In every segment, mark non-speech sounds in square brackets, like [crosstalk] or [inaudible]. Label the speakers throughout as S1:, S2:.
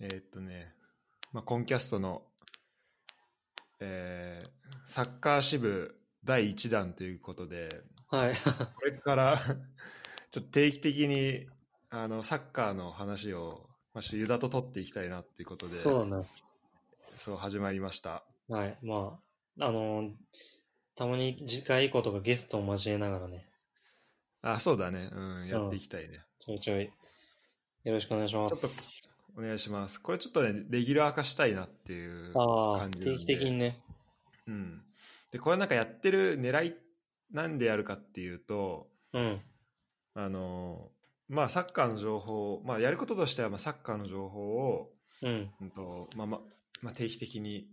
S1: えーっとね、まあ、コンキャストの、えーサッカー支部第1弾ということで、
S2: はい。
S1: これから [laughs] ちょっと定期的にあのサッカーの話を、まあ、ユダと取っていきたいなっていうことで、
S2: [laughs] そうだね。
S1: そう始まりました。
S2: はい。まあ、あのーたまに次回以降とかゲストを交えながらね、
S1: あ、そうだね。うん、やっていきたいね。
S2: ちょいちょい、よろしくお願いしま
S1: ちょっ
S2: す。
S1: お願いします。これちょっとね、レギュラー化したいなっていう
S2: ああ、
S1: 感じなんで
S2: 定期的にね。
S1: うん。で、これなんかやってる狙い、なんでやるかっていうと、
S2: うん。
S1: あの、まあ、サッカーの情報をまあ、やることとしては、まあ、サッカーの情報を、
S2: うん。
S1: うんと、まあ、まあ、まあ、定期的に、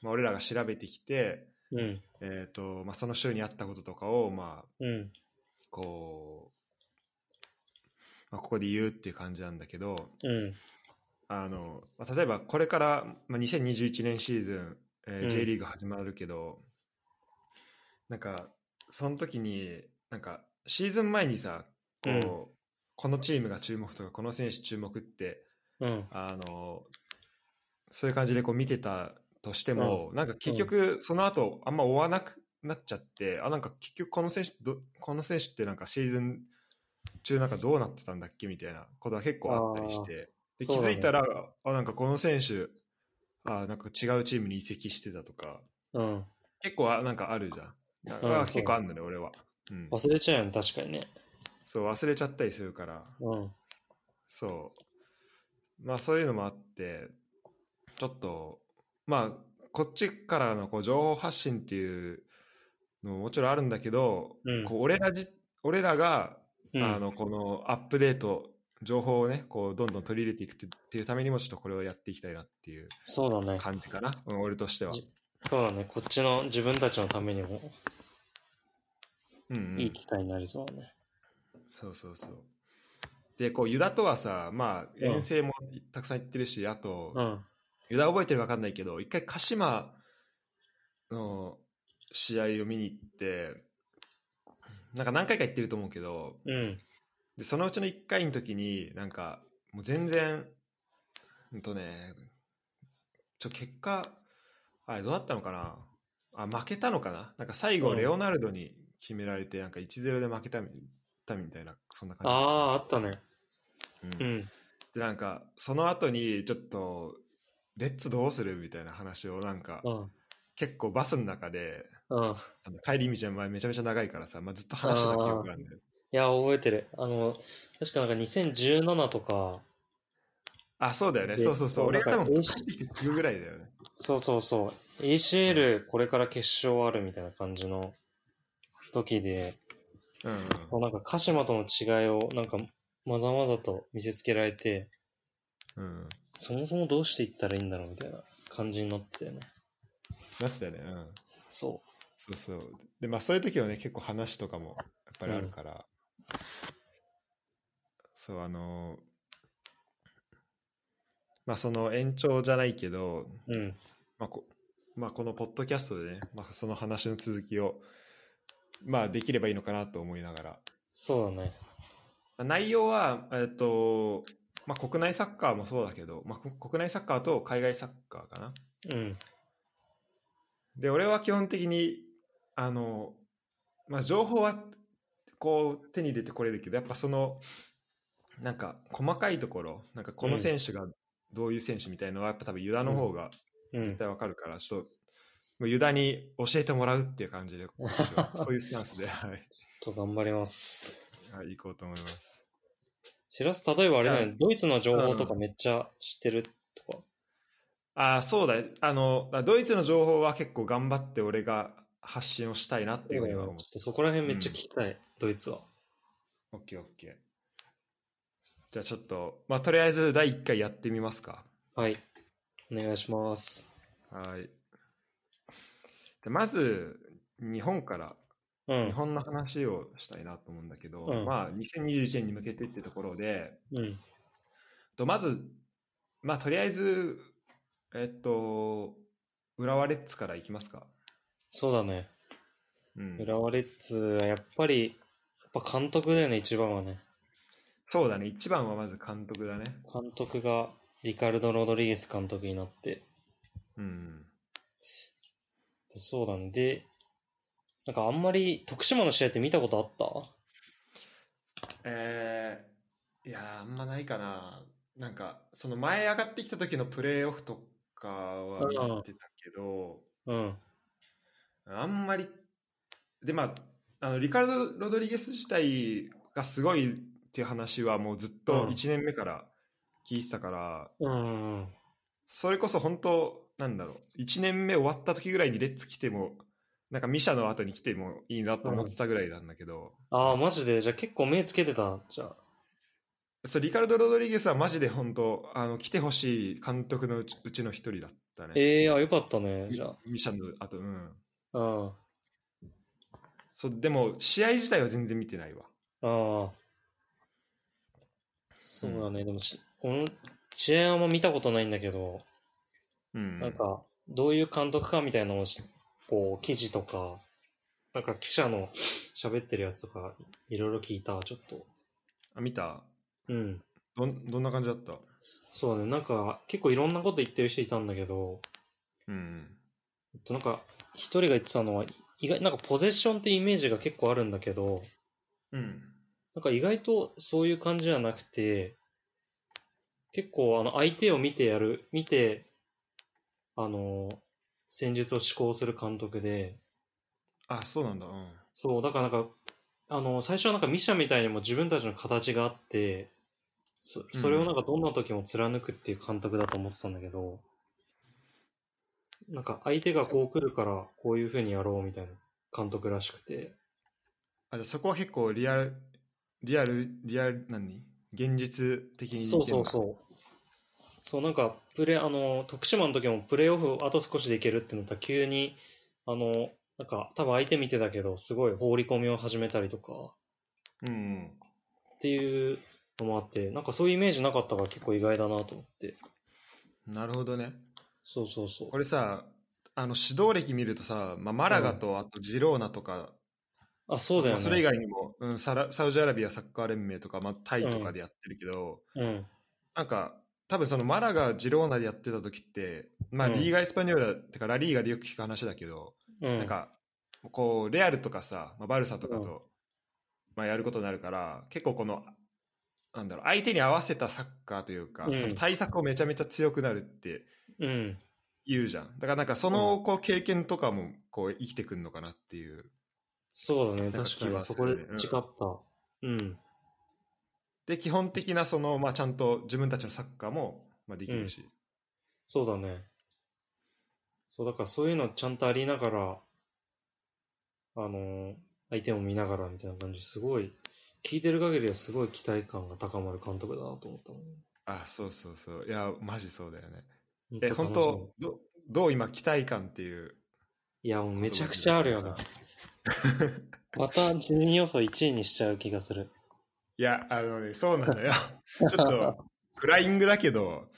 S1: まあ、俺らが調べてきて、
S2: うん。
S1: えっ、と、まあ、その週にあったこととかを、まあ、
S2: うん。
S1: こう、まあ、ここで言うっていう感じなんだけど、
S2: うん。
S1: あの、まあ例えばこれから、まあ、2021年シーズン、えー
S2: うん
S1: J リーグ始まるけど、なんか、その時に、なんか、シーズン前にさ、こう、
S2: うん
S1: このチームが注目とか、この選手注目って、
S2: うん。
S1: あの、そういう感じでこう見てたとしても、なんか結局、その後、あんま追わなくなっちゃって、あ、なんか結局この選手ど、この選手ってなんかシーズン中なんかどうなってたんだっけみたいなことは結構あったりして、で気
S2: そうだ
S1: づ
S2: ね
S1: いたら、あ、なんかこの選手、あ、なんか違うチームに移籍してたとか、
S2: うん。
S1: 結構あなんかあるじゃん。なんか
S2: うん
S1: あ
S2: そう
S1: 結構あんのね、俺は。うん。
S2: 忘れちゃうよね、確かにね。
S1: そう、忘れちゃったりするから。
S2: うん。
S1: そう。まあそういうのもあって、ちょっと、まあ、こっちからのこう情報発信っていうのももちろんあるんだけど、
S2: うん
S1: こう俺らじ俺らが、
S2: うん。
S1: あのこのアップデート、情報をね、こうどんどん取り入れていくってっていうためにも、ちょっとこれをやっていきたいなっていう
S2: そうだね。
S1: 感じかな、うん、俺としては。
S2: そうだね。こっちの自分たちのためにも、
S1: うんうん、
S2: いい機会になりそうだね。
S1: そうそうそう。で、こう、ユダとはさ、まあ、
S2: うん
S1: 遠征もたくさん行ってるし、あと、
S2: うん。
S1: ユダ覚えてるか分かんないけど一回鹿島の試合を見に行ってなんか何回か行ってると思うけど
S2: うん。
S1: でそのうちの1回の時になんかもう全然うんとねちょ結果あれどうだったのかなあ負けたのかななんか最
S2: う
S1: 後
S2: ん
S1: レオナルドに決められてなんか1-0で負けたみたみたいなそんな感
S2: あ
S1: じ
S2: あ、あったね。
S1: うん
S2: うん。
S1: でなんかその後にちょっとレッツどうするみたいな話をなんか
S2: うん。
S1: 結構バスの中で
S2: うん。
S1: あの帰り道の前めちゃめちゃ長いからさ、まあ、ずっと話してた記憶があるんだよ
S2: いや、覚えてる。あの、確かなんか2017とか、
S1: あそうだよね
S2: で
S1: そうそうそう
S2: そう
S1: 俺が多
S2: なんか
S1: 分帰ってきてすぐぐらいだよね
S2: そうそうそう、ACL これから決勝あるみたいな感じの時で、
S1: うんうん
S2: こうなんか鹿島との違いをなんかまざまざと見せつけられて、
S1: うん
S2: そもそもどうしていったらいいんだろうみたいな感じになってたよね。
S1: なってたよねうん
S2: そ
S1: そうそうでまあそういう時はね結構話とかもやっぱりあるから、そうあのまあその延長じゃないけど、
S2: う。うん。
S1: まあこまあ、このポッドキャストでね、まあ、その話の続きを、まあ、できればいいのかなと思いながら
S2: そうだね。
S1: 内容は、えっとまあ、国内サッカーもそうだけど、まあ、こ国内サッカーと海外サッカーかな。
S2: うん。
S1: で俺は基本的にあの、まあ、情報はこう手に入れてこれるけどやっぱそのなんか細かいところなんかこの選手がどういう選手みたいのはやっぱ多分ユダの方が
S2: うん
S1: 絶。対わかるから、ちょっともうユダに教えてもらうっていう感
S2: [laughs]
S1: じでこっちはそういうスタンスで、はい
S2: ちょっと頑張ります。
S1: はい、行こうと思います。
S2: しらす、例えばあれだよ
S1: じ
S2: ね、ドイツの情報とかめっちゃ知ってるとか。
S1: ああ、そうだ。あの、ドイツの情報は結構頑張って俺が発信をしたいなっていうふうには
S2: ちょ
S1: 思
S2: っ
S1: う。
S2: とそこら辺めっちゃ聞きたい、ドイツは。
S1: オッケーオッケー。じゃあちょっと、まあ、とりあえず第1回やってみますか。
S2: はい。お願いします。
S1: はい。でまず、日本から、
S2: う
S1: 日
S2: ん。
S1: 本の話をしたいなと思うんだけど、
S2: うん
S1: まあ、2021年に向けてってところで、
S2: うん。
S1: とまず、まあ、とりあえず、えっと、浦和レッズからいきますか。
S2: そうだね。
S1: うん、
S2: 浦和レッズはやっぱり、やっぱ監督だよね、一番はね。
S1: そうだね、一番はまず監督だね。
S2: 監督が、リカルド・ロドリゲス監督になって、
S1: うん。
S2: そうなんで、なんかあんまり徳島の試合って見たことあった
S1: えー、いやー、あんまないかな。なんか、その前上がってきた時のプレーオフとかは見てたけど、
S2: うん。
S1: あんまり、で、まあ、あのリカルド・ロドリゲス自体がすごいっていう話はもうずっと
S2: うん
S1: 1年目から聞いてたから、
S2: うん。
S1: それこそ本当、なんだろう、1年目終わった時ぐらいにレッツ来ても、なんかミシャの後に来てもいいなと思ってたぐらいなんだけど、
S2: ああ、マジで。じゃあ結構目つけてた。じゃあ。
S1: そうリカルド・ロドリゲスはマジで本当、あの来てほしい監督のうちうちの一人だったね。
S2: ええあ、よかったね。じゃ
S1: ミシャの後、うん。
S2: あ。うん。
S1: そう、でも試合自体は全然見てないわ。
S2: ああ。そうだね。でもし、この試合はあんま見たことないんだけど、
S1: うん。
S2: なんか、どういう監督かみたいなのをし、こう、記事とか、なんか記者の喋ってるやつとか、いろいろ聞いた。ちょっと。
S1: あ見た
S2: うん。
S1: どんどんな感じだった
S2: そうだね。なんか、結構いろんなこと言ってる人いたんだけど、
S1: うん。
S2: えっとなんか、一人が言ってたのは、意外、なんかポゼッションってイメージが結構あるんだけど、
S1: うん。
S2: なんか意外とそういう感じじゃなくて、結構あの相手を見てやる、見て、あの、戦術を施行する監督で、
S1: あ、そうなんだ。うん。
S2: そう、だからなんか、あの、最初はなんかミシャみたいにも自分たちの形があって、そそれをなんかどんな時も貫くっていう監督だと思ってたんだけど、なんか相手がこう来るからこういう風にやろうみたいな監督らしくて、
S1: あ、じゃあそこは結構リアル、リアル、リアル、何現実的に
S2: そうそう
S1: う。
S2: そう。そう、なんか、プレーあの、徳島の時もプレーオフあと少しでいけるってなったら急に、あの、なんか、多分相手見てたけど、すごい放り込みを始めたりとか、
S1: うん。
S2: っていうのもあって、なんかそういうイメージなかったから結構意外だなと思って。
S1: なるほどね。
S2: そうそうそう
S1: こ。れさ、あの指導歴見るとさ、まあ、マラガとあとジローナとか、
S2: あ、そうだよ
S1: まあ
S2: ね。
S1: それ以外にも、うん、サラサウジアラビアサッカー連盟とか、まあ、タイとかでやってるけど、
S2: うん。
S1: なんか、多分そのマラガ、ジローナでやってた時って、まあ、
S2: うん
S1: リーガ・エスパニョーラ、てかラリーガでよく聞く話だけど、
S2: うん。
S1: なんか、こう、レアルとかさ、まあ、バルサとかと、まあ、やることになるから、結構この、なんだろう、相手に合わせたサッカーというか、
S2: うん
S1: その対策をめちゃめちゃ強くなるって
S2: うん。
S1: 言うじゃん。だからなんかそのこう経験とかもこう生きてくんのかなっていう。
S2: そうだ
S1: な
S2: ね。
S1: んか
S2: 確か
S1: 気は
S2: に。
S1: す
S2: そ
S1: るね
S2: こで
S1: うん
S2: 培った。うん。
S1: で、基本的なその、まあちゃんと自分たちのサッカーも、まあ、できるし。
S2: そうだね。そう、だからそういうのちゃんとありながら、あのー相手も見ながらみたいな感じ、すごい、聞いてる限りはすごい期待感が高まる監督だなと思ったもん。
S1: あ、そうそうそう。いや、マジそうだよね。
S2: 本
S1: え、本
S2: 楽しみ
S1: 当ど、どう今期待感っていう。
S2: いや、もうめちゃくちゃある
S1: [laughs]
S2: よな。また順位予想1位にしちゃう気がする。
S1: いや、あのね、そうなの
S2: [laughs]
S1: よ。ちょっと、フライングだけど、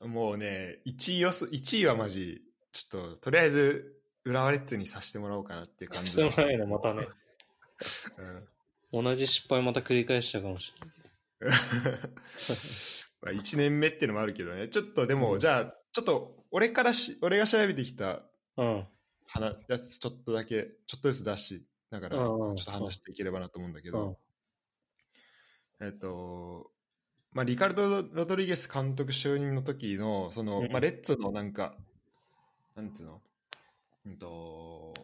S2: うん。
S1: もうね、1位予想、1位はマジ、ちょっと、とりあえず、浦和レッズにさせてもらおうかなっていう感じ
S2: して
S1: だ。
S2: もらえないの、またね。
S1: うん
S2: 同じ失敗また繰り返しちゃうかもしれない。
S1: [laughs] まあ1年目ってのもあるけどねちょっとでも、
S2: うん
S1: じゃあちょっと俺からし俺が調べてきた
S2: うん。
S1: 話やつちょっとだけちょっとずつ出しながらち
S2: うんう
S1: ょ
S2: ん
S1: っと話していければなと思うんだけど、えっとまあリカルド・ロドリゲス監督就任の時のその、
S2: うん
S1: まあ、レッツのなんかなんていうのうんと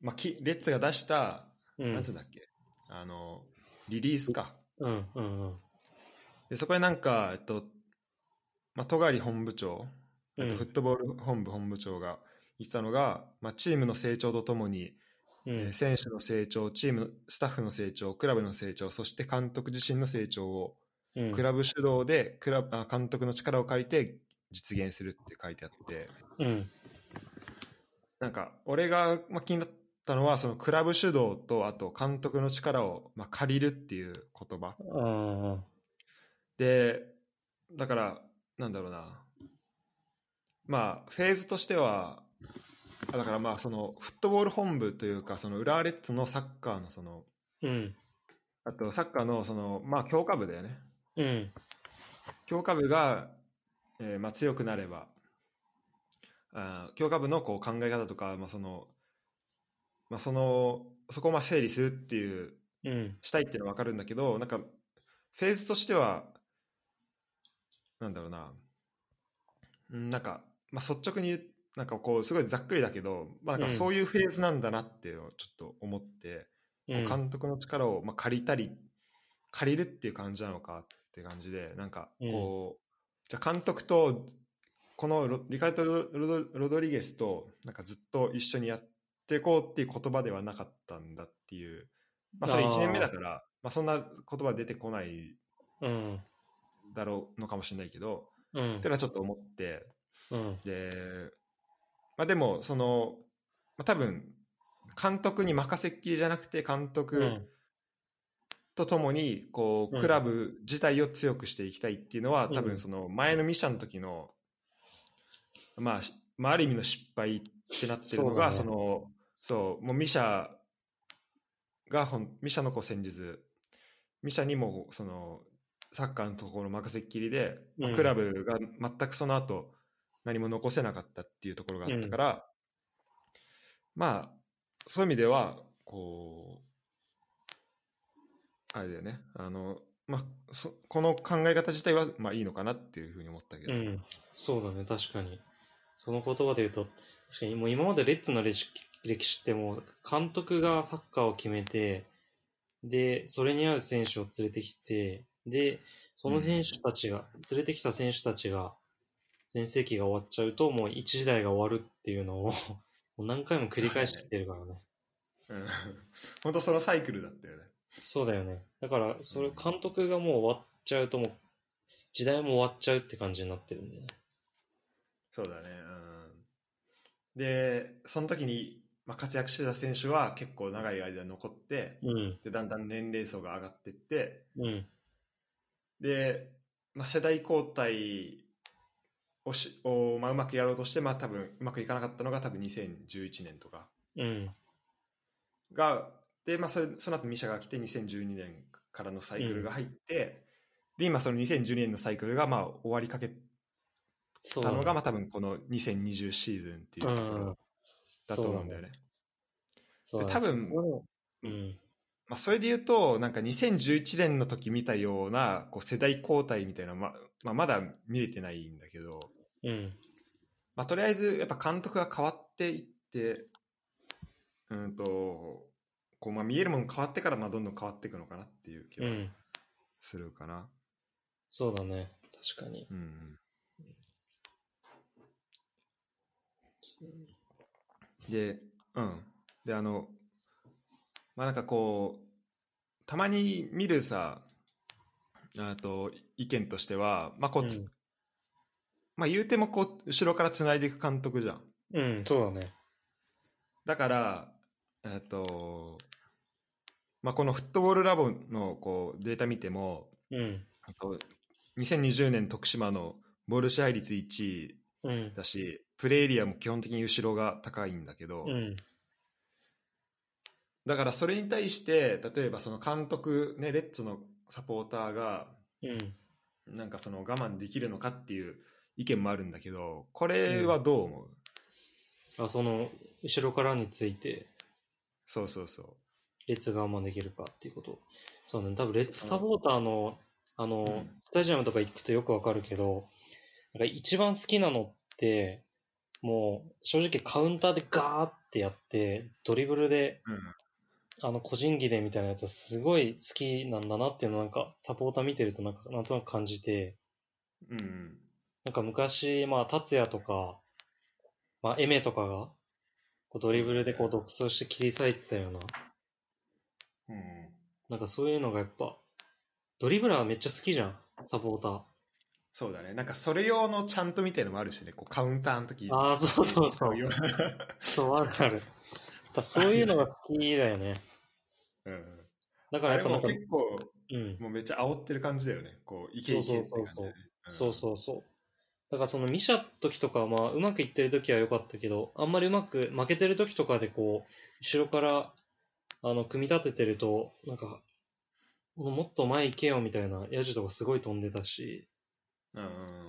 S1: まあきレッツが出した、
S2: うん。
S1: なんつうんだっけあのリリースか、
S2: うん。うん。うん。
S1: でそこでなんか、えっとまあ、戸狩本部長、えっと
S2: うん
S1: フットボール本部本部長が言ってたのが、まあ、チームの成長とともに、え
S2: う
S1: ー
S2: ん。
S1: 選手の成長チームのスタッフの成長クラブの成長そして監督自身の成長を
S2: うん
S1: クラブ主導でクラブあ監督の力を借りて実現するって書いてあって
S2: うん。
S1: なんか俺が、まあ、気になったのはそのクラブ主導とあと監督の力を、まあ、借りるっていう言葉
S2: うん。うん
S1: でだからなんだろうなまあフェーズとしてはあだからまあそのフットボール本部というかその浦和レッズのサッカーのその
S2: うん。
S1: あとサッカーのそのまあ強化部だよね
S2: うん。
S1: 強化部が、えーまあ、強くなればあー強化部のこう考え方とか、まあそのまあ、そのそこをまあ整理するっていう
S2: うん。
S1: したいっていうのは分かるんだけどなんかフェーズとしてはなんだろうなうんなんか、まあ、率直に言うなんかこうすごいざっくりだけど、まあ、なん
S2: う
S1: か
S2: ん
S1: そういうフェーズなんだなっていうのをちょっと思って、
S2: うん。
S1: 監督の力をまあ借りたり借りるっていう感じなのかって感じでなんかこう、じゃあ監督とこのロリカルトロロド・ロドリゲスとなんかずっと一緒にやっていこうっていう言葉ではなかったんだっていう、まあ、それ
S2: あー
S1: 1年目だからまあ、そんな言葉出てこない
S2: うん。
S1: だろうのかもしれないけど
S2: うん
S1: っていうのはちょっと思って
S2: うん。
S1: で、まあ、でもその、まあ、多分監督に任せっきりじゃなくて監督、
S2: うん。
S1: とともにこ
S2: う
S1: うんクラブ自体を強くしていきたいっていうのは、
S2: うん
S1: 多分その前のミッションの時の、まあしまあ、ある意味の失敗ってなってるのが
S2: そ
S1: そう
S2: だね
S1: のそうもうミシャがほんミシャのこう戦術ミシャにもそのサッカーのところ任せっきりで、まあ
S2: うん
S1: クラブが全くその後何も残せなかったっていうところがあったから、まあそういう意味ではこうあれだよねあの、まあ、そこの考え方自体は、まあ、いいのかなっていうふうに思ったけど、
S2: うん。そうだね、確かに。その言葉で言うと、確かにもう今までレッツの歴史歴史ってもう監督がサッカーを決めて、で、それに合う選手を連れてきて、で、その選手たちが、連れてきた選手たちが、全盛期が終わっちゃうと、もう一時代が終わるっていうのを、 [laughs] もう何回も繰り返してきてるからね。
S1: うん、 [laughs] 本当そのサイクルだったよね
S2: そうだよね。だから、それ
S1: うん
S2: 監督がもう終わっちゃうと、もう、時代も終わっちゃうって感じになってるんだよね。
S1: そうだねうんでその時に、まあ、活躍してた選手は結構長い間残って
S2: うん、
S1: でだんだん年齢層が上がってって
S2: うん、
S1: で、まあ、世代交代をしを、まあ、うまくやろうとして、まあ、多分うまくいかなかったのが多分2011年とか
S2: うん、
S1: がで、まあ、それその後ミシャが来て2012年からのサイクルが入って、で今その2012年のサイクルがまあ終わりかけ
S2: そうだ
S1: た
S2: ね
S1: のが、まあ、多分この2020シーズンっていうところだと思うんだよね。
S2: そう
S1: で
S2: だね。
S1: 多分
S2: そこのうん、
S1: まあ、それで言うとなんか2011年の時見たようなこう世代交代みたいなのはま,、まあ、まだ見れてないんだけど、
S2: うん、
S1: まあ、とりあえずやっぱ監督が変わっていってうんとこう、まあ、見えるもの変わってからまあどんどん変わっていくのかなっていう気
S2: う
S1: は
S2: ん、
S1: するかな。
S2: そうだね。確かに。
S1: うんうんで、うん。で、あの、まあなんかこう、たまに見るさ、あと、意見としては、まあこう、つまあ言うてもこう、後ろから繋いでいく監督じゃん。
S2: うん、うん、そうだね。
S1: だから、えっと、まあこのフットボールラボのこう、データ見ても、
S2: うん、
S1: あと2020年徳島のボール支配率1位
S2: うん、
S1: だし、プレーエリアも基本的に後ろが高いんだけど、
S2: うん、
S1: だからそれに対して例えばその監督、ね、レッツのサポーターが
S2: うん。
S1: なんかその我慢できるのかっていう意見もあるんだけどこれはどう思う、
S2: あ、その、後ろからについて、
S1: そうそうそう
S2: 列が我慢できるかっていうこと。そうね、多分レッツ
S1: そ
S2: サ
S1: う
S2: ポーターの、あの、
S1: うん
S2: スタジアムとか行くとよくわかるけど、なんか一番好きなのって、もう正直カウンターでガーってやって、ドリブルで、あの個人技でみたいなやつはすごい好きなんだなっていうのをなんかサポーター見てるとなんかなんとなく感じて、
S1: うんうん
S2: なんか昔、まあ、達也とか、まあ、エメとかが、こうドリブルでこう独走して切り裂いてたような、
S1: うん
S2: なんかそういうのがやっぱ、ドリブラーめっちゃ好きじゃん、サポーター。
S1: そうだねなんかそれ用のちゃんとみたいのもあるしねこうカウンターの時
S2: ああ、そうそうそう。 [laughs]
S1: いう
S2: そう、あるある。やっぱそういうのが好きだよね。
S1: うん
S2: だから
S1: あ
S2: や
S1: れ
S2: っぱ
S1: も
S2: なんか、
S1: 結構
S2: うん。
S1: もうめっちゃ煽ってる感じだよねこうイケイケって感じだよね
S2: そうそうそう。だからそのミシャの時とかはまあうまくいってる時は良かったけど、あんまりうまく負けてる時とかでこう、後ろから、あの、組み立ててると、なんか、もうもっと前行けよみたいなヤジとかすごい飛んでたし、
S1: うんうん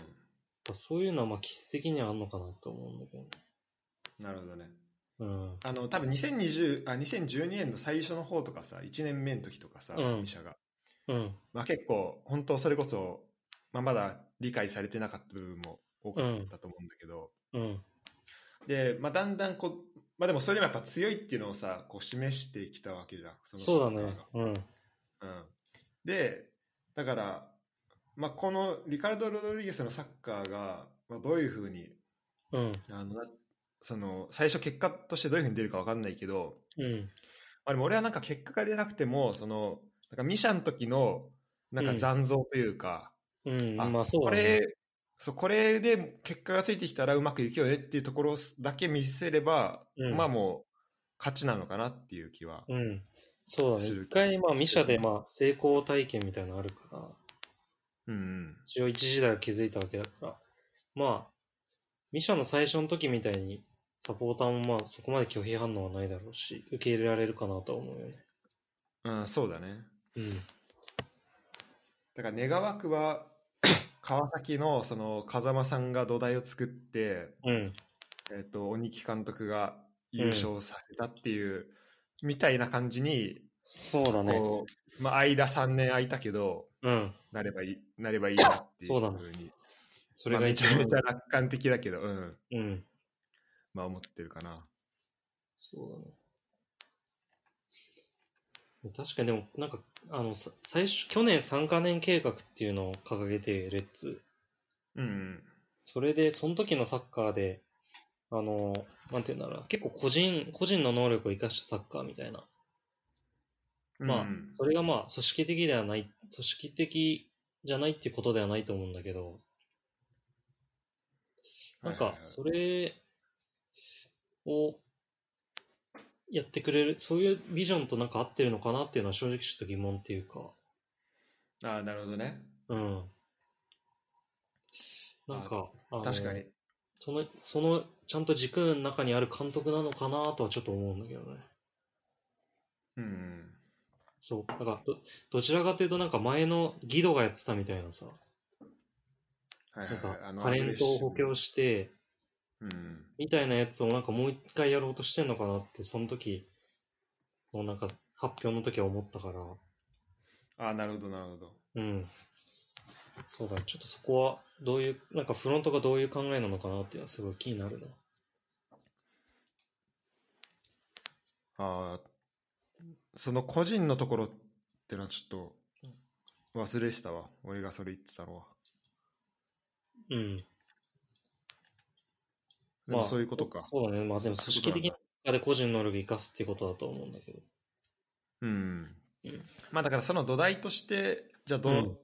S2: ぱそういうのはまあ気質的にはあんのかなと思うんだけどね。
S1: うん。なるほどね。
S2: うん。
S1: あの、多分2020、あ、2012年の最初の方とかさ、1年目の時とかさ、
S2: うん
S1: ミシャが。
S2: うん。
S1: まあ結構、本当それこそ、まあまだ理解されてなかった部分も多かったと思うんだけど、
S2: うん。
S1: で、まあだんだんこう、まあでもそれでもやっぱ強いっていうのをさ、こう示してきたわけじゃん。その
S2: そうだ
S1: サッ
S2: ね
S1: カーが。
S2: うん。
S1: うん、でだから、まあ、このリカルド・ロドリゲスのサッカーが、まあ、どういうふうに
S2: うん。
S1: あのなその最初結果としてどういうふうに出るか分かんないけど、
S2: うん。
S1: まあ、でも俺はなんか結果が出なくてもそのなんかミシャの時のなんか残像というか、
S2: うん。
S1: あ
S2: まあそう
S1: こ
S2: だね。
S1: れそうこれで結果がついてきたらうまくいくよねっていうところだけ見せれば、
S2: うん
S1: まあもう勝ちなのかなっていう気は、
S2: うん。そうだね。
S1: する
S2: 一回、まあ、ミシャで、まあ、成功体験みたいなのあるから、
S1: うんうん、
S2: 一応一時代は築いたわけだから、まあ、ミシャの最初の時みたいに、サポーターもまあ、そこまで拒否反応はないだろうし、受け入れられるかなとは思うよね。
S1: うん、そうだね。
S2: うん。
S1: だから願わくは川崎のその風間さんが土台を作って、
S2: うん。
S1: えっと鬼木監督が優勝させたっていう、みたいな感じに、
S2: そうだね。
S1: こうまあ、間3年空いたけど
S2: うん。
S1: なればいいなればいいなってい
S2: そううだ
S1: ふ
S2: ね
S1: うに、
S2: そ
S1: ま
S2: れ
S1: あ、
S2: が
S1: め
S2: 一
S1: ちゃめ
S2: 番
S1: ちゃ楽観的だけど、うん
S2: うん。
S1: まあ、思ってるかな。
S2: そうだね。確かにでも、なんか、あの、さ最初、去年3カ年計画っていうのを掲げて、レッツ。
S1: うん
S2: それで、その時のサッカーで、あの、なんていうんだろうな、結構個人、個人の能力を生かしたサッカーみたいな。
S1: うん、
S2: まあ
S1: うん、
S2: それがまあ、組織的ではない、組織的じゃないっていうことではないと思うんだけど、なん
S1: はい
S2: か
S1: は、いはい
S2: それをやってくれる、そういうビジョンとなんか合ってるのかなっていうのは正直ちょっと疑問っていうか、
S1: ああなるほどね
S2: うん。なんか、あの
S1: 確かに。
S2: その、その、ちゃんと軸の中にある監督なのかなとはちょっと思うんだけどね。
S1: うん
S2: そう。なんかど、どちらかというとなんか前のギドがやってたみたいなさ、
S1: はいは
S2: ないん
S1: はい [laughs] あ
S2: か
S1: の
S2: タレントを補強して、
S1: うん
S2: みたいなやつをなんかもう一回やろうとしてんのかなって、その時のなんか発表の時は思ったから、
S1: ああなるほどなるほど
S2: うん。そうだね、ちょっとそこはどういう、なんかフロントがどういう考えなのかなっていうのはすごい気になるな。
S1: ああ、その個人のところってのはちょっと忘れてたわ。俺がそれ言ってたのは。
S2: うん。
S1: でもそういうことか。
S2: そそうだね。まあでも組織的な中で個人能力生かすっていうことだと思うんだけど。
S1: うん
S2: うん。
S1: まあだからその土台として、じゃあど、
S2: うん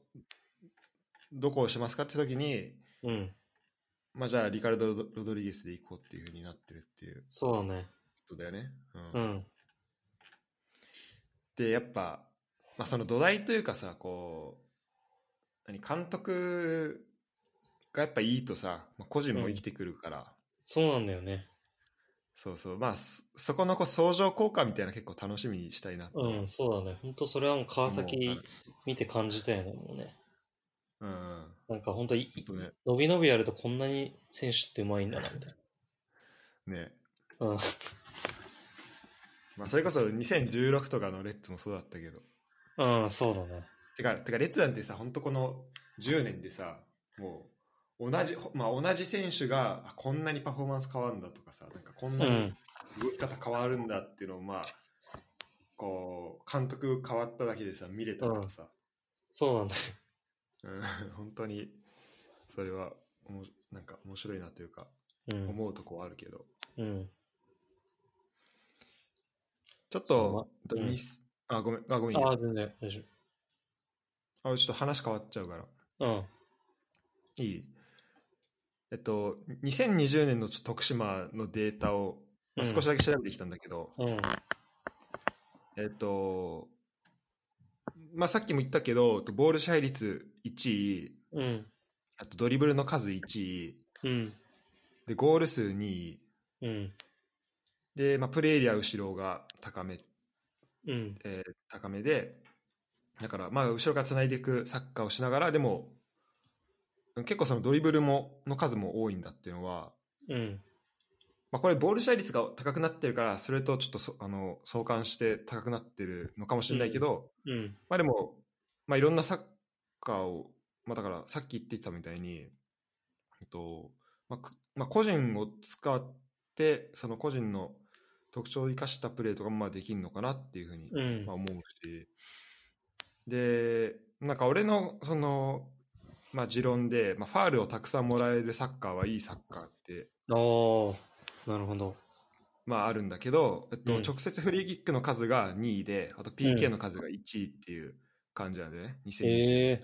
S1: どこをしますかって時に、
S2: うん。
S1: まあじゃあリカルド・ロドリゲスで行こうっていうふうになってるっていう
S2: そうだね。
S1: ことだよね。うん
S2: うん。
S1: で、やっぱ、まあその土台というかさ、こう、何、監督がやっぱいいとさ、まあ、個人も生きてくるから、
S2: そうなんだよね。
S1: そうそう。まあ、そそこのこう相乗効果みたいな結構楽しみにしたいなと
S2: うん、そうだね。本当それはもう川
S1: も
S2: 崎見て感じたよね、もうね。
S1: ううん。
S2: なんか本当い
S1: ほんとね。
S2: 伸び伸びやるとこんなに選手ってうまいんだな、みたい
S1: ね。
S2: な。うん。
S1: まあ、それこそ2016とかのレッツもそうだったけど。
S2: うん、そうだね。
S1: てか、てかレッツなんてさ、ほんとこの10年でさ、もう、同じ、ほまあ、同じ選手が、あこんなにパフォーマンス変わるんだとかさ、なんかこんなに動き方変わるんだっていうのを、まあ、こう、監督変わっただけでさ、見れたからさ、
S2: そうなんだ。
S1: うん、 [laughs] 本当に、それは、おもなんか面白いなというか、
S2: うん。
S1: 思うとこはあるけど。
S2: うん。
S1: ちょっ
S2: そ
S1: と、
S2: うまうん
S1: ミス、あ、ごめん、あ、ごめんいい
S2: あ
S1: よ
S2: あ、全然大丈
S1: あちょっと話変わっちゃうから。
S2: 夫。う
S1: い
S2: ん。
S1: いえっと、2020年のちょっと徳島のデータを、まあ
S2: うん
S1: 少しだけ調べてきたんだけど、
S2: うん。
S1: えっと、まあ、さっきも言ったけど、ボール支配率1位、
S2: うん。
S1: あとドリブルの数1位、
S2: うん。
S1: で、ゴール数2位、
S2: うん。
S1: で、まあ、プレーエリア後ろが高め、
S2: うん。
S1: えー高めで、だから、まあ、後ろから繋いでいくサッカーをしながら、でも、結構そのドリブルもの数も多いんだっていうのは、
S2: うん。
S1: まあ、これボール支配率が高くなってるからそれとちょっとそあの相関して高くなってるのかもしれないけど、
S2: うん。
S1: まあでも、まあ、いろんなサッカーを、まあ、だからさっき言ってたみたいに、えっとまあくまあ、個人を使ってその個人の特徴を生かしたプレーとかもまあできるのかなっていうふうに
S2: うん
S1: まあ、。思うし、で、なんか俺の、その、まあ、持論で、まあ、ファールをたくさんもらえるサッカーはいいサッカーって、
S2: ああ、なるほど。
S1: まあ、あるんだけど、えっと、
S2: うん
S1: 直接フリーキックの数が2位で、あと PK の数が1位っていう感じなんでね、2020
S2: ええ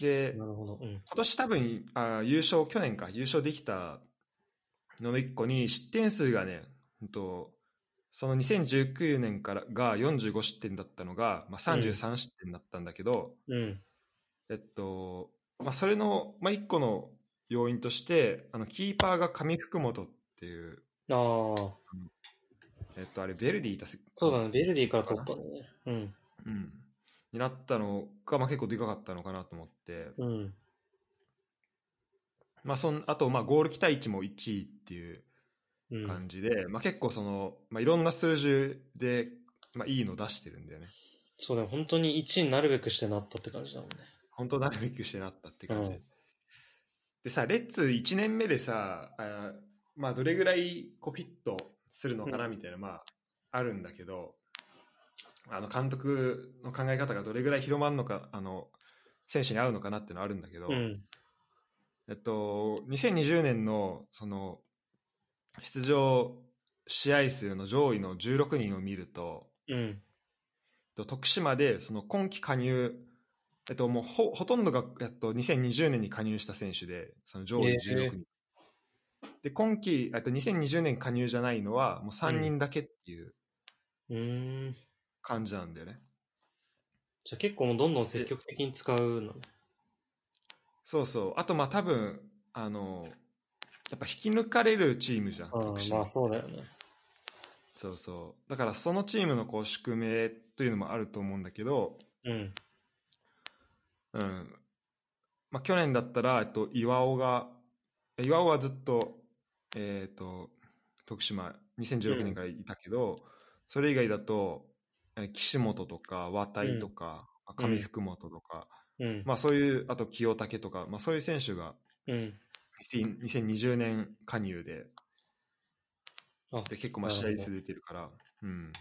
S1: で、
S2: なるほど。うん。
S1: 今年多分あ優勝去年か優勝できたのの1個に失点数がね、うんと、その2019年からが45失点だったのが、まあ、33失点だったんだけど、
S2: うん。
S1: えっとまあ、それの、まあ、1個の要因としてあのキーパーが上福本っていう、
S2: ああ、
S1: えっと、あれベルディいたせ
S2: そうだね。ベルディから取ったね。うん。
S1: うん、になったのが、まあ、結構でかかったのかなと思って、
S2: うん。
S1: まあ、そんあと、まあ、ゴール期待値も1位っていう
S2: うん。
S1: 感じで、まあ、結構その、まあ、いろんな数字で、まあ、いいの出してるんだよね。
S2: そうだね。本当に1位になるべくしてなったって感じだもんね。
S1: 本当なるべくしてなったって感じで、
S2: うん
S1: でさレッツ1年目でさあーまあどれぐらいこうフィットするのかなみたいな、まああるんだけどあの監督の考え方がどれぐらい広まるのかあの選手に合うのかなってのあるんだけど、
S2: うん。
S1: えっと、2020年のその出場試合数の上位の16人を見ると、
S2: うん。
S1: えっと徳島でその今季加入、えっと、もうほほとんどが、えっと、2020年に加入した選手でその上位16人、
S2: え
S1: で今季えっと2020年加入じゃないのはもう3人だけっていう
S2: うーん。
S1: 感じなんだよね、
S2: じゃあ結構もうどんどん積極的に使うのね。
S1: そうそうあとまあ多分あのやっぱ引き抜かれるチームじゃん
S2: あ
S1: 徳
S2: あ、
S1: 島
S2: まあそうだよね。
S1: そうそうだからそのチームのこう宿命というのもあると思うんだけど、
S2: うん。
S1: うんまあ、去年だったら、えっと、岩尾が岩尾はずっと,、えー、と徳島2016年からいたけど、それ以外だとえー岸本とか綿井とか、上福本とか、
S2: うん。
S1: まあ、そういうあと清武とか、まあ、そういう選手が
S2: うん。
S1: 2000 2020年加入で
S2: あ、
S1: で結構まあ試合数出てるから、うん、だ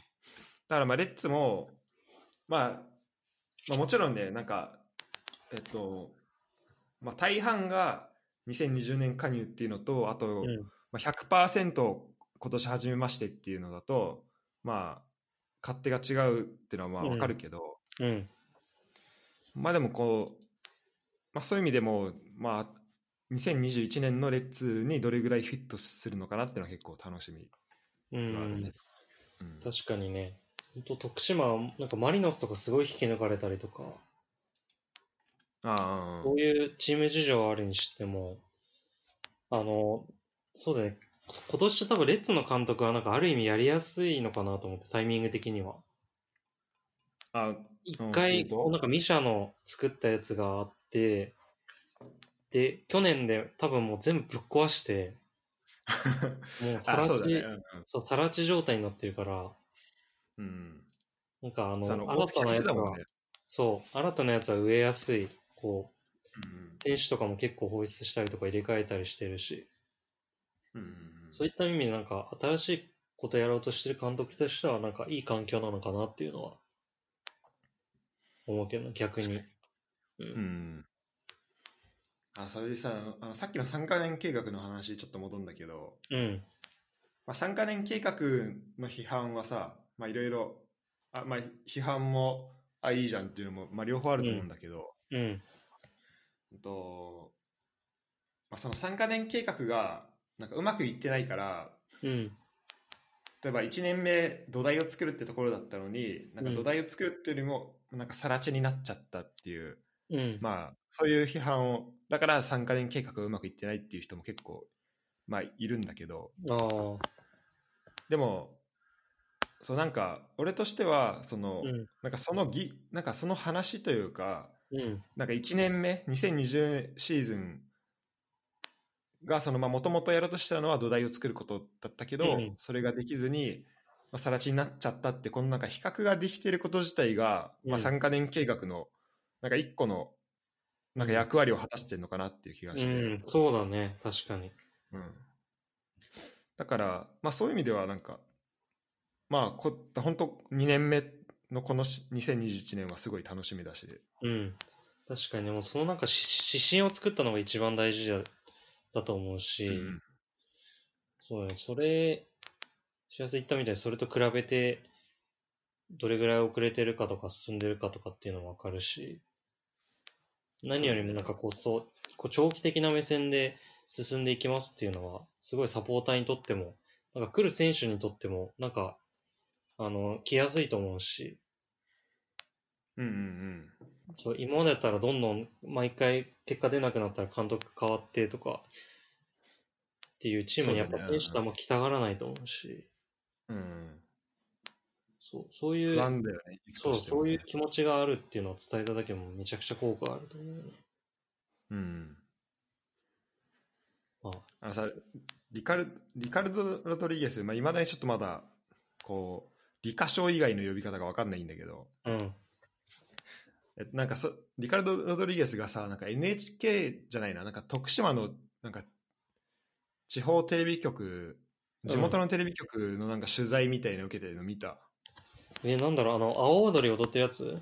S1: からまあレッツも、まあ、まあもちろんねなんかえっと、まあ、大半が2020年加入っていうのとあと、
S2: うん。
S1: まあ、100%今年始めましてっていうのだとまあ勝手が違うっていうのはまあ
S2: うん
S1: 分かるけど、
S2: うん。
S1: まあでもこう、まあ、そういう意味でもまあ2021年のレッツにどれぐらいフィットするのかなっていうのは結構楽しみ
S2: う
S1: ではある
S2: ん
S1: ね。うん
S2: 確かにね、本当徳島は、なんかマリノスとかすごい引き抜かれたりとか、
S1: ああ
S2: そういうチーム事情はあるにしても、あの、そうだね、こ今年多分レッツの監督はなんかある意味やりやすいのかなと思って、タイミング的には。
S1: あ
S2: 一
S1: う
S2: 回、
S1: んどういうこと
S2: こうなんかミシャの作ったやつがあって、で、去年で多分もう全部ぶっ壊して、もう
S1: [laughs]
S2: さ
S1: あ
S2: ら
S1: そ
S2: 地、
S1: うだ
S2: そう,、
S1: ね。
S2: さら地状態になってるから、
S1: うん。
S2: なんかあ
S1: うん
S2: の、
S1: その
S2: 新たなやつ
S1: だ
S2: が
S1: もん、ね。
S2: そう、新たなやつは植えやすい、こ
S1: うん
S2: う、選手とかも結構放出したりとか入れ替えたりしてるし、
S1: うんうん
S2: そういった意味でなんか新しいことやろうとしてる監督としてはなんかいい環境なのかなっていうのは思うけどね、逆に。う。
S1: うんん。あ、それでさ、あのさっきの3カ年計画の話ちょっと戻るんだけど、
S2: うん。
S1: まあ、3カ年計画の批判はさ、まあいろいろ、あまあ批判も、あ、いいじゃんっていうのも、まあ両方あると思うんだけど、
S2: うん。
S1: うんと、まあその3カ年計画が、なんかうまくいってないから、
S2: うん。
S1: 例えば1年目土台を作るってところだったのになんか
S2: うん
S1: 土台を作るっていうよりもなんか更地になっちゃったっていう、
S2: うん。
S1: まあそういう批判をだから3カ年計画がうまくいってないっていう人も結構まあいるんだけど
S2: ああ。
S1: でもそうなんか俺としてはその、
S2: うん。
S1: なんかそのぎなんかその話というか
S2: うん。
S1: なんか1年目、2020シーズンが、その、まあ、もともとやろうとしたのは土台を作ることだったけど、
S2: うん
S1: それができずに、まあ、さら地になっちゃったって、このなんか比較ができてること自体が、まあ、
S2: うん
S1: 3カ年計画の、なんか一個の、なんか役割を果たしてるのかなっていう気が
S2: う
S1: して、
S2: ん、そうだね。確かに。
S1: うんだから、まあ、そういう意味ではなんか、まあこ、本当2年目のこのし2021年はすごい楽しみだし、
S2: うん。確かに、もうそのなんかし指針を作ったのが一番大事だだと思うし、
S1: うん
S2: そうね、それ、幸せ言ったみたいに、それと比べて、どれぐらい遅れてるかとか進んでるかとかっていうのもわかるし、何よりもなんかこう、そう、こう長期的な目線で進んでいきますっていうのは、すごいサポーターにとっても、なんか来る選手にとっても、なんか、あの、来やすいと思うし、
S1: うんうん
S2: そう今までだったらどんどん毎回結果出なくなったら監督変わってとかっていうチームにやっぱ
S1: そうだね
S2: 選手とはもう来たがらないと思うし、
S1: うん。うん
S2: そうそう
S1: 不
S2: いう、
S1: 安だよね。
S2: そう、そういう
S1: 生きとして
S2: 気持ちがあるっていうのを伝えただけでもめちゃくちゃ効果あると思うよ
S1: も
S2: ね。
S1: ね。うん。
S2: まあ、
S1: あのさ、リカルリカルド・ロドリゲス、まあ、未だにちょっとまだ、こう、リカ賞以外の呼び方がわかんないんだけど、
S2: うん、
S1: えなんかそ、リカルド・ロドリゲスがさ、なんか NHK じゃないな、なんか徳島の、なんか、地方テレビ局、地元のテレビ局のなんか取材みたいなの受けてるの見た。
S2: え、なんだろう、あの、青踊り踊ってるやつ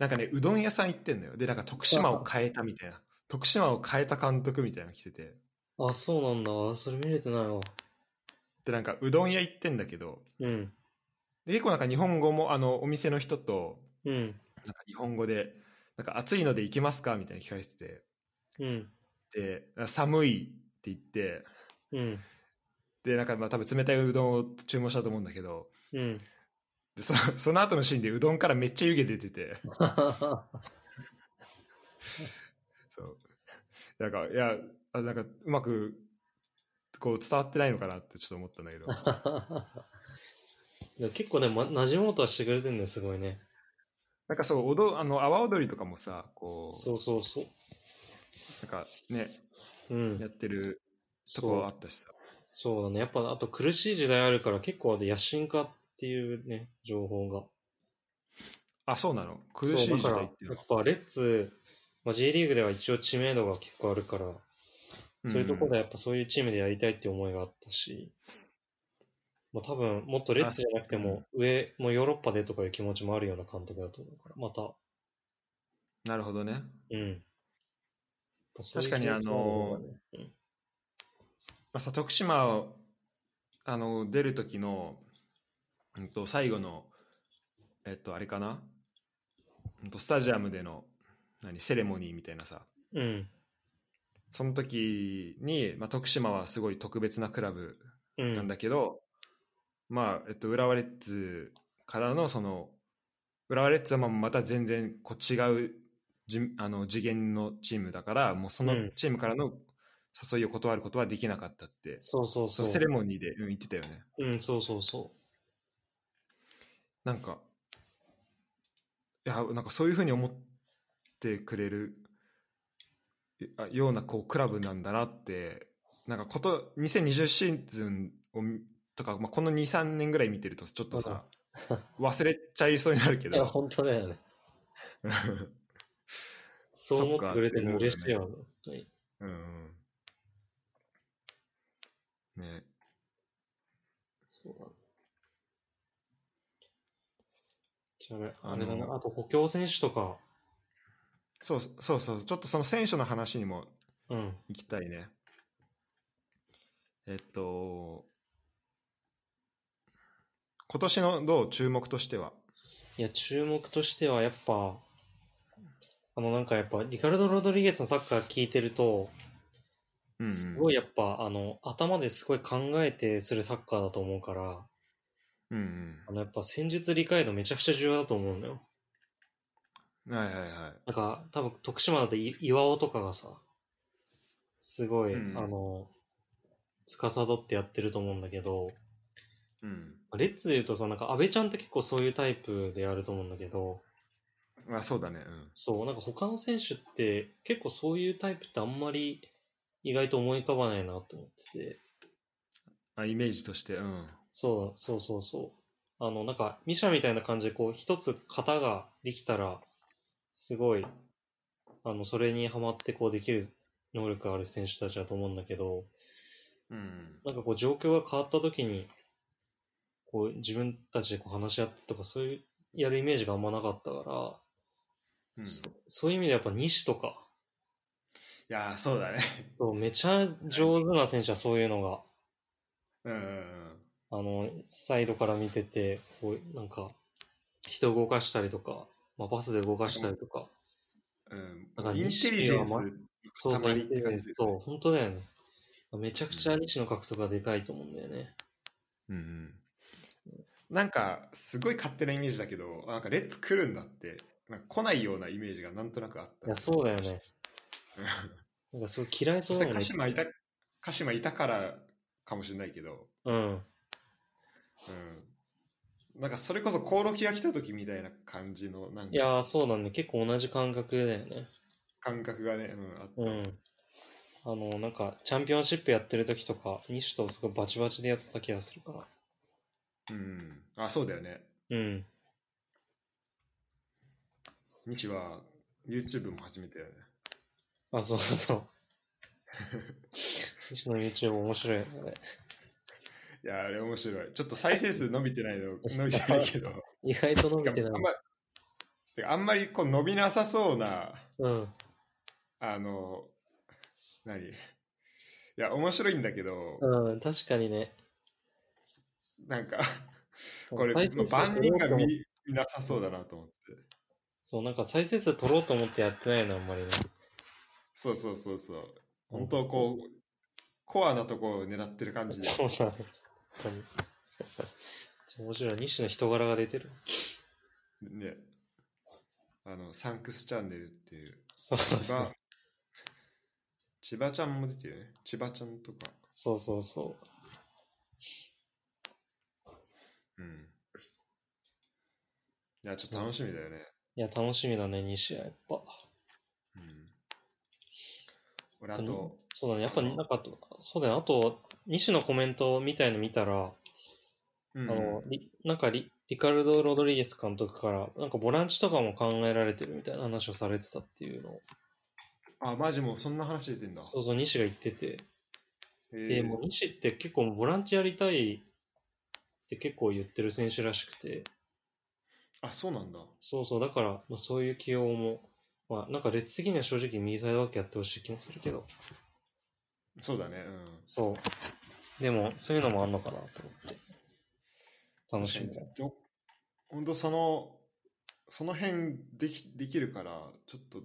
S1: なんかね、うどん屋さん行ってんのよ。で、なんか徳島を変えたみたいな。徳島を変えた監督みたいなの来てて。
S2: あ、そうなんだ。それ見れてないわ。
S1: で、なんかうどん屋行ってんだけど、
S2: うん、
S1: で結構なんか日本語もあのお店の人と
S2: うん、
S1: なんか日本語で「なんか暑いので行けますか?」みたいに聞かれてて
S2: うん、
S1: で「寒い」って言って
S2: うん、
S1: でなんかまあ多分冷たいうどんを注文したと思うんだけど
S2: うん。 [laughs]
S1: でそその後のシーンでうどんからめっちゃ湯気出ててそうなんかいやあなんかうまくこう伝わってないのかなってちょっと思ったんだけ
S2: [laughs]
S1: ど
S2: でも結構ね、ま、馴染もうとはしてくれてるんだよ、すごいね。
S1: なんかそうおどあの阿波踊りとかもさこう
S2: そうそうそう。
S1: なんかね
S2: うん
S1: や。ってると
S2: そ
S1: こあ
S2: う
S1: ったしさ
S2: そうだね。やっぱ、あと苦しい時代あるから結構あと野心家っていうね、情報が。
S1: あそうなの苦しい時
S2: そうだ
S1: 代
S2: か
S1: っていう
S2: ら、
S1: の
S2: やっぱレッツ、まあ、J リーグでは一応知名度が結構あるから、そういうところでやっぱそういうチームでやりたいって思いがあったし、まあ多分もっとレッツじゃなくても上、もうヨーロッパでとかいう気持ちもあるような監督だと思うから、また、
S1: なるほどね
S2: うん。
S1: 確かにあの
S2: ー、
S1: まあ、さ徳島をあの出る時の、うん、と最後のえっとあれかな、うん、とスタジアムでの何セレモニーみたいなさ
S2: うん、
S1: その時に、まあ、徳島はすごい特別なクラブ
S2: う
S1: なん
S2: ん、
S1: だけど、まあえっと浦和レッズからのその浦和レッズはまあまた全然こう違うじあの次元のチームだからもうその
S2: うん
S1: チームからの誘いを断ることはできなかったって、
S2: そうそう
S1: そ
S2: そうう。
S1: セレモニーで、うん、言ってたよね
S2: うん、そうそうそ
S1: なんかいやなんかそういうふうに思ってくれるいあようなこうクラブなんだなってなんかこと2020シーズンを見とか、まあ、この23年ぐらい見てるとちょっとさ忘れちゃいそうになるけ
S2: う。いや、
S1: ど
S2: 本当だよね。そう思ってくれても嬉しいよね。はい
S1: [laughs] うんね
S2: そうだねじゃあ、
S1: あ
S2: あれ
S1: の
S2: だな、あと補強選手とか、
S1: そうそうそうちょっとその選手の話にも
S2: うん、
S1: 行きたいね。えっと、今年のどう注目としては。
S2: いや、注目としてはやっぱ、あの、なんかやっぱ、リカルド・ロドリゲスのサッカー聞いてると、
S1: うんうん
S2: すごいやっぱ、あの、頭ですごい考えてするサッカーだと思うから、
S1: うん
S2: あの、やっぱ戦術理解度めちゃくちゃ重要だと思うのよ。
S1: うん。はいはいは
S2: なんか、多分徳島だとい岩尾とかがさ、すごい、
S1: うん
S2: あの、司ってやってると思うんだけど、
S1: い。うん。
S2: レッツで言うとさ、なんか安倍ちゃんって結構そういうタイプでやると思うんだけど、
S1: あ、そうだね。うん。
S2: そう、なんか他の選手って結構そういうタイプってあんまり意外と思い浮かばないなと思ってて。
S1: あ、イメージとして、うん。
S2: そう、そうそうそう。あの、なんか、ミシャみたいな感じで、こう、一つ型ができたら、すごい、あの、それにハマって、こう、できる能力がある選手たちだと思うんだけど、
S1: うん。
S2: なんかこう、状況が変わった時に、こう、自分たちでこう話し合ってとか、そういう、やるイメージがあんまなかったから、
S1: うん、い
S2: そそういう意味でやっぱ西とか、
S1: やー、そうだね。
S2: そう、めちゃ上手な選手はそういうのが、
S1: うんうんうん。
S2: あの、サイドから見てて、こう、なんか、人動かしたりとか、まあ、バスで動かしたりとか、だか
S1: う
S2: ら
S1: ん、インテリジェンス
S2: 錦はそう、
S1: たまりって感じ
S2: そう、本当だよね。めちゃくちゃ西の獲得がでかいと思うんだよね。
S1: うんうん、なんかすごい勝手なイメージだけどあなんかレッツ来るんだってなんか来ないようなイメージがなんとなくあった
S2: いや、そうだよ
S1: [laughs]
S2: ね。
S1: うん
S2: なんかすごい嫌いそ
S1: そうし
S2: だ
S1: て
S2: よ
S1: 鹿
S2: ね。
S1: 島いた鹿島いたからかもしれないけど、
S2: うん。
S1: うん、なんかそれこそコオロギが来た時みたいな感じのなん
S2: いや
S1: か
S2: ー、そうだね。結構同じ感覚だよね。
S1: 感覚がね、うん、あった、
S2: うん。あの、なんか、チャンピオンシップやってる時とか、西とすごいバチバチでやってた気がするか
S1: うんあそうだよね
S2: ら。うん。
S1: 日は YouTube も始めたよね
S2: あ、そうそう [laughs] そう。西の YouTube 面白いよね。あれ
S1: いやあれ面白いちょっと再生数伸びてない
S2: [laughs]
S1: の伸びてないけど
S2: 意外と伸
S1: て
S2: びて
S1: か
S2: な
S1: あ
S2: い
S1: ん。まてかあんまりこう伸びなさそうな
S2: うん。
S1: あの何いや面白いんだけど、
S2: うん、確かにね。
S1: なんかこれ
S2: 再生数
S1: 万人が
S2: 多いと思う
S1: 見見なさそうだなと思って
S2: そう、なんか再生数取ろうと思ってやってないの、あんまりね。
S1: そうそうそうそう本当こうコアなとこを狙ってる感じで
S2: そうだね。本当に。 [laughs] 面白い。西の人柄が出てる。
S1: ねあのサンクスチャンネルっていう
S2: そう
S1: 千葉千葉ちゃんも出てるね千葉ちゃんとか
S2: そうそうそ
S1: うんいやちょっと楽しみだよね、
S2: う。いや、楽しみだね、西はやっぱ。
S1: うん俺あと、
S2: そうだね、やっぱ、なんかと、そうだね、あと、西のコメントみたいの見たら、
S1: うん
S2: あの、リなんかリ、リカルド・ロドリゲス監督から、なんかボランチとかも考えられてるみたいな話をされてたっていうのを、
S1: あ、マジもうそんな話出てんだ。
S2: そうそう、西が言ってて、
S1: へー
S2: で、もう西って結構ボランチやりたいって結構言ってる選手らしくて、
S1: あ、そうなんだ。
S2: そうそう、だから、まあ、そういう起用も、まあ、なんか列的には正直右サイドバックやってほしい気もするけど、
S1: そうだね。
S2: そう。でも、そういうのもあんのかなと思って。
S1: うん。
S2: 楽しみだ。
S1: 確かにどほんとその、その辺できできるから、ちょっと、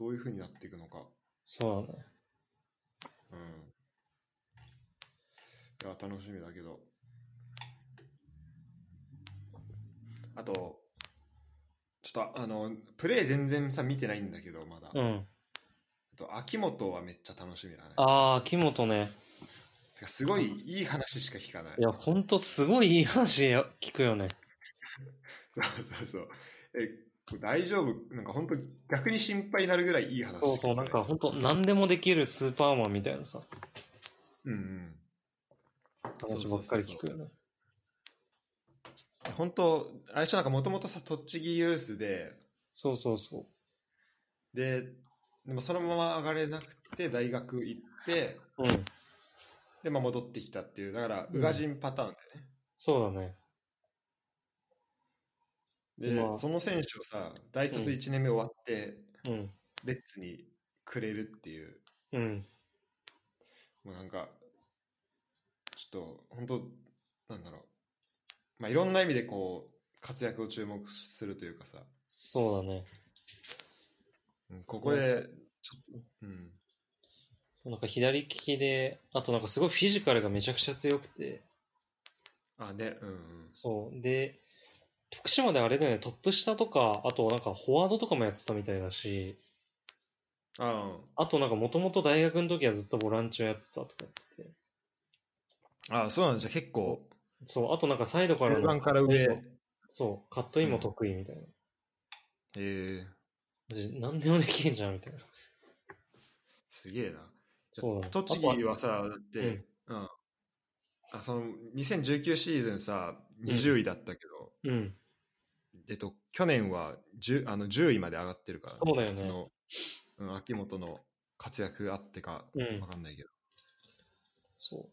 S1: どういう風になっていくのか。
S2: そうだね。
S1: うん。いや、楽しみだけど。あと、ちょっとあの、プレイ全然さ、見てないんだけど、まだ。
S2: う
S1: あ
S2: ん。
S1: と、秋元はめっちゃ楽しみだね。
S2: ああ、木本ね。
S1: てかすごいいい話しか聞かない。
S2: いや、ほんとすごいいい話や聞くよね。
S1: そう [laughs] そうそう。え、これ大丈夫なんか本当逆に心配になるぐらいいい話。
S2: そうそう、なんか。ほんと何でもできるスーパーマンみたいなさ、
S1: うんうん。
S2: 話ばっかり聞くよね。
S1: 本当あれでしょなんかもともとさ、栃木ユースで、
S2: そうそうそ
S1: で、でもそのまま上がれなくて、大学行って、
S2: う。うん。
S1: で、まあ戻ってきたっていう、だから、
S2: うん
S1: 宇賀神パターン
S2: そうだね。
S1: だよね。
S2: まあ
S1: で、その選手をさ、大卒1年目終わって、
S2: うん。
S1: レッツにくれるっていう、
S2: うん。
S1: もうなんか、ちょっと、本当なんだろう。まあ、いろんな意味でこう、活躍を注目するというかさ、
S2: そうだね。
S1: うんここで、ちょっと、うん。
S2: なんか左利きで、あとなんかすごいフィジカルがめちゃくちゃ強くて、
S1: あ、ね、うんうん。
S2: そう。で、徳島であれだよね、トップ下とか、あとなんかフォワードとかもやってたみたいだし、
S1: あ
S2: あとなんかもともと大学の時はずっとボランチをやってたとか言ってて、
S1: あ、あそうなんじゃ、結構、
S2: そう、あとなんかサイドから
S1: 中
S2: の、
S1: 盤から上。
S2: そう、カットインも得意みたいな。
S1: ええ
S2: マジ何でもできんじゃんみたいな。
S1: すげえな。
S2: そうだね
S1: 栃木はさ、だって、うん、あ、その、2019シーズンさ、20位だったけど、
S2: うん。
S1: えっと、去年は 10, あの10位まで上がってるから、
S2: そうだよね
S1: のうん、秋元の活躍あってか、
S2: うん
S1: わかんないけど。
S2: そう。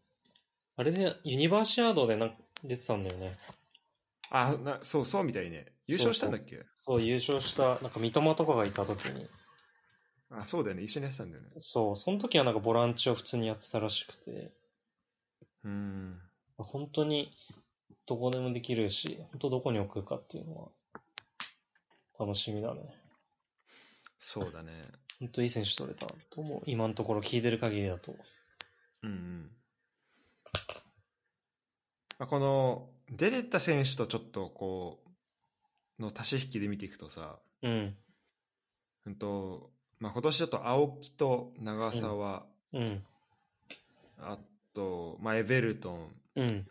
S2: あれで、ユニバーシアードでなんか出てたんだよね。
S1: あ、なそうそうみたいね。優勝したんだっけ
S2: そう、優勝した、なんか三笘とかがいた時に。
S1: あ、そうだよね。一緒にやってたんだよね。
S2: そう、その時はなんかボランチを普通にやってたらしくて、
S1: うん。
S2: 本当にどこでもできるし、本当どこに置くかっていうのは楽しみだね。
S1: そうだね。
S2: 本当いい選手取れたと思う。今のところ聞いてる限りだと。
S1: うんうん。まあ、この、出てった選手とちょっとこう、の足し引きで見ていくとさ、
S2: うん、
S1: うんと、まあ、今年だと青木と長澤、
S2: うん、
S1: あと、まあ、エベルトン
S2: うん、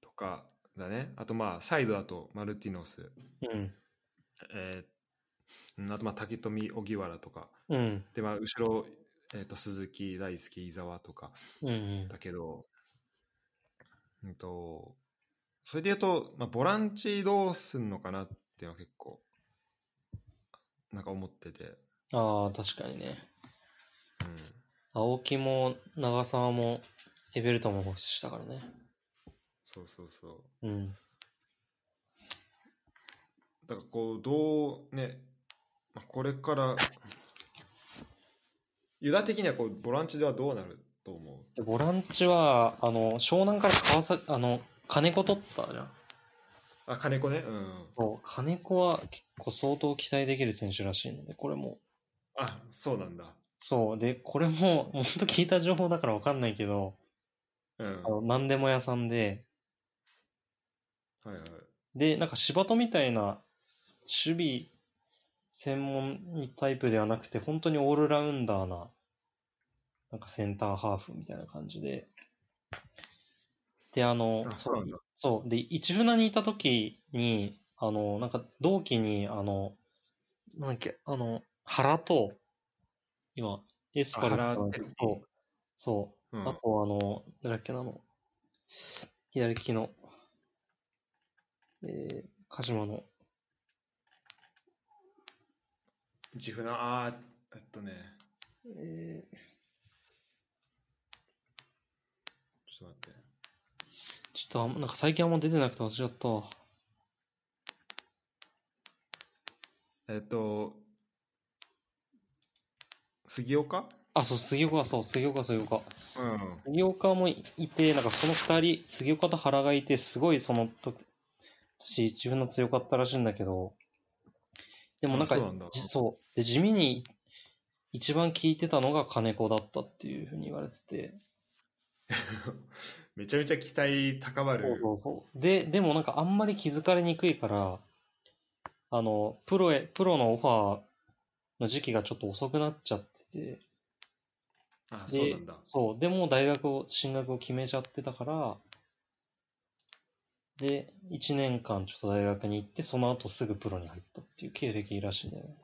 S1: とかだね。あと、まあ、サイドだとマルティノス、
S2: うん、
S1: えーうんあと、まあ、竹富、荻原とか。
S2: うん、
S1: で、まあ、後ろ、えーと、鈴木大輔、伊沢とか
S2: うん、うん
S1: だけど、うんと、それで言うと、まあ、ボランチどうすんのかなっていうのは結構、なんか思ってて。うん。
S2: ああ、確かにね。青木も長澤もエベルトンも放出したからね。
S1: そうそうそう。
S2: うん、
S1: だからこうどうね、まあ、これからユダ的にはこうボランチではどうなると思う
S2: でボランチは、あの、湘南から川崎、あの、金子取ったじゃん。
S1: あ金子ねうん
S2: そう、金子は結構相当期待できる選手らしいので、これも。
S1: あそうなんだ
S2: そう、で、これも、 [laughs] 本当聞いた情報だからわかんないけど、
S1: うん
S2: あ
S1: は
S2: の、何でも屋さんで、
S1: いはい
S2: で、なんか芝戸みたいな守備専門にタイプではなくて、本当にオールラウンダーな、なんかセンターハーフみたいな感じで。で、あの、
S1: あそうなんだ
S2: そう。で、一船にいた時に、あの、なんか同期に、あの、なんだっけ、あの、原と、今、エスパル
S1: あ原
S2: そう
S1: 輝樹、
S2: そうう。
S1: ん
S2: あと、あの、誰だっけなあの、左利きの、えー、鹿島の、
S1: 自負なあーえっとね
S2: えー、
S1: ちょっと待って
S2: ちょっとあんま、なんか最近あんま出てなくて忘れちゃったわ。
S1: えっと杉岡
S2: あ、そう、杉岡、そう、杉岡、杉岡。
S1: うん
S2: 杉岡もいて、なんかこの二人、杉岡と原がいて、すごいその時、年自分の強かったらしいんだけど、でもなんか、
S1: あそうなんだ
S2: じそうで地味に一番聞いてたのが金子だったっていうふうに言われてて、
S1: [laughs] めちゃめちゃ期待高まる
S2: そうそうそう。で、でもなんかあんまり気づかれにくいから、あの、プロへ、プロのオファーの時期がちょっと遅くなっちゃってて、
S1: あ
S2: で
S1: そうなんだ
S2: そう。でもう大学を、進学を決めちゃってたから、で、1年間ちょっと大学に行って、その後すぐプロに入ったっていう経歴らしいんだよね。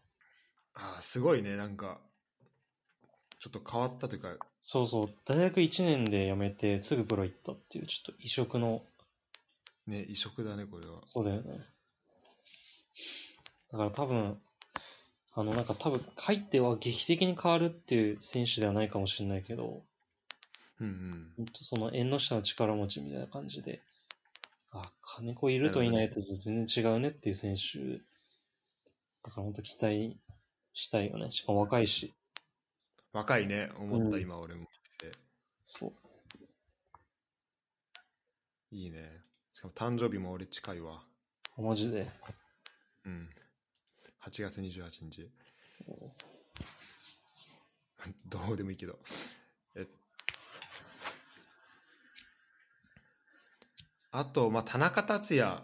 S1: あすごいねなんかちょっと変わったというか
S2: そうそう。大学1年で辞めて、すぐプロ行ったっていう、ちょっと異色の、
S1: ね異色だねこれは
S2: そうだよね。だから多分、あの、なんか多分、入っては劇的に変わるっていう選手ではないかもしれないけど、
S1: うんうん
S2: ほんとその縁の下の力持ちみたいな感じで、あ、金子いるといないと全然違うねっていう選手、だから本当期待したいよね。しかも若いし、
S1: 若いね思った、
S2: うん
S1: 今俺も見て
S2: そう。
S1: いいねしかも誕生日も俺近いわ
S2: マジで。
S1: うん8月28日 [laughs] どうでもいいけどえあと、まあ、田中達也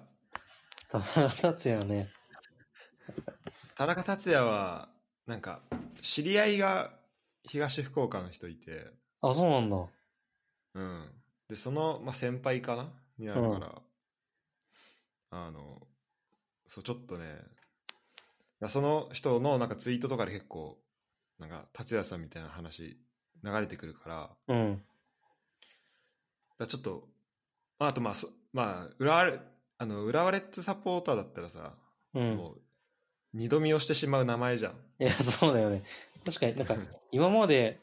S2: 田中達也ね。
S1: 田中達也はなんか知り合いが東福岡の人いて
S2: あ、そうなんだ。
S1: うん。で、その、まあ、先輩かなになるから、あの、そう、ちょっとね、だその人のなんかツイートとかで結構、なんか、達也さんみたいな話流れてくるから、
S2: うん。
S1: だちょっと、まあ、あとまあ、そまあ、浦和レあの浦和レッズサポーターだったらさ、
S2: うん。
S1: もう二度見をしてしまう名前じゃん。
S2: いや、そうだよね。確かになんか、今まで、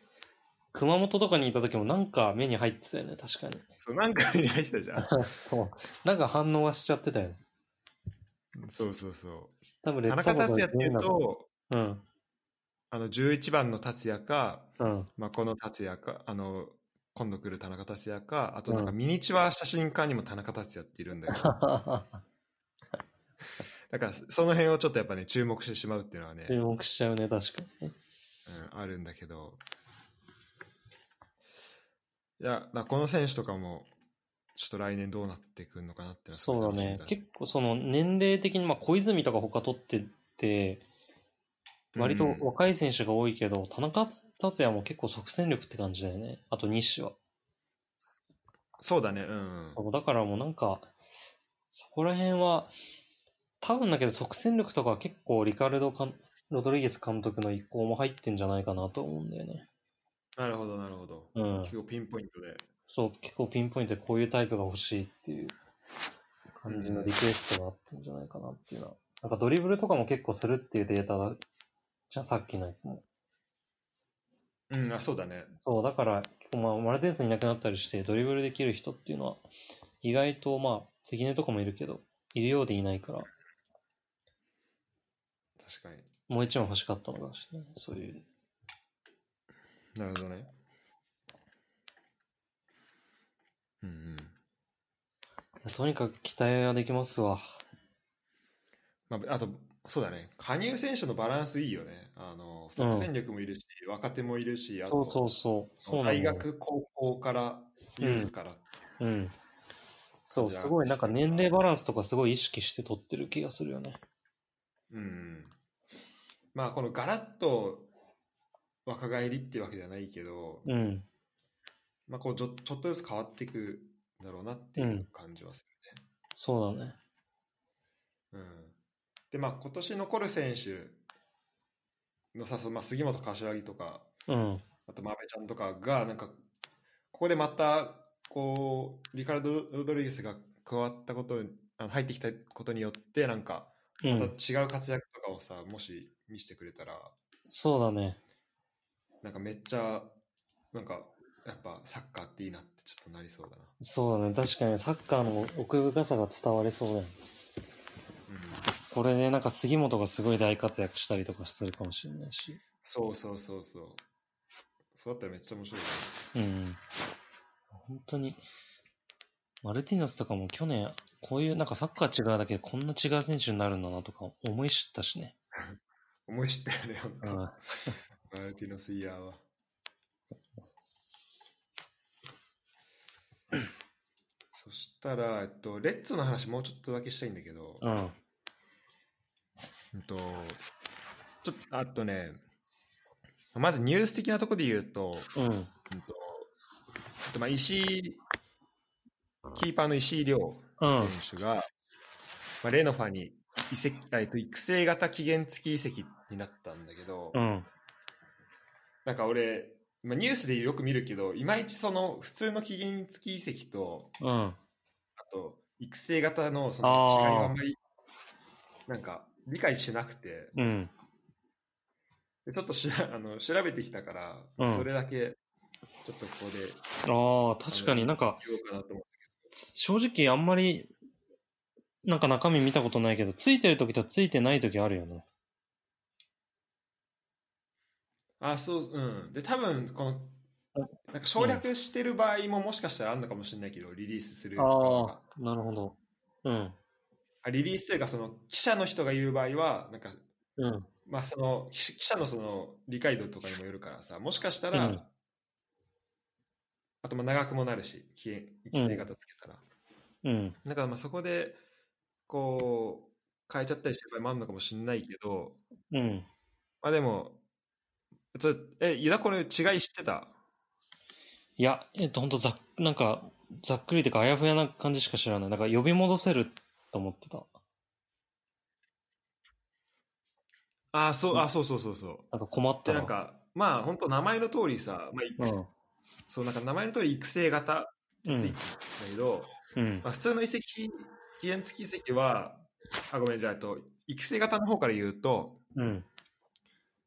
S2: 熊本とかにいた時もなんか目に入ってたよね、確かに。
S1: そう、なんかに入ってたじゃ [laughs] ん。
S2: [laughs] そう。なんか反応はしちゃってたよね。
S1: そうそうそ
S2: 多分
S1: う。
S2: レッ
S1: 田
S2: ド
S1: 中
S2: サボー
S1: 達
S2: ズ
S1: 也
S2: は
S1: っていうと、
S2: うん。
S1: あの11番の達也か、
S2: うん。
S1: まあ、この達也か、あの、今度来る田中達也か、あとなんか
S2: う
S1: ミニチュア写真家にも田中達也っているんだけど、
S2: [laughs]
S1: だからその辺をちょっとやっぱね、注目してしまうっていうのはね、
S2: 注目しちゃうね、確かにね。
S1: うん、あるんだけど、いや、だからこの選手とかも、ちょっと来年どうなってくるのかなってのは
S2: そうだ
S1: 楽しみ
S2: ね。
S1: し
S2: 結構その年齢的に、まあ小泉とか他取ってて、割と
S1: うん
S2: 若い選手が多いけど、田中達也も結構即戦力って感じだよね。あと西は。
S1: そうだね、うん。
S2: そうだからもうなんか、そこら辺は、多分だけど即戦力とかは結構リカルドかんロドリゲス監督の意向も入ってんじゃないかなと思うんだよね。
S1: なるほど、なるほど。
S2: うん。
S1: 結構ピンポイントで。
S2: そう、結構ピンポイントでこういうタイプが欲しいっていう感じのリクエストがあったんじゃないかなっていうのは。なんかドリブルとかも結構するっていうデータが、じゃあさっきのやつも。
S1: うん、あ、そうだね。
S2: そう、だから、結構まあ、マルテンスいなくなったりして、ドリブルできる人っていうのは、意外とまあ、関根とかもいるけど、いるようでいないから、
S1: 確かに。
S2: もう一枚欲しかったのかもしれない。そういう。
S1: なるほどね。うんうん。
S2: とにかく期待はできますわ。
S1: まあ、あと、そうだね。加入選手のバランスいいよね。あの、即戦力もいるし、若手もいるし、あ
S2: そ
S1: と
S2: うそうそう。そうなんだ
S1: 大
S2: よ
S1: 学、高校から、ユースから。
S2: うん。そう、
S1: じゃあ
S2: すごい、なんか年齢バランスとかすごい意識して取ってる気がするよね。
S1: うんうん。まあ、このガラッと若返りってわけではないけど、
S2: うん。
S1: まあ、こうちょ、ちょっとずつ変わっていくんだろうなっていう感じはするね。
S2: そうだね。
S1: うん。で、まあ、今年残る選手のさ、そまあ、杉本柏木とか、
S2: うん。
S1: あと、まべちゃんとかが、なんか、ここでまた、こう、リカルド・ロドリゲスが加わったことに、あの入ってきたことによって、なんか、
S2: う
S1: また違
S2: ん。
S1: う活躍とかをさ、もし見せてくれたら、
S2: そうだね。
S1: なんかめっちゃ、なんか、やっぱサッカーっていいなってちょっとなりそうだな。
S2: そうだね。確かにサッカーの奥深さが伝わりそうだよね。
S1: うん。
S2: これで、なんか杉本がすごい大活躍したりとかするかもしれないし。
S1: そうそうそうそう。そうだったらめっちゃ面白いよね。
S2: うん。本当に、マルティノスとかも去年、こういう、なんかサッカー違うだけでこんな違う選手になるんだなとか思い知ったしね。
S1: 思い知ったよね、本
S2: う
S1: 当。
S2: ん。
S1: マルティノスイヤーは。 [clears throat] そしたら、えっと、レッツの話もうちょっとだけしたいんだけど、
S2: うん。
S1: えっと、ちょっと、あとね、まずニュース的なところで言うと、
S2: うん。
S1: うんとあとまあ石井、キーパーの石井亮
S2: うん。
S1: 選手が、まあ、レノファに移籍あえっと育成型期限付き移籍になったんだけど、
S2: うん。
S1: なんか俺、まあ、ニュースでよく見るけど、いまいちその普通の期限付き移籍と、
S2: うん。
S1: あと育成型のその違い
S2: あ
S1: は
S2: ー
S1: あんまり、なんか理解してなくて、
S2: うん。
S1: でちょっとし [laughs] らあの調べてきたから、
S2: うん
S1: それだけちょっとここで
S2: ああ、確かになんか、
S1: 言おうかなと思って。
S2: 正直あんまり、なんか中身見たことないけど、ついてる時とついてない時あるよね。
S1: あ、そう、うん。で、多分、この、なんか省略してる場合ももしかしたらあるのかもしれないけど、リリースする側が
S2: あ、なるほど。うん。
S1: あリリースというか、その、記者の人が言う場合は、なんか、
S2: うん。
S1: まあ、その、記記者のその、理解度とかにもよるからさ、もしかしたら、
S2: うん
S1: あと、まあ、長くもなるし、期限、規制型つけたら。
S2: うん。
S1: だから、まあ、そこで、こう、変えちゃったりしてる場合もあるのかもしれないけど、
S2: うん。
S1: まあ、でも、ちょえ、ユダこれ違い知ってた
S2: いや、えっと、ほんとざっ、なんか、ざっくりというか、あやふやな感じしか知らない。なんか、呼び戻せると思ってた。
S1: あ、そう、あ、そうそうそうそ
S2: なんか困っ
S1: う。
S2: た
S1: で、
S2: な。
S1: なんか、まあ、本当名前の通りさ、まあ、育成そう、なんか名前の通り育成型
S2: うん。う
S1: ついてるん
S2: ん
S1: だ。けど、
S2: うん
S1: ま。あ、普通の遺跡、期限付き遺跡は、あ、ごめん、じゃあ、えっと、育成型の方から言うと、
S2: うん。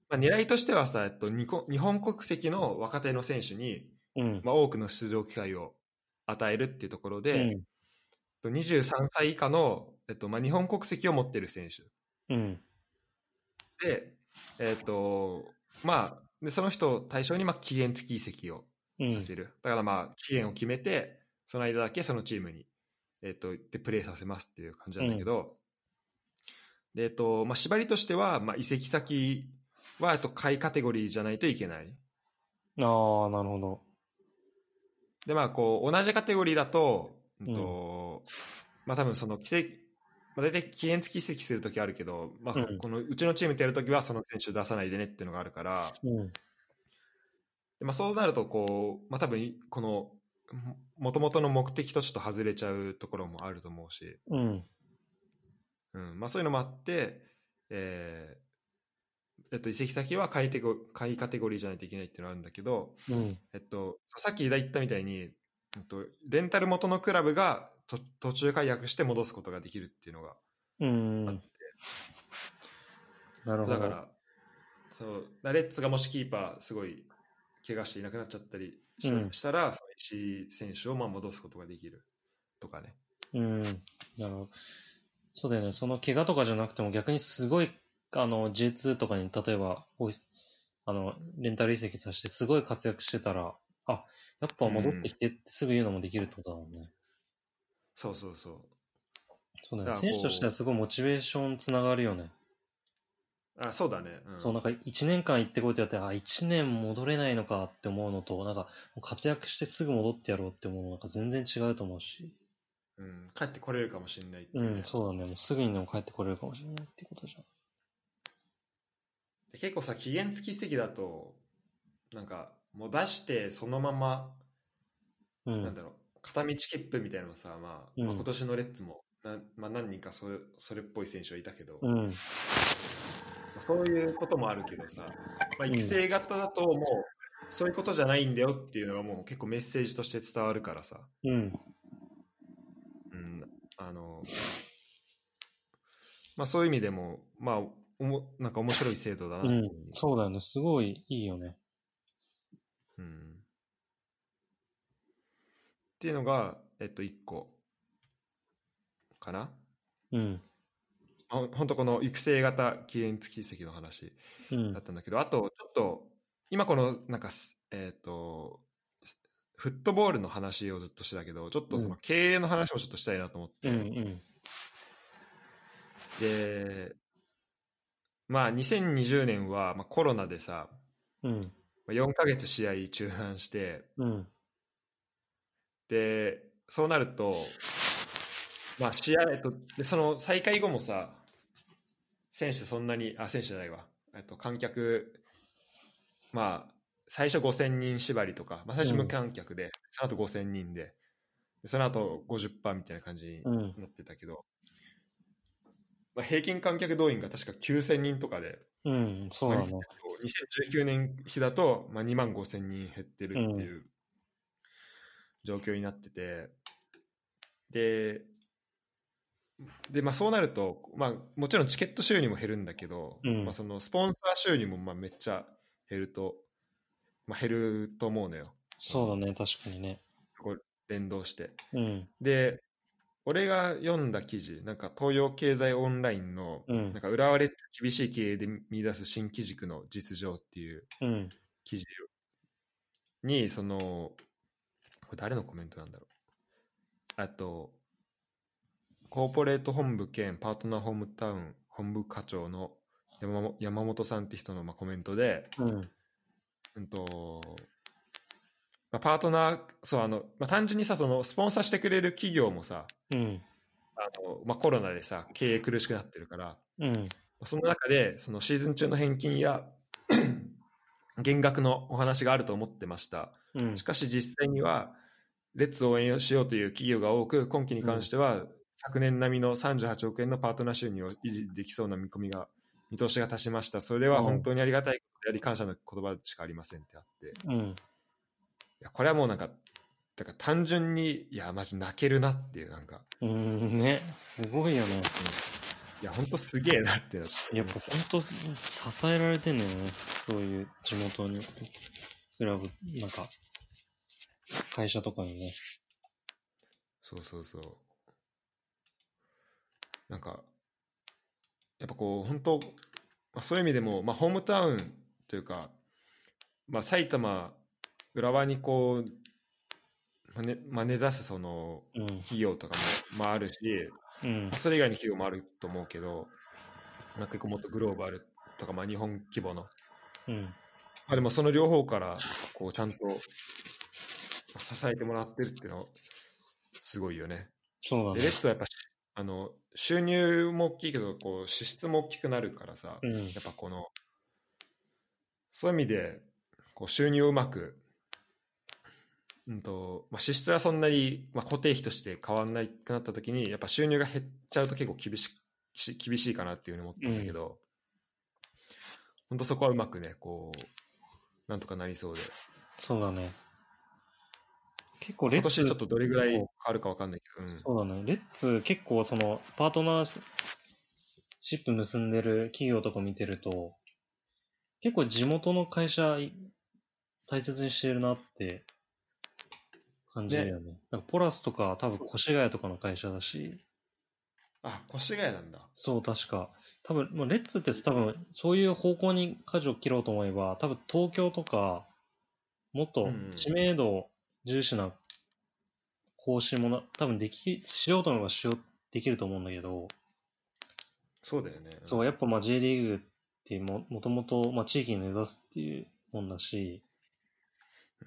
S1: まあ、狙いとしてはさ、えっと、日本日本国籍の若手の選手に、
S2: うん。
S1: まあ、多くの出場機会を与えるっていうところで、
S2: うん
S1: えっと23歳以下の、えっとまあ、日本国籍を持ってる選手
S2: うん。
S1: で、えっとまあ、でその人を対象に、まあ、期限付き移籍を
S2: うん。
S1: させる、だから、まあ、期限を決めてその間だけそのチームに、えっとでプレーさせますっていう感じなんだけど、でえっとまあ、縛りとしては、まあ、移籍先は、えっと、下位カテゴリーじゃないといけない。
S2: ああ、なるほど。
S1: で、まあ、こう、同じカテゴリーだと、うんと、まあ、多分その、規制、まあ、大体期限付き移籍するときあるけど、まあ、
S2: うん
S1: この、うちのチームとやるときはその選手出さないでねっていうのがあるから、
S2: うん。
S1: でまあ、そうなると、こう、まあ、多分、この、もともとの目的とちょっと外れちゃうところもあると思うし、
S2: うん。
S1: うん、まあ、そういうのもあって、えーえっと、移籍先は買い手ご買いカテゴリーじゃないといけないっていうのがあるんだけど、
S2: うん。
S1: えっと、さっき言ったみたいに、えっと、レンタル元のクラブがと途中解約して戻すことができるっていうのが、
S2: うん。なるほど。
S1: だから、そう、だレッツがもしキーパー、すごい、怪我していなくなっちゃったりした,、
S2: うん
S1: したら、その石井選手をまあ戻すことができるとかね。
S2: うん。なるほど。そうだよね。その怪我とかじゃなくても逆にすごい、あの、J2 とかに例えば、おいあの、レンタル移籍させてすごい活躍してたら、あ、やっぱ戻ってきてってすぐ言うのもできるってことだもんね。
S1: そうそうそ
S2: そうだよね。
S1: だから
S2: 選
S1: こう
S2: 手としてはすごいモチベーションつながるよね。
S1: う。あ、そうだね。うん、
S2: そう、なんか1年間行ってこいってやって、あ、1年戻れないのかって思うのと、なんか活躍してすぐ戻ってやろうって思うのなんか全然違うと思うし。
S1: うん、帰ってこれるかもしれないっていうね
S2: ん、そうだね。もうすぐにでも帰ってこれるかもしれないってことじゃん。
S1: で結構さ、期限付き席だと、なんか、もう出して、そのまま
S2: うん。
S1: なんだろう片道切符みたいなのさ、まあ
S2: うん
S1: まあ今年のレッツもな、まあ、何人かそれそれっぽい選手はいたけど、
S2: う
S1: ま
S2: ん。
S1: あそういうこともあるけどさ、まあ、
S2: うん
S1: 育成型だともう、そういうことじゃないんだよっていうのがもう結構メッセージとして伝わるからさ、
S2: うん。
S1: うんあのまあ、そういう意味でも、まあ、おもなんか面白い制度だな
S2: う
S1: ってい
S2: ん。そうだよね。すごいいいよね。
S1: うんっていうのが、えっと、1個かな。
S2: うん。
S1: ほんほんとこの育成型期限付き席の話
S2: うん
S1: だっ。たんだけど、あとちょっと今このなんかすえっ、とすフットボールの話をずっとしてたけどちょっとその
S2: う
S1: 経営の話もちょっとしたいなと思って、
S2: うん。うん。
S1: でまあ2020年は、まあ、コロナでさ
S2: うん。
S1: まあ4ヶ月試合中断して
S2: うん。
S1: でそうなるとまあ試合えっとでその再開後もさ選手そんなにあ選手じゃないわ、えっと、観客まあ最初5000人縛りとか、まあ、最初無観客で、その後5000人ででその後50%みたいな感じに
S2: うん。
S1: なってたけど、まあ、平均観客動員が確か9000人とかで
S2: うん。そうだね。
S1: 2019年比だと、まあ、2万5000人減ってるっていうう状況になってて、で、でまあ、そうなると、まあ、もちろんチケット収入も減るんだけど、
S2: うん
S1: まあ、そのスポンサー収入もまあめっちゃ減ると、まあ、減ると思うのよ、
S2: そうだね。確かにね。
S1: 連動して。
S2: うん。
S1: で、俺が読んだ記事、なんか東洋経済オンラインの、
S2: うん
S1: なんか浦和レッズ厳しい経営で見出す新機軸の実情っていう
S2: うん。
S1: 記事にそのこれ誰のコメントなんだろうあとコーポレート本部兼パートナーホームタウン本部課長の山本山本さんって人のまあコメントで、
S2: うん。
S1: うんとまあ、パートナーそうあの、まあ、単純にさそのスポンサーしてくれる企業もさ
S2: うん。
S1: あの、まあ、コロナでさ経営苦しくなってるから
S2: うん。
S1: その中で、そのシーズン中の返金や [clears throat] 減額のお話があると思ってました。
S2: うん
S1: し。かし実際には、レッツを応援しようという企業が多く、今期に関しては、昨年並みの38億円のパートナー収入を維持できそうな見込みが、見通しが立ちました。それは本当にありがたいことであり、感謝の言葉しかありませんってあって。い
S2: うん。
S1: や、これはもうなんか、だから単純に、いや、マジ泣けるなっていう、なんか、
S2: うん、ね、すごいよね。
S1: いや、本当すげえなっていうのはちょっと
S2: やっぱ本当、支えられてんだよね。そういう地元に、クラブ、なんか、会社とかにね。
S1: そうそうそう。なんか、やっぱこう、本当、まあ、そういう意味でも、まあ、ホームタウンというか、まあ、埼玉、浦和にこう、まあねまあ、根ざすその
S2: うん。
S1: 企業とかも、まあ、あるし、
S2: うん
S1: まあ。それ以外の企業もあると思うけど、まあ、結構もっとグローバルとか、まあ、日本規模の、ま
S2: うん。
S1: あ、でもその両方からこうちゃんとまあ支えてもらってるっていうの、すごいよね。
S2: そう
S1: で
S2: だ
S1: レ
S2: ね
S1: ッ。ツはやっぱしあの収入も大きいけどこう支出も大きくなるからさ、
S2: うん。
S1: やっぱこのそういう意味でこう収入をうまく、うんとまあ、支出はそんなに、まあ、固定費として変わらないくなった時にやっぱ収入が減っちゃうと結構厳しし厳しいかなっていうふうに思ったんだけど、ほん、本当そこはうまくねこうなんとかなりそうで
S2: そうだね。結構レッ
S1: 今
S2: ツ、
S1: 年ちょっとどれぐらい変わるかわかんないけど、うん、
S2: そうだね。レッツ結構その、パートナーシップ結んでる企業とか見てると、結構地元の会社い大切にしてるなって感じるよね。なんかポラスとか多分越谷とかの会社だし、
S1: あ越谷なんだ
S2: そう確か。多分、まあ、レッツって多分そういう方向に舵を切ろうと思えば、多分東京とか、もっと知名度重視な更新もな、多分でき、しようと思えばしよう、できると思うんだけど、
S1: そうだよね
S2: そう、やっぱまあ J リーグっても、もともとまあ地域に根ざすっていうもんだし、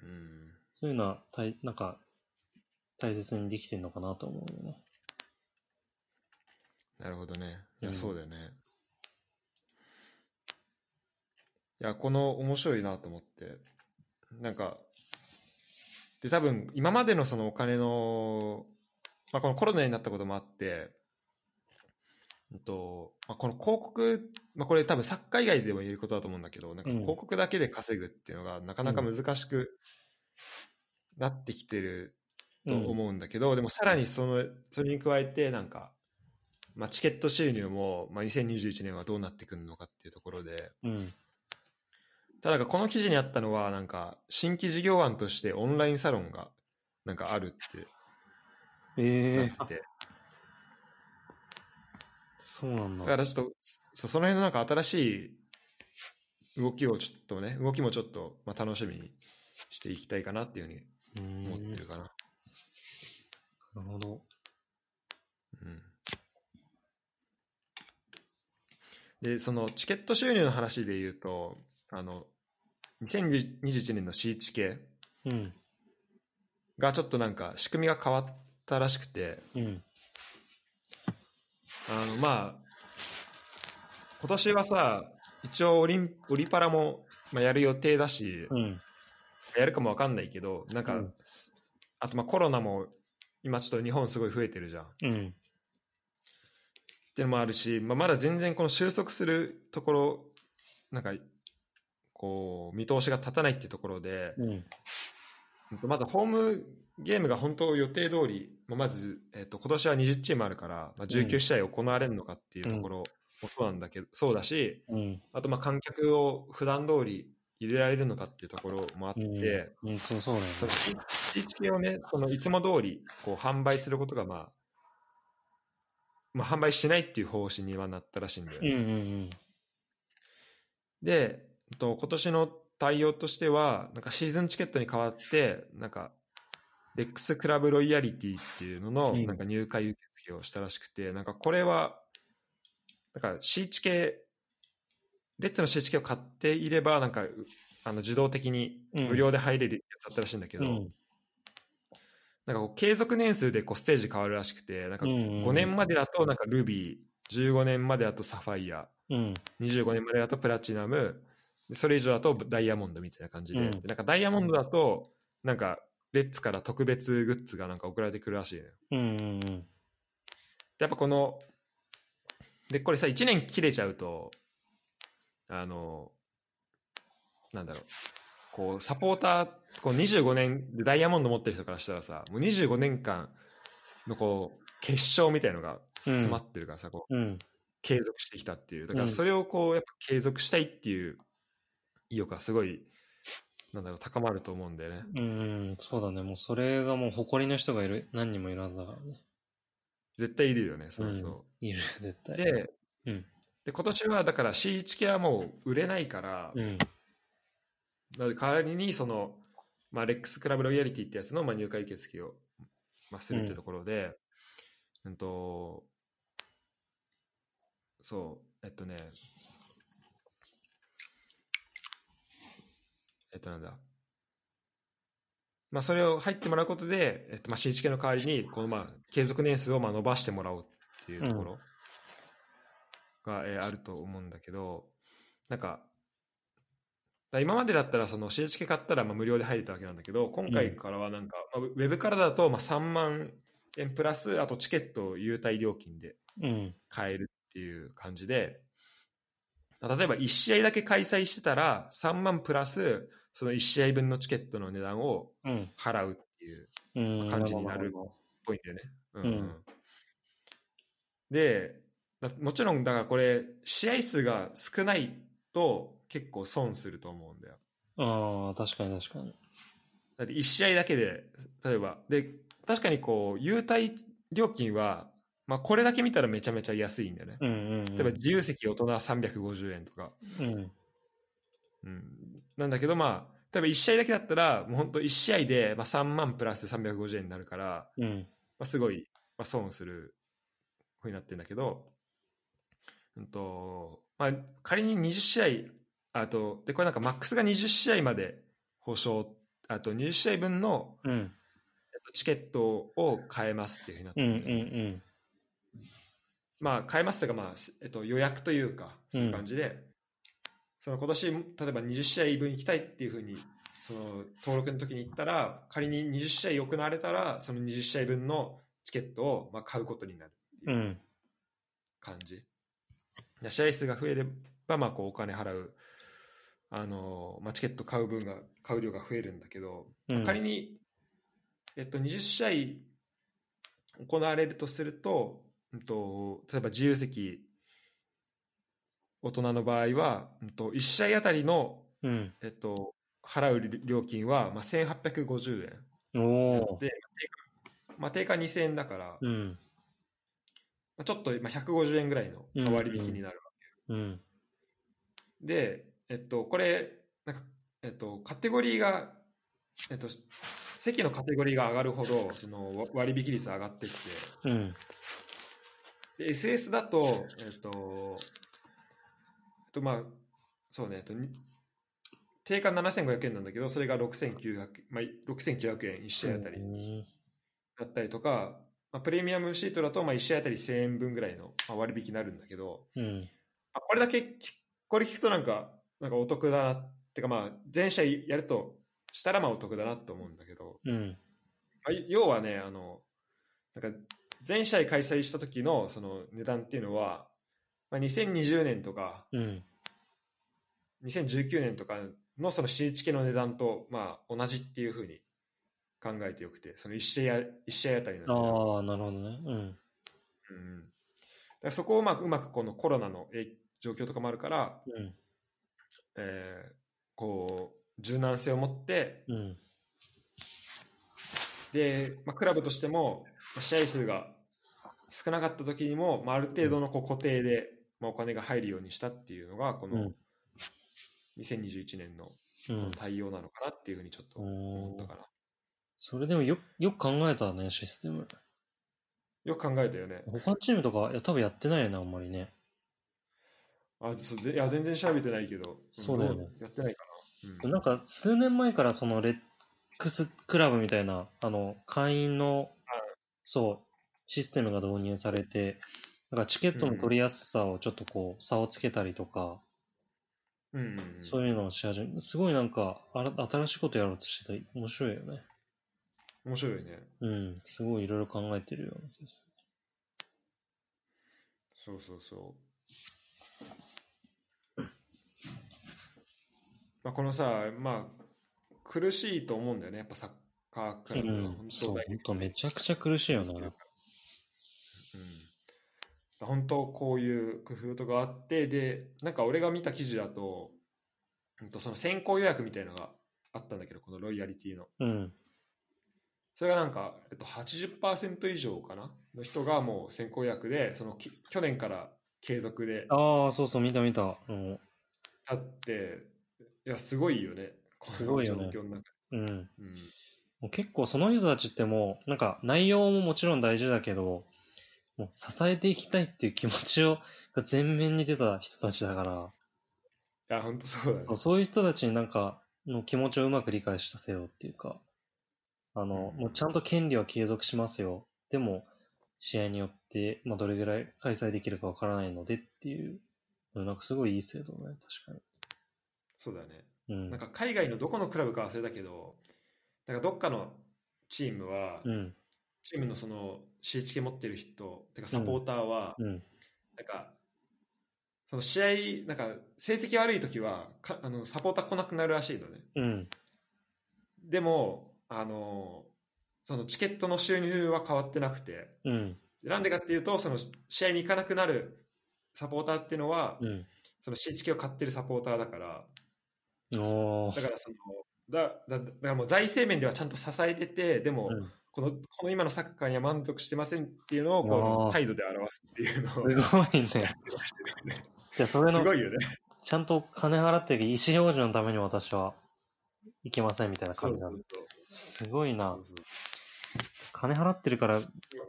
S1: うん
S2: そういうのはたい、なんか、大切にできてんのかなと思うよね。
S1: なるほどね。いうや、
S2: ん
S1: そうだよね。いや、この面白いなと思って。なんか、で、多分、今までのそのお金の、まあ、このコロナになったこともあって、うんとまあ、この広告、まあ、これ多分サッカー以外でも言えることだと思うんだけど、なんか
S2: うん
S1: 広告だけで稼ぐっていうのがなかなか難しくなってきてると
S2: うん。
S1: 思うんだけど、でもさらにそのそれに加えてなんか、まあ、チケット収入も、まあ、2021年はどうなってくるのかっていうところで
S2: うん。
S1: ただなんかこの記事にあったのはなんか新規事業案としてオンラインサロンがなんかあるっ
S2: え
S1: て
S2: え
S1: な
S2: ー、あ
S1: ってて、
S2: そうなん
S1: だ
S2: だ。
S1: からちょっとそその辺のなんか新しい動きをちょっとね動きもちょっと、まあ、楽しみにしていきたいかなっていうふうに
S2: うーん。
S1: 思って
S2: な
S1: るかな。
S2: るほど。
S1: うんでそのチケット収入の話で言うとあの2021年の C チケ
S2: うん。
S1: がちょっとなんか仕組みが変わったらしくて
S2: うん。
S1: あのまあ今年はさ一応オリンオリパラも、まあ、やる予定だし、
S2: うん。
S1: やるかもわかんないけどなんか、
S2: うん
S1: あとまあコロナも今ちょっと日本すごい増えてるじゃん。
S2: うん。
S1: っていうのもあるし、まあ、まだ全然この収束するところなんかこう見通しが立たないっていうところで、
S2: うん。
S1: まずホームゲームが本当予定通り、まあ、まず、えっと今年は20チームあるから、まあ、19試合行われるのかっていうところもそうなんだけど、そうだし
S2: うん。
S1: あとまあ観客を普段通り入れられるのかっていうところもあって、
S2: うん。うん、そうそうだよね。
S1: その地域系をね、そのいつも通りこう販売することが、まあ、まあ、販売しないっていう方針にはなったらしいんだよ
S2: う
S1: ね。
S2: んうん
S1: で、えっと今年の対応としては、なんかシーズンチケットに代わって、なんか、レックスクラブロイヤリティっていうのの、
S2: うん
S1: なんか入会受付をしたらしくて、なんかこれは、なんか C チケ、レッツの C チケを買っていれば、なんか、うあの自動的に
S2: うん。
S1: 無料で入れるやつだったらしいんだけ
S2: う
S1: ど、
S2: ん。
S1: なんかこう継続年数でこうステージ変わるらしくて、なんか
S2: うん
S1: 5年までだとなんかルビー、15年までだとサファイア、
S2: うん。
S1: 25年までだとプラチナム、でそれ以上だとダイヤモンドみたいな感じで、
S2: うん
S1: でなんかダイヤモンドだと、なんかレッツから特別グッズがなんか送られてくるらしいのよ。
S2: うん。うん。うん。
S1: でやっぱこの、で、これさ、1年切れちゃうと、あの、なんだろう。こう、サポーター、こう25年でダイヤモンド持ってる人からしたらさ、もう25年間のこう、結晶みたいのが
S2: うん
S1: 詰まってるからさ、こう、
S2: うん。
S1: 継続してきたっていう。だから
S2: うん
S1: それをこう、やっぱ継続したいっていう意欲がすごい、なんだろう、高まると思うんだよね。
S2: うん、そうだね。もうそれがもう誇りの人がいる、何人もいるはずだからね。
S1: 絶対いるよね、そうそ
S2: いる、絶
S1: う。
S2: 対。
S1: で、
S2: うん。
S1: で、今年はだから C1 系はもう売れないから、
S2: うん。
S1: なので代わりにその、まあ、レックスクラブロイヤリティってやつの、まあ、入会受付を、まあ、するってところで、うん、とそうえっとねえっとなんだまあそれを入ってもらうことで、えっと、まあ新知系の代わりにこのまあ継続年数をまあ伸ばしてもらおうっていうところが、えーあると思うんだけどなんかだ今までだったらその CHK 買ったらまあ無料で入れたわけなんだけど今回からはなんか、まあウェブからだとまあ3万円プラスあとチケットを優待料金で
S2: うん。
S1: 買えるっていう感じでまあ例えば1試合だけ開催してたら3万プラスその1試合分のチケットの値段を
S2: うん。
S1: 払うっていう
S2: うん。
S1: 感じになるっぽいんだよね。うんうん
S2: うん
S1: でだもちろんだからこれ試合数が少ないと結構損すると思うんだよ。
S2: ああ、確かに確かに。
S1: だって1試合だけで例えばで確かにこう優待料金は、まあ、これだけ見たらめちゃめちゃ安いんだよね。
S2: うんうん、うん。
S1: 例えば自由席大人350円とか、
S2: うん。
S1: うん、なんだけどまあ例えば1試合だけだったらもう本当1試合でまあ3万プラス350円になるから、
S2: うん。
S1: まあ、すごい、まあ、損するふうになってるんだけど、うんとまあ、仮に20試合あとでこれなんかマックスが20試合まで保証あと20試合分の
S2: うん。
S1: えっとチケットを買えますっていうふうになって
S2: うん。うん。う
S1: る
S2: ん
S1: んだよね、
S2: うん。。
S1: まあ、買えますというか、まあすえっと、予約というかそういう感じで、その今年例えば20試合分行きたいっていうふうにその登録の時に行ったら仮に20試合行われたらその20試合分のチケットをまあ買うことになるっていううん感じ、で試合数が増えれば、まあ、こうお金払う、あのーまあ、チケット買う分が買う量が増えるんだけど、
S2: うん。
S1: 仮に、えっと、20試合行われるとすると、うん、と例えば自由席大人の場合は、うん、と1試合あたりの、
S2: うん。
S1: えっと、払う料金は、まあ、1850円
S2: お
S1: で、
S2: お。
S1: まあ、定価2000円だから、ま
S2: うん。
S1: あちょっとまあ150円ぐらいのまあ割引になる
S2: うん。
S1: で、えっと、これ、なんか、えっと、カテゴリーが、えっと、席のカテゴリーが上がるほど、そのわ割引率上がってって、
S2: うん。
S1: で、SS だと、えっと、えっと、まあ、そうね、えっと、に定価7500円なんだけど、それが6900、まあ、6900円1試合あたりだったりとか、まあ、プレミアムシートだと、まあ、1試合あたり1000円分ぐらいのまあ割引になるんだけど、
S2: うん。
S1: あこれだけきこれ聞くとなんかなんかお得だなってかまあ全社やるとしたらまあお得だなと思うんだけど、
S2: うん。
S1: まあ、要はねあのなんか全社開催した時のその値段っていうのは、まあ、2020年とか
S2: うん。
S1: 2019年とかのその新チケの値段とまあ同じっていうふうに考えてよくてその1試合一試合あたりの値段
S2: ああ、なるほどね。うん。
S1: うん、だからそこをうまくうまくこのコロナの影状況とかもあるから
S2: うん。
S1: えーこう柔軟性を持って
S2: うん。
S1: で、まあ、クラブとしてもまあ試合数が少なかった時にも、まあ、ある程度のこう固定で、まあ、お金が入るようにしたっていうのがこ
S2: う
S1: の
S2: ん
S1: 2021年のこ
S2: う
S1: の
S2: ん。
S1: 対応なのかなっていうふうにちょっと思ったかな、
S2: それでもよ、よく考えたね、システム。
S1: よく考えたよね
S2: 他のチームとか、いや、多分やってないよね、あんまりね。
S1: あそうぜいや全然調べてないけどん
S2: そうだよね
S1: どやってないかな、うん
S2: なんか、数年前から、その、レックスクラブみたいな、あの、会員の、そう、システムが導入されて、なんか、チケットの取りやすさをちょっとこう、差をつけたりとか、
S1: うんうんうん
S2: そういうのをし始め、すごいなんか、あら新しいことやろうとしてて、面白いよね。
S1: 面白いね
S2: うん、すごいいろいろ考えてるような気がす
S1: そうそうそうまあ、このさ、まあ、苦しいと思うんだよね、やっぱサッカークラブは
S2: うん、そう、
S1: 大
S2: 本
S1: 変
S2: 当めちゃくちゃ苦しいよ
S1: うん
S2: な。
S1: 本当こういう工夫とかあってでなんか俺が見た記事だと、うん、とその先行予約みたいのがあったんだけどこのロイヤリティの
S2: うん。
S1: それがなんか、えっと、80%以上かなの人がもう先行予約でそのき去年から継続で
S2: ああ、そうそう、見た見た。うん。
S1: あっていやすごいよねこの
S2: すごいよね
S1: 状況の中で
S2: う
S1: う
S2: ん
S1: ん
S2: もう結構その人たちってもう、なんか内容ももちろん大事だけど、もう支えていきたいっていう気持ちをが前面に出た人たちだか
S1: いや本当そうだ
S2: ら、
S1: ね
S2: そうそういう人たちになんかの気持ちをうまく理解したせよっていうか、あの、
S1: うん
S2: もうちゃんと権利は継続しますよ。でも、試合によって、まあ、どれぐらい開催できるかわからないのでっていう、なんかすごいいい制度だね、確か
S1: そうだね
S2: に。うん。
S1: なんか海外のどこのクラブか忘れたけどなんかどっかのチームは、
S2: うん、
S1: チームのその CHK 持ってる人てかサポーターは、
S2: うん、
S1: なんかその試合なんか成績悪い時はかあのサポーター来なくなるらしいのね
S2: うん。
S1: でもあのそのチケットの収入は変わってなくて
S2: うん、
S1: なんでかっていうとその試合に行かなくなるサポーターっていうのは、
S2: うん。
S1: その CHK を買ってるサポーターだから
S2: お
S1: だ
S2: ー。
S1: からそのだだだからもう財政面ではちゃんと支えててでも、
S2: うん
S1: このこの今のサッカーには満足してませんっていうのをこ
S2: あ
S1: の
S2: ー
S1: 態度で表すっていうの
S2: す
S1: を
S2: ごいね。じゃあ、それ
S1: す
S2: の
S1: ごいよね。
S2: ちゃんと金払ってるけど、意思表示のために私はいけませんみたいな
S1: そ
S2: 感
S1: う
S2: じ
S1: そ
S2: なの
S1: うそう
S2: すごい
S1: そ
S2: な
S1: う。そう
S2: 金払ってるから、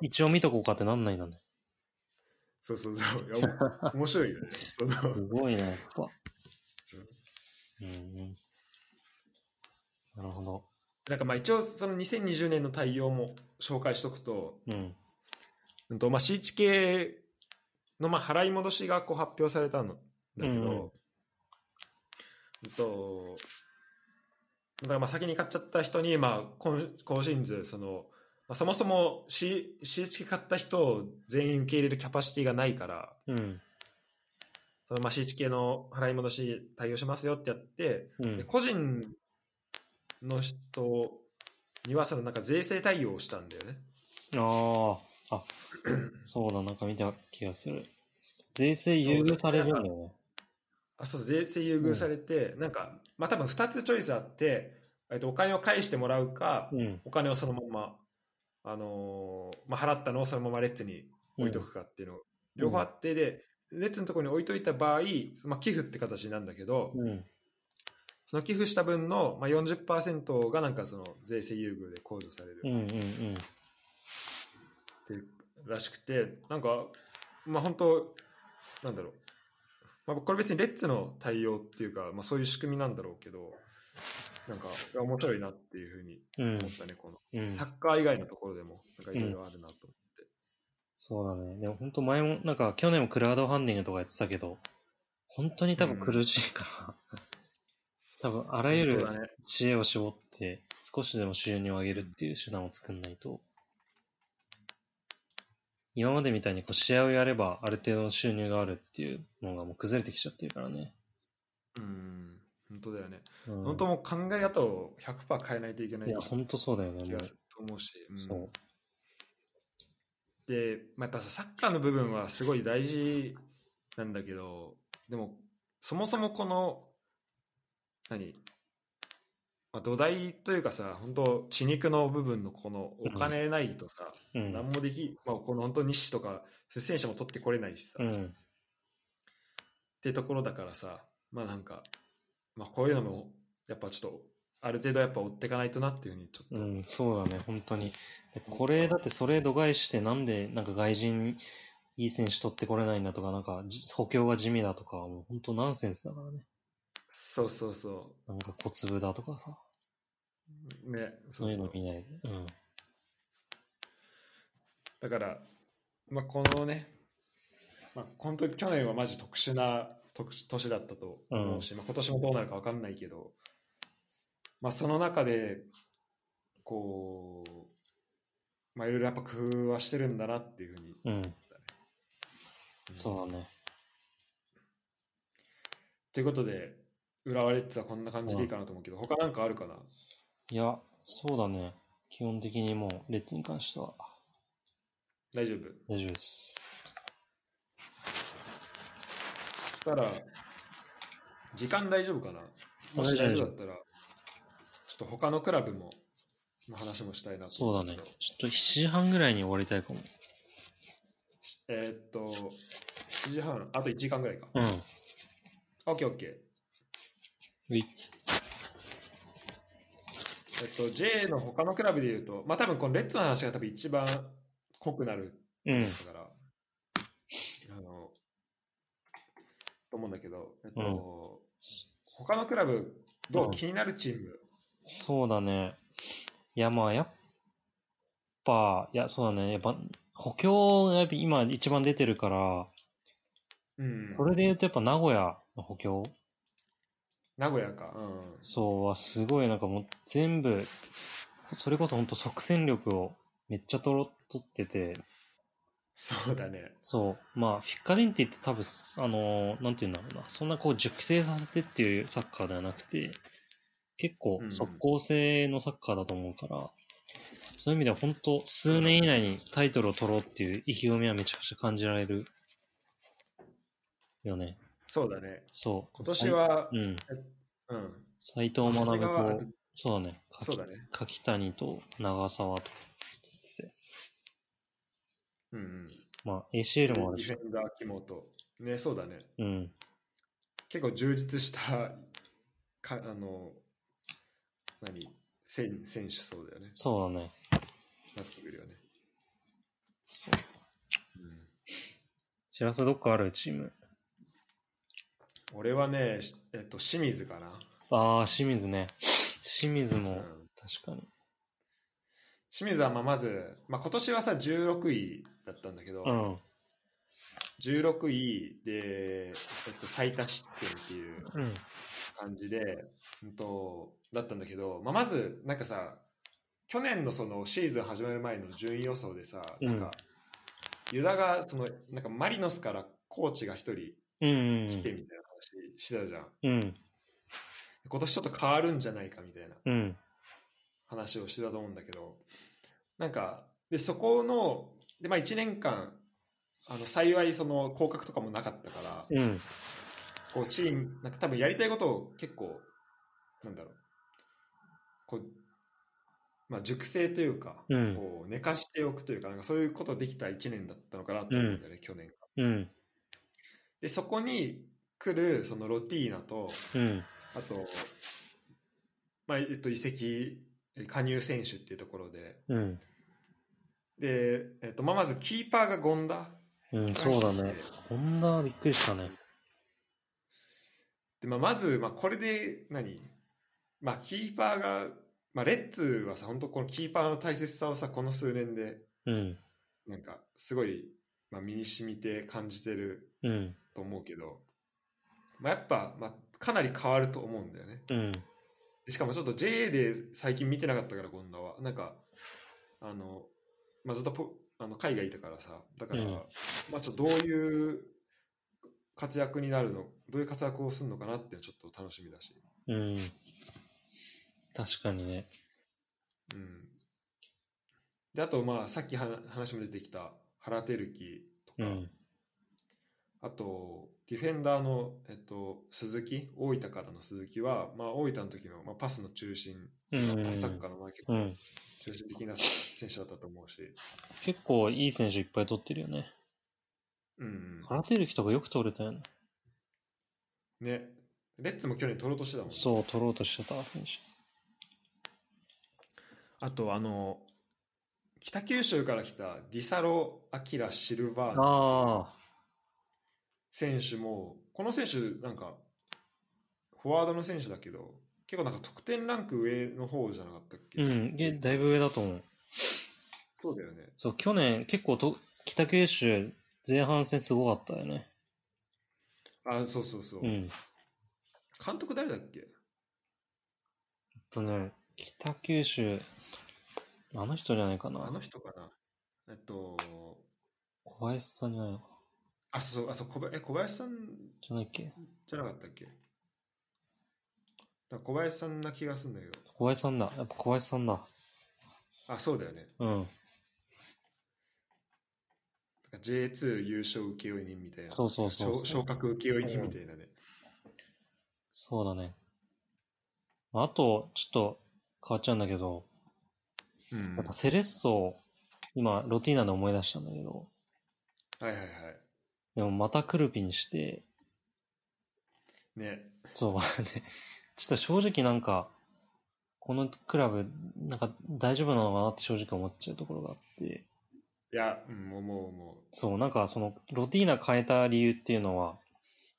S2: 一応見とこうかってなんないんだね。
S1: そうそうそういやお面白いよね。その
S2: すごいね、やっぱ。うん。なるほど。
S1: なんかまあ一応その2020年の対応も紹介しとくと、
S2: うん。
S1: うんとまあ、CHK のまあ払い戻しがこう発表されたんだけど、う
S2: う
S1: んん
S2: うん
S1: とだからまあ先に買っちゃった人に、まあ、今今シーズンその、まあ、そもそも C CHK 買った人を全員受け入れるキャパシティがないから。
S2: うん。
S1: そのまあ CHK の払い戻し対応しますよってやって、
S2: う
S1: で
S2: ん。
S1: 個人の人にはそのなんか税制対応をしたんだよね。
S2: ああ。あ、そうだ、なんか見た気がする。税制優遇されるんだよね。
S1: あそう税制優遇されて、なんか、まあ多分2つチョイスあって、えっと、お金を返してもらうか、
S2: うん。
S1: お金をそのまま、あのーまあ、払ったのをそのままレッツに置いとくかっていうの、両方あってで、レッツのところに置いといた場合、まあ、寄付って形なんだけど、
S2: うん。
S1: その寄付した分の、まあ、40%がなんかその税制優遇で控除される。
S2: うん。うん。うん。
S1: らしくてなんかまあ本当なんだろう、まあ、これ別にレッツの対応っていうか、まあ、そういう仕組みなんだろうけどなんかいや面白いなっていうふうに
S2: うん
S1: 思ったねこの
S2: うん。
S1: サッカー以外のところでもなんかいろいろあるなと思って、
S2: そうだね。でも本当前も、なんか去年もクラウドファンディングとかやってたけど、本当に多分苦しいから、多分あらゆ
S1: 本
S2: る
S1: 当だね
S2: 知恵を絞って、少しでも収入を上げるっていう手段を作んないと、今までみたいにこう試合をやればある程度の収入があるっていうのがもう崩れてきちゃってるからね。
S1: うん本当だよね、
S2: うん、
S1: 本当もう考え方を100%変えないといけないい
S2: や、本当そうだよね、
S1: 気
S2: も
S1: が
S2: う。
S1: すると思うし、うん
S2: そう。
S1: で、まあ、やっぱさサッカーの部分はすごい大事なんだけどでもそもそもこの何、まあ、土台というかさ本当血肉の部分のこのお金ないとさ、
S2: うん。
S1: 何もでき、まあ、この本当西とかそういう選手も取ってこれないしさ、
S2: う
S1: っ
S2: ん。
S1: てところだからさまあなんか、まあ、こういうのもやっぱちょっとある程度やっぱ追っていかないとなっていうふうにちょっと、
S2: うん、そうだね、本当に。でこれ、だってそれ度外視して、なんで、なんか外人、いい選手取ってこれないんだとか、なんか、じ補強が地味だとか、もう本当ナンセンスだからね。
S1: そうそうそ
S2: なんか小粒だとかさ、
S1: うね
S2: そういうの見ないで。うん。
S1: だから、まあ、このね、まあ、本当に去年はマジ特殊な特殊年だったと思うし、まあ、今年もどうなるか分かんないけど、まあ、その中でこう、まあ、いろいろやっぱ工夫はしてるんだなっていうふうに、
S2: うん、そうだね。
S1: ということで浦和レッズはこんな感じでいいかなと思うけど、他なんかあるかない
S2: や、そうだね。基本的にもう、レッツに関しては
S1: 大丈夫
S2: 大丈夫です。
S1: そしたら、時間大丈夫かなもし大丈夫だったら、ちょっと他のクラブも、の話もしたいなと
S2: そう
S1: 思
S2: だ
S1: ん
S2: ね
S1: けど。
S2: ちょっと7時半ぐらいに終わりたいかも。
S1: しえーっと、7時半、あと1時間ぐらいか。
S2: うん。
S1: オッケーオッケー。
S2: うい
S1: えっと、J の他のクラブで言うと、まあ多分このレッツの話が多分一番濃くなる
S2: うん
S1: や。つだから、あの、と思うんだけど、えっと、
S2: うん
S1: 他のクラブ、どう、
S2: うん
S1: 気になるチーム、
S2: そうだね。いや、まあ、やっぱ、いや、そうだね。やっぱ、補強がやっぱ今一番出てるから、
S1: うん、
S2: それで言うとやっぱ名古屋の補強
S1: 名古屋か、うん。
S2: そうはすごいなんかもう全部、それこそ本当即戦力をめっちゃとろ取ってて、
S1: そうだね。
S2: そう、まあ、フィッカデンティって多分、あのーなんていうんだろうな、そんなこう熟成させてっていうサッカーではなくて、結構
S1: うんうん
S2: 即効性のサッカーだと思うから、そういう意味では本当数年以内にタイトルを取ろうっていう意気込みはめちゃくちゃ感じられるよね。
S1: そうだね。
S2: そう。
S1: 今年は
S2: う、ん。
S1: うん。
S2: 斎藤
S1: 長
S2: 学
S1: 谷川
S2: と、そうだね。
S1: そうだね。
S2: 柿谷と長澤と、
S1: うん、うん。
S2: まあ、
S1: デ
S2: ACL もある
S1: ィ
S2: し
S1: フ、ェンダー、木本。ね、そうだね。
S2: うん、
S1: 結構充実した、かあの、何、選選手そうだよね。
S2: そうだね。
S1: なってくるよね。
S2: そう。知らせどっかあるチーム。
S1: 俺はね、しえっと、清水かな。
S2: ああ、清水ね。清水
S1: う
S2: も、
S1: ん
S2: 確かに。
S1: 清水はまあまず、まあ、今年はさ16位だったんだけど、
S2: うん。
S1: 16位で、えっと、最多失点っていう
S2: うん。
S1: 感じで、うんと、だったんだけど、まあ、まずなんかさ去年のそのシーズン始まる前の順位予想でさ、なんかユダがそのなんかマリノスからコーチが1人
S2: うん。
S1: 来てみたいな話してたじゃん、
S2: うん。
S1: 今年ちょっと変わるんじゃないかみたいな
S2: うん。
S1: 話をしてたと思うんだけどなんかでそこので、まあ、1年間あの幸いその降格とかもなかったから
S2: うん。
S1: こうチームなんか多分やりたいことを結構なんだろうこう、まあ、熟成というか、
S2: うん。
S1: こう寝かしておくというかなんかそういうことできた1年だったのかなと思うんだよね、去年が
S2: うん。
S1: でそこに来るそのロティーナと
S2: うん。
S1: あと、まあえっと、移籍加入選手っていうところで
S2: うん。
S1: で、えっとまあ、まずキーパーが権田
S2: うん。そうだね。ホンダびっくりしたね。
S1: で、まあ、まず、まあ、これで何、まあ、キーパーが、まあ、レッツはさ本当このキーパーの大切さをさこの数年で
S2: うん。
S1: なんかすごい、まあ、身に染みて感じてる
S2: うん。
S1: と思うけど、まあ、やっぱ、まあ、かなり変わると思うんだよね
S2: うん。
S1: でしかもちょっと JA で最近見てなかったから権田はなんかあの、まあ、ずっとポあの海外いたからさだから、
S2: うん
S1: まあ、ちょっとどういう活躍になるのどういう活躍をするのかなっていうのちょっと楽しみだし、
S2: うん。確かにね。
S1: うん、であとまあさっきは話も出てきた原輝樹と
S2: う
S1: か、
S2: ん。
S1: あとディフェンダーの、えっと、鈴木大分からの鈴木は、まあ、大分の時の、まあ、パスの中心、
S2: うん
S1: パスサッカーのまあ結
S2: う
S1: 構
S2: ん。
S1: 中心的な選手だったと思うし、
S2: 結構いい選手いっぱい取ってるよね。
S1: うん
S2: 原輝樹とかよく取れたよね。
S1: ねレッツも去年取ろうとしてたもんね
S2: そう、取ろうとしてた選手。
S1: あとあの北九州から来たディサロ・アキラ・シルバーナ
S2: ああ。
S1: 選手もこの選手なんかフォワードの選手だけど結構なんか得点ランク上の方じゃなかったっけ
S2: うん。でだいぶ上だと思う。
S1: そうだよね
S2: そう、去年結構と北九州前半戦すごかったよね。
S1: あそうそうそう、
S2: うん。
S1: 監督誰だっけ
S2: あとね、北九州、あの人じゃないか
S1: あ
S2: な
S1: の。人かなえっと
S2: 小林さんじゃないのかな
S1: あそうそうあそう小林え小林さん
S2: じゃないっけ
S1: じゃなかったっけから小林さんな気がするんだけど。
S2: 小林さんだ。やっぱ小林さんだ。
S1: あ、そうだよね。
S2: うん。
S1: だから J2 優勝請負人みたいな。
S2: そうそうそうそ
S1: 昇
S2: う
S1: 昇格請負人みたいなね。
S2: そうだね。あと、ちょっと変わっちゃうんだけど、
S1: うん。
S2: やっ
S1: は
S2: ぱセレッソ、今、ロティーナで思い出したんだけど、
S1: いはいはい。
S2: でもまたクルピンして、
S1: ね。
S2: そう、ね、 [laughs] ちょっと正直なんか、このクラブ、なんか大丈夫なのかなって正直思っちゃうところがあって、
S1: いや、うん、思う思
S2: そう、なんかその、ロティーナ変えた理由っていうのは、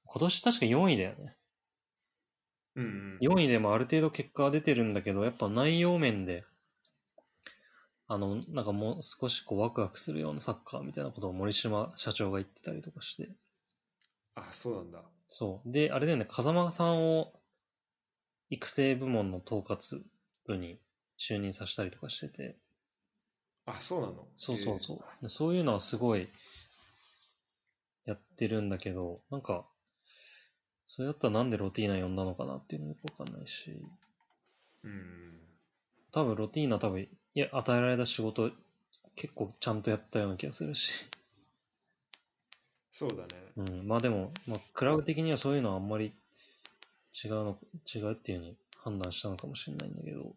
S2: 今年確か4位だよね。
S1: う。うん、うん。
S2: 4位でもある程度結果は出てるんだけど、やっぱ内容面で、あの、なんかもう少しこうワクワクするようなサッカーみたいなことを森島社長が言ってたりとかして、
S1: あ、そうなんだ。
S2: そう。で、あれだよね、風間さんを育成部門の統括部に就任させたりとかしてて、
S1: あ、そうなの
S2: そうそうそう。そういうのはすごいやってるんだけど、なんか、それだったらなんでロティーナ呼んだのかなっていうのもよくわかんないし、
S1: えーうん。
S2: 多分ロティーナ多分、いや、与えられた仕事結構ちゃんとやったような気がするし、 [laughs]
S1: そうだね。
S2: うん、まあでも、まあ、クラブ的にはそういうのはあんまり違うの、違うっていうふうに判断したのかもしれないんだけど、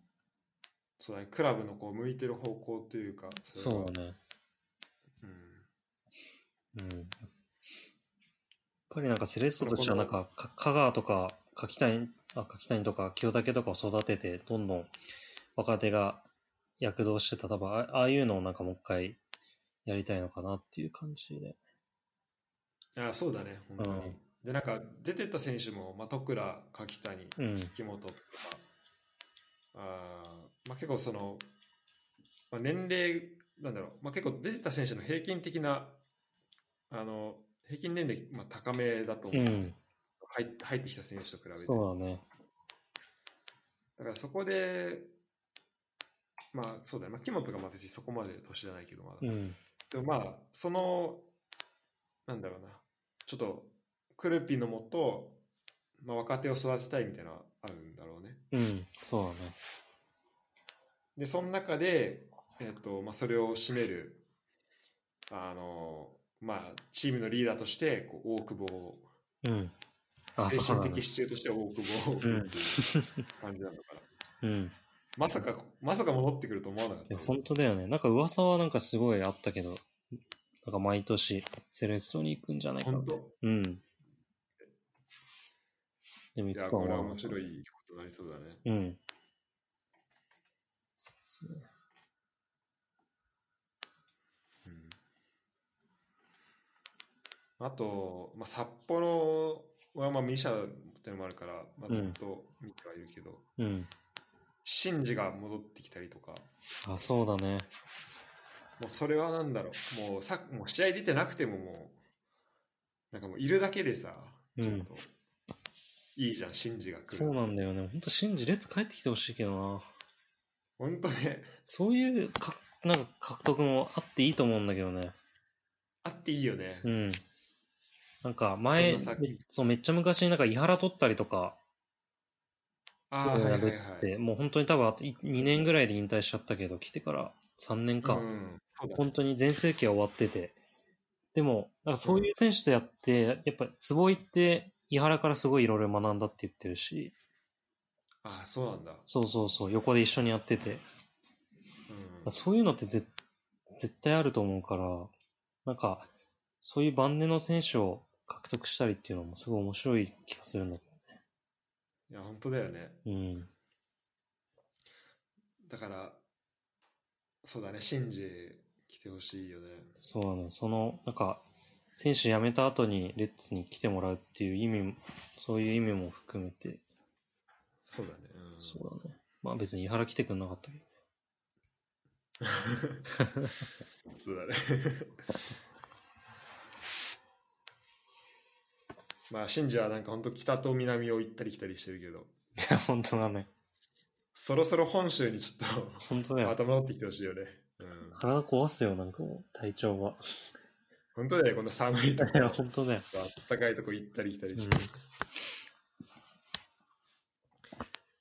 S1: そうだね。クラブのこう、向いてる方向というか。れは
S2: そうだね。
S1: うん。
S2: うん。やっぱりなんかセレッソとしてはなんか、か香川とか柿谷、あ柿谷とか清武とかを育てて、どんどん若手が躍動してた、多分あああいうのをなんかもう一回やりたいのかなっていう感じで。
S1: あそうだね、本当に。
S2: うん
S1: で、なんか出てった選手も、まあ、徳良、柿谷、
S2: うん。
S1: 木本とか、あーまあ、結構その、まあ、年齢、なんだろう、まあ、結構出てた選手の平均的な、あの平均年齢、まあ、高めだと思
S2: う
S1: う、
S2: ん。
S1: 入っ入ってきた選手と比べて。
S2: そうだね。
S1: だからそこで、まあそうだね、まあ、木本がまあ別にそこまで年じゃないけど、まだ。
S2: うん。
S1: でもまあ、その、なんだろうな、ちょっと、クルピのもと、まあ、若手を育てたいみたいなのはあるんだろうね。
S2: うん。そうだね。
S1: で、その中で、えっ、と、まあ、それを占める、あの、まあ、チームのリーダーとして、こう、大久保を、
S2: うん。
S1: 精
S2: そう
S1: 神
S2: だね
S1: 的支柱として大久保を、っていう感じなのかな。
S2: うん。
S1: まさか、まさか戻ってくると思わなかっ
S2: い
S1: た
S2: や、。本当だよね。なんか噂はなんかすごいあったけど、なんか毎年セレッソに行くんじゃないか
S1: 本
S2: と。
S1: 当
S2: うん。でも
S1: い
S2: 行
S1: や、
S2: くか
S1: これは
S2: も
S1: 面。白いことになりそうだね。
S2: うん。ですね
S1: うんあと、まあ、札幌はまあミシャってのもあるから、まあ、ずっと見てはいるけど、
S2: うん。
S1: シンジが戻ってきたりとか、
S2: あ、そうだね。
S1: もうそれはなんだろう、もうさもう試合出てなくてももう、なんかもういるだけでさ、
S2: うん
S1: ちょっと、いいじゃん、シンジが来る。
S2: そうなんだよね。ほんと、シンジ、列帰ってきてほしいけどな。
S1: 本当ね、
S2: そういうか、なんか獲得もあっていいと思うんだけどね。
S1: あっていいよね。
S2: うん。なんか前、
S1: そんな先
S2: そう、めっちゃ昔になんか伊原取ったりとか、
S1: ああ、
S2: そう
S1: はいいうは
S2: の
S1: いは
S2: が出て
S1: い。
S2: てもう本当に多分あとい2年ぐらいで引退しちゃったけど、来てから3年
S1: う
S2: か。
S1: ん、そうだね
S2: 本当に全盛期は終わってて。でも、なんかそういう選手とやって、やっぱ坪井って、井原からすごいいろいろ学んだって言ってるし、
S1: ああ、そうなんだ。
S2: そうそうそう、横で一緒にやってて、
S1: うん、
S2: そういうのって絶絶対あると思うから、なんか、そういう晩年の選手を獲得したりっていうのもすごい面白い気がするんだ。
S1: いや、本当だよね。
S2: うん。
S1: だから、そうだね、シンジ来てほしいよね。
S2: そうなの、その、なんか、選手辞めた後にレッツに来てもらうっていう意味も、そういう意味も含めて、
S1: そうだね。うん、
S2: そうだね。まあ別に井原来てくんなかったけど。
S1: そうだね。 [laughs] まあ、シンジはなんか本当北と南を行ったり来たりしてるけど、
S2: いや、 [laughs] 本当だね。
S1: そろそろ本州にちょっ
S2: 本
S1: と
S2: 当だ
S1: ま
S2: よ。
S1: た戻ってきてほしいよね。うん、
S2: 体壊すよ、なんかもう、体調が。
S1: 本当だよね、こんな寒いとこ
S2: [laughs] いや、本当だよ。
S1: あったかいとこ行ったり来たり
S2: う
S1: し
S2: ん
S1: て。。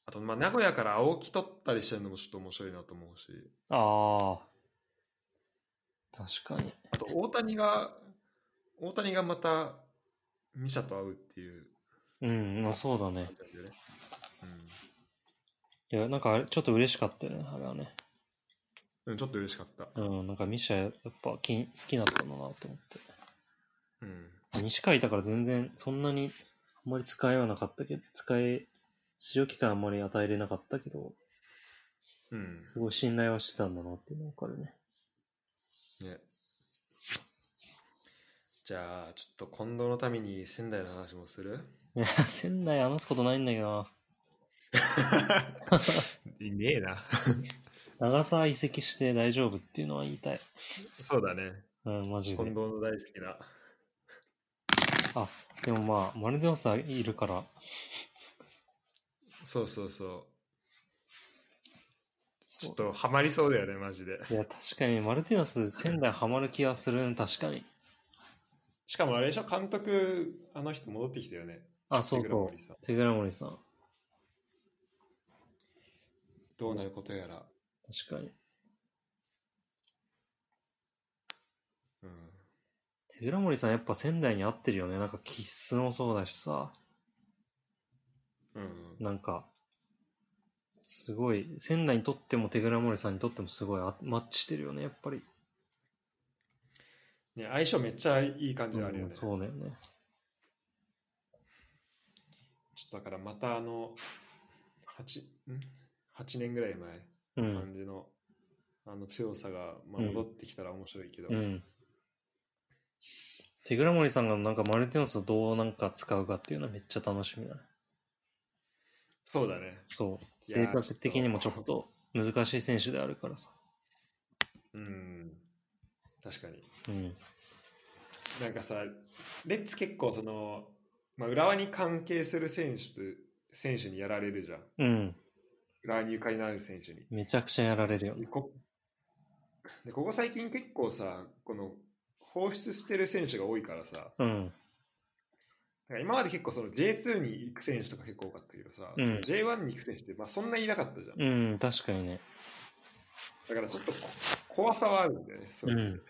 S1: あと、まあ、名古屋から青木取ったりしてるのもちょっと面白いなと思うし、
S2: ああ。確かに。
S1: あと、大谷が、大谷がまた、ミシャと会うっていう
S2: うん、まあそうだね
S1: 感。じなんだよね。
S2: いや、なんかあれ、ちょっと嬉しかったよね、あれはね。
S1: うん。うん、ちょっと嬉しかった。
S2: うん、なんかミシャ、やっぱきん好きだったんだなと思って。
S1: うん。
S2: 西海だから全然、そんなに、あんまり使えはなかったけど、使え、使用期間あんまり与えれなかったけど、
S1: うん。
S2: すごい信頼はしてたんだなっていうのがわかるね。
S1: ね。じゃあ、ちょっと近藤のために仙台の話もする
S2: いや、仙台話すことないんだけど
S1: いねえな。
S2: な、長沢移籍して大丈夫っていうのは言いたい。
S1: [laughs] そうだね。
S2: うん、マジ
S1: 近藤
S2: で。
S1: の大好きな。
S2: あ、でもまあ、マルデオスはいるから、
S1: そうそうそう。ち
S2: そ
S1: ょっ
S2: う。
S1: とハマりそうだよね、マジで。
S2: いや、確かに、マルティノス、仙台ハマる気はするね、確かに。
S1: しかもあれでしょ、監督、あの人戻ってきたよね。
S2: あ、そう
S1: テグラ
S2: そ
S1: モ
S2: う
S1: リさん。
S2: 手倉森さん。
S1: どうなることやら。
S2: 確かに。
S1: うん。
S2: 手倉森さん、やっぱ仙台に合ってるよね。なんか、気質もそうだしさ、
S1: うん
S2: なんか、すごい、仙台にとっても手倉森さんにとってもすごいあマッチしてるよね、やっぱり。
S1: ね、相性めっちゃいい感じがあるよ
S2: うん
S1: ね。ちょ
S2: そうだよね。
S1: っとだからまたあの、8, ん8年ぐらい前
S2: う
S1: の
S2: ん。
S1: 感じの,、あの強さが、まあ、
S2: うん
S1: 戻ってきたら面白いけど、
S2: うん。手倉森さんがなんかマルティノスをどうなんか使うかっていうのはめっちゃ楽しみだね。
S1: そうだね。
S2: そう。
S1: いや
S2: 性
S1: ー
S2: 格的にもちょっと難しい選手であるからさ。
S1: うん。確かに。
S2: うん。
S1: なんかさ、レッツ結構その、まあ、浦和に関係する選手と、選手にやられるじゃん。
S2: うん。
S1: 浦和にゆかりのある選手に。
S2: めちゃくちゃやられるよ
S1: で
S2: ね。
S1: こでここ最近結構さこの放出してる選手が多いからさだか
S2: うん。
S1: ら今まで結構その J2 に行く選手とか結構多かったけどさ、
S2: うん
S1: その J1 に行く選手って、まあ、そんなにいなかったじゃん
S2: うん、確かにね。
S1: だからちょっとこ怖さはあるんだよねそうれ
S2: ん。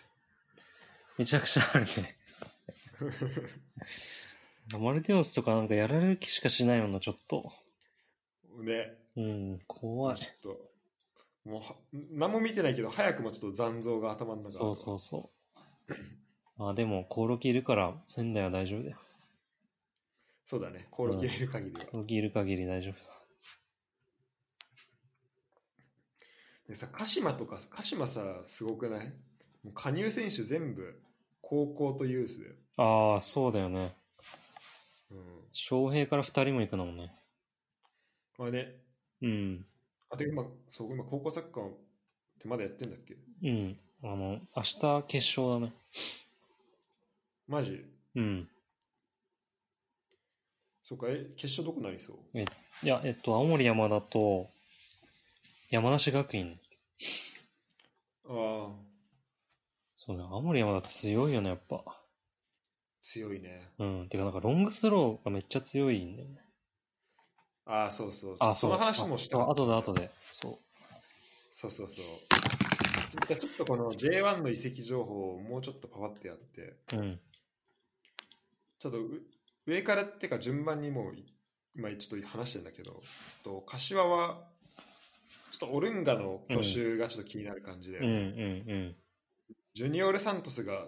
S2: めちゃくちゃあるね。マルティノスとかなんかやられる気しかしないような、ちょっと。
S1: [laughs] ね
S2: うん、怖い。
S1: ちょっともうは何も見てないけど早くもちょっと残像が頭の中
S2: そうそううそう。まあでも、コオロギいるから、仙台は大丈夫だよ。
S1: そうだねコオロギがいる限りは、
S2: コオロギいる限り大丈夫だ。
S1: でさ鹿島とか鹿島さすごくないもう加入選手全部高校とユースだよ、
S2: ああ、そうだよね。
S1: うん
S2: 翔平から二人も行くのもんね。
S1: まあね、
S2: うん。
S1: あと今、そう、今、高校サッカーってまだやってんだっけ
S2: うん。あの、明日決勝だね。
S1: マジ
S2: うん。
S1: そっか、え、決勝どこなりそう
S2: いや、えっと、青森山田と、山梨学院ね。
S1: ああ、
S2: そうね、青森山田強いよね、やっぱ。
S1: 強いね。
S2: うん。てか、なんかロングスローがめっちゃ強いんだよね。
S1: ああ、そうそう。
S2: あ、
S1: その話もした
S2: あ
S1: か
S2: あ
S1: った
S2: 後で、後で。そ
S1: そうそうそう。じゃあちょっとこの J1 の移籍情報をもうちょっとパパってやって、
S2: う。うん。
S1: ちょっとう上からってか順番にもうい今ちょっと話してんだけど、と柏は、ちょっとオルンガの去就がちょっと気になる感じで、
S2: うん、うん、
S1: ジュニオール・サントスが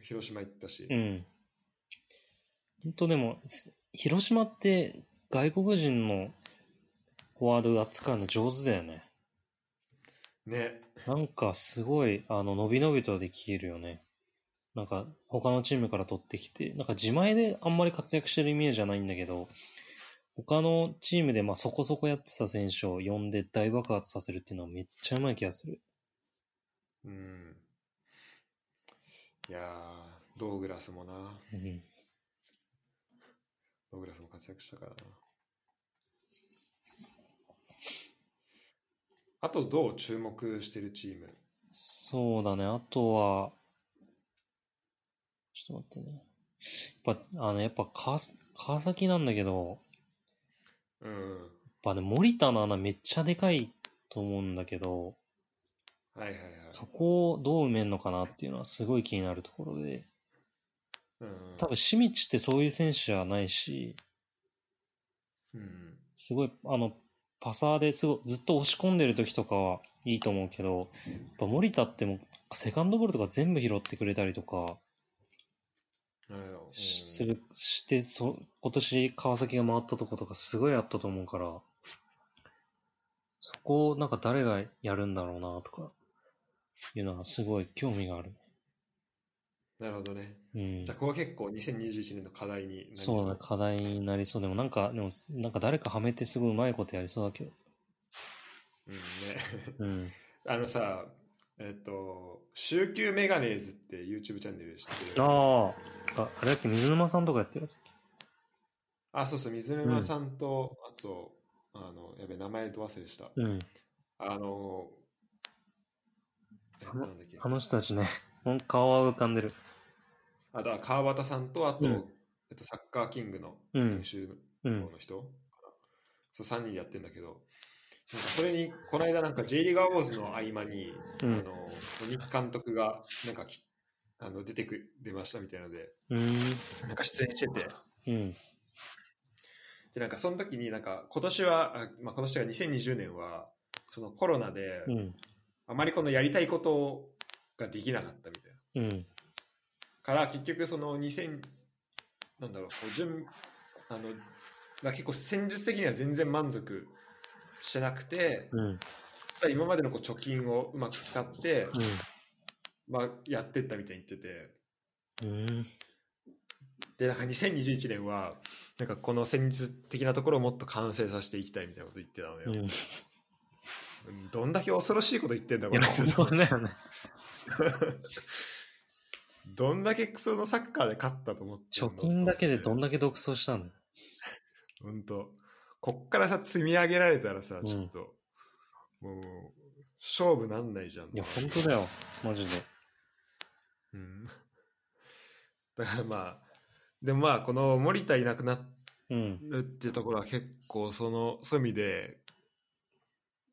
S1: 広島行ったし、
S2: うん。うん。ほんとでも、す広島って外国人のフォワード扱うの上手だよね。
S1: ね、
S2: なんかすごい、あの、伸び伸びとできるよね。なんか、他のチームから取ってきて、なんか自前であんまり活躍してるイメージじゃないんだけど、他のチームでまあそこそこやってた選手を呼んで大爆発させるっていうのはめっちゃうまい気がする。
S1: うん。いやー、ドーグラスもな、
S2: うん。
S1: ドーグラスも活躍したからな。あと、どう注目してるチーム
S2: そうだね。あとは、ちょっと待ってね。やっぱ、あの、やっぱ川、川崎なんだけど、
S1: うん。
S2: ぱね、森田の穴めっちゃでかいと思うんだけど、
S1: はいはいはい。
S2: そこをどう埋めるのかなっていうのはすごい気になるところで、
S1: うん
S2: 多分、シミッチってそういう選手じゃないし、
S1: うん。
S2: すごい、あの、パサーですごいずっと押し込んでる時とかはいいと思うけど、やっぱ森田ってもうセカンドボールとか全部拾ってくれたりとか
S1: うん
S2: する、して、そ今年川崎が回ったとことかすごいあったと思うから、そこをなんか誰がやるんだろうなとか、いうのはすごい興味がある。
S1: なるほどね。
S2: うん
S1: じゃあ、。ここは結構2021年の課題になり
S2: そうだね、
S1: ね。
S2: 課題になりそう。でもなんか、でもなんか誰かはめてすごいうまいことやりそうだけど。
S1: うんね。 [laughs]
S2: うん。
S1: あのさ、えっと、週休メガネーズって YouTube チャンネル知ってる
S2: ああ、あれだっけ、水沼さんとかやってるやつだっけ
S1: あ、そうそう、水沼さんと、あと、あの、やべ、名前ど忘れした。
S2: うん。
S1: あの、え
S2: あの
S1: なんだっけ
S2: あ。の人たちね、ほん顔は浮かんでる。
S1: あとは川端さんと、あと、
S2: うん
S1: えっと、サッカーキングの
S2: うん
S1: 編集
S2: う
S1: 長
S2: ん。
S1: の人、そう、3人でやってんだけど、なんかそれに、この間なんか J リーガーウォーズの合間に、
S2: う
S1: あ
S2: ん。
S1: の、鬼木監督が、なんかき、あの、出てくれましたみたいなので、
S2: うん。
S1: なんか出演してて、
S2: うん。
S1: で、なんかその時になんか、今年は、あまあ、今年が2020年は、そのコロナで
S2: う、ん。
S1: あまりこのやりたいことができなかったみたいな。
S2: うん。
S1: から、結局その2000、なんだろう、こう準、あの、だから結構戦術的には全然満足してなくて、
S2: うん。
S1: ただ今までのこう貯金をうまく使って、まあ、やってったみたいに言ってて、
S2: うん。
S1: でなんか2021年はなんかこの戦術的なところをもっと完成させていきたいみたいなこと言ってたの
S2: うん。
S1: よ、
S2: い
S1: うんどんだけ恐ろしいこと言ってんだ
S2: [laughs]
S1: こ
S2: や、
S1: れ
S2: 本当だよね。
S1: どんだけそのサッカーで勝ったと思ってんの
S2: 貯金だけでどんだけ独走したんだよ。
S1: 本当こっからさ積み上げられたらさ
S2: うん
S1: ちょっと、もう勝負なんないじゃん
S2: いや、本当だよ。マジで。
S1: うん、 [laughs] だからまあでもまあこの森田いなくなっ
S2: うん。
S1: るっていうところは結構そのそういう意味で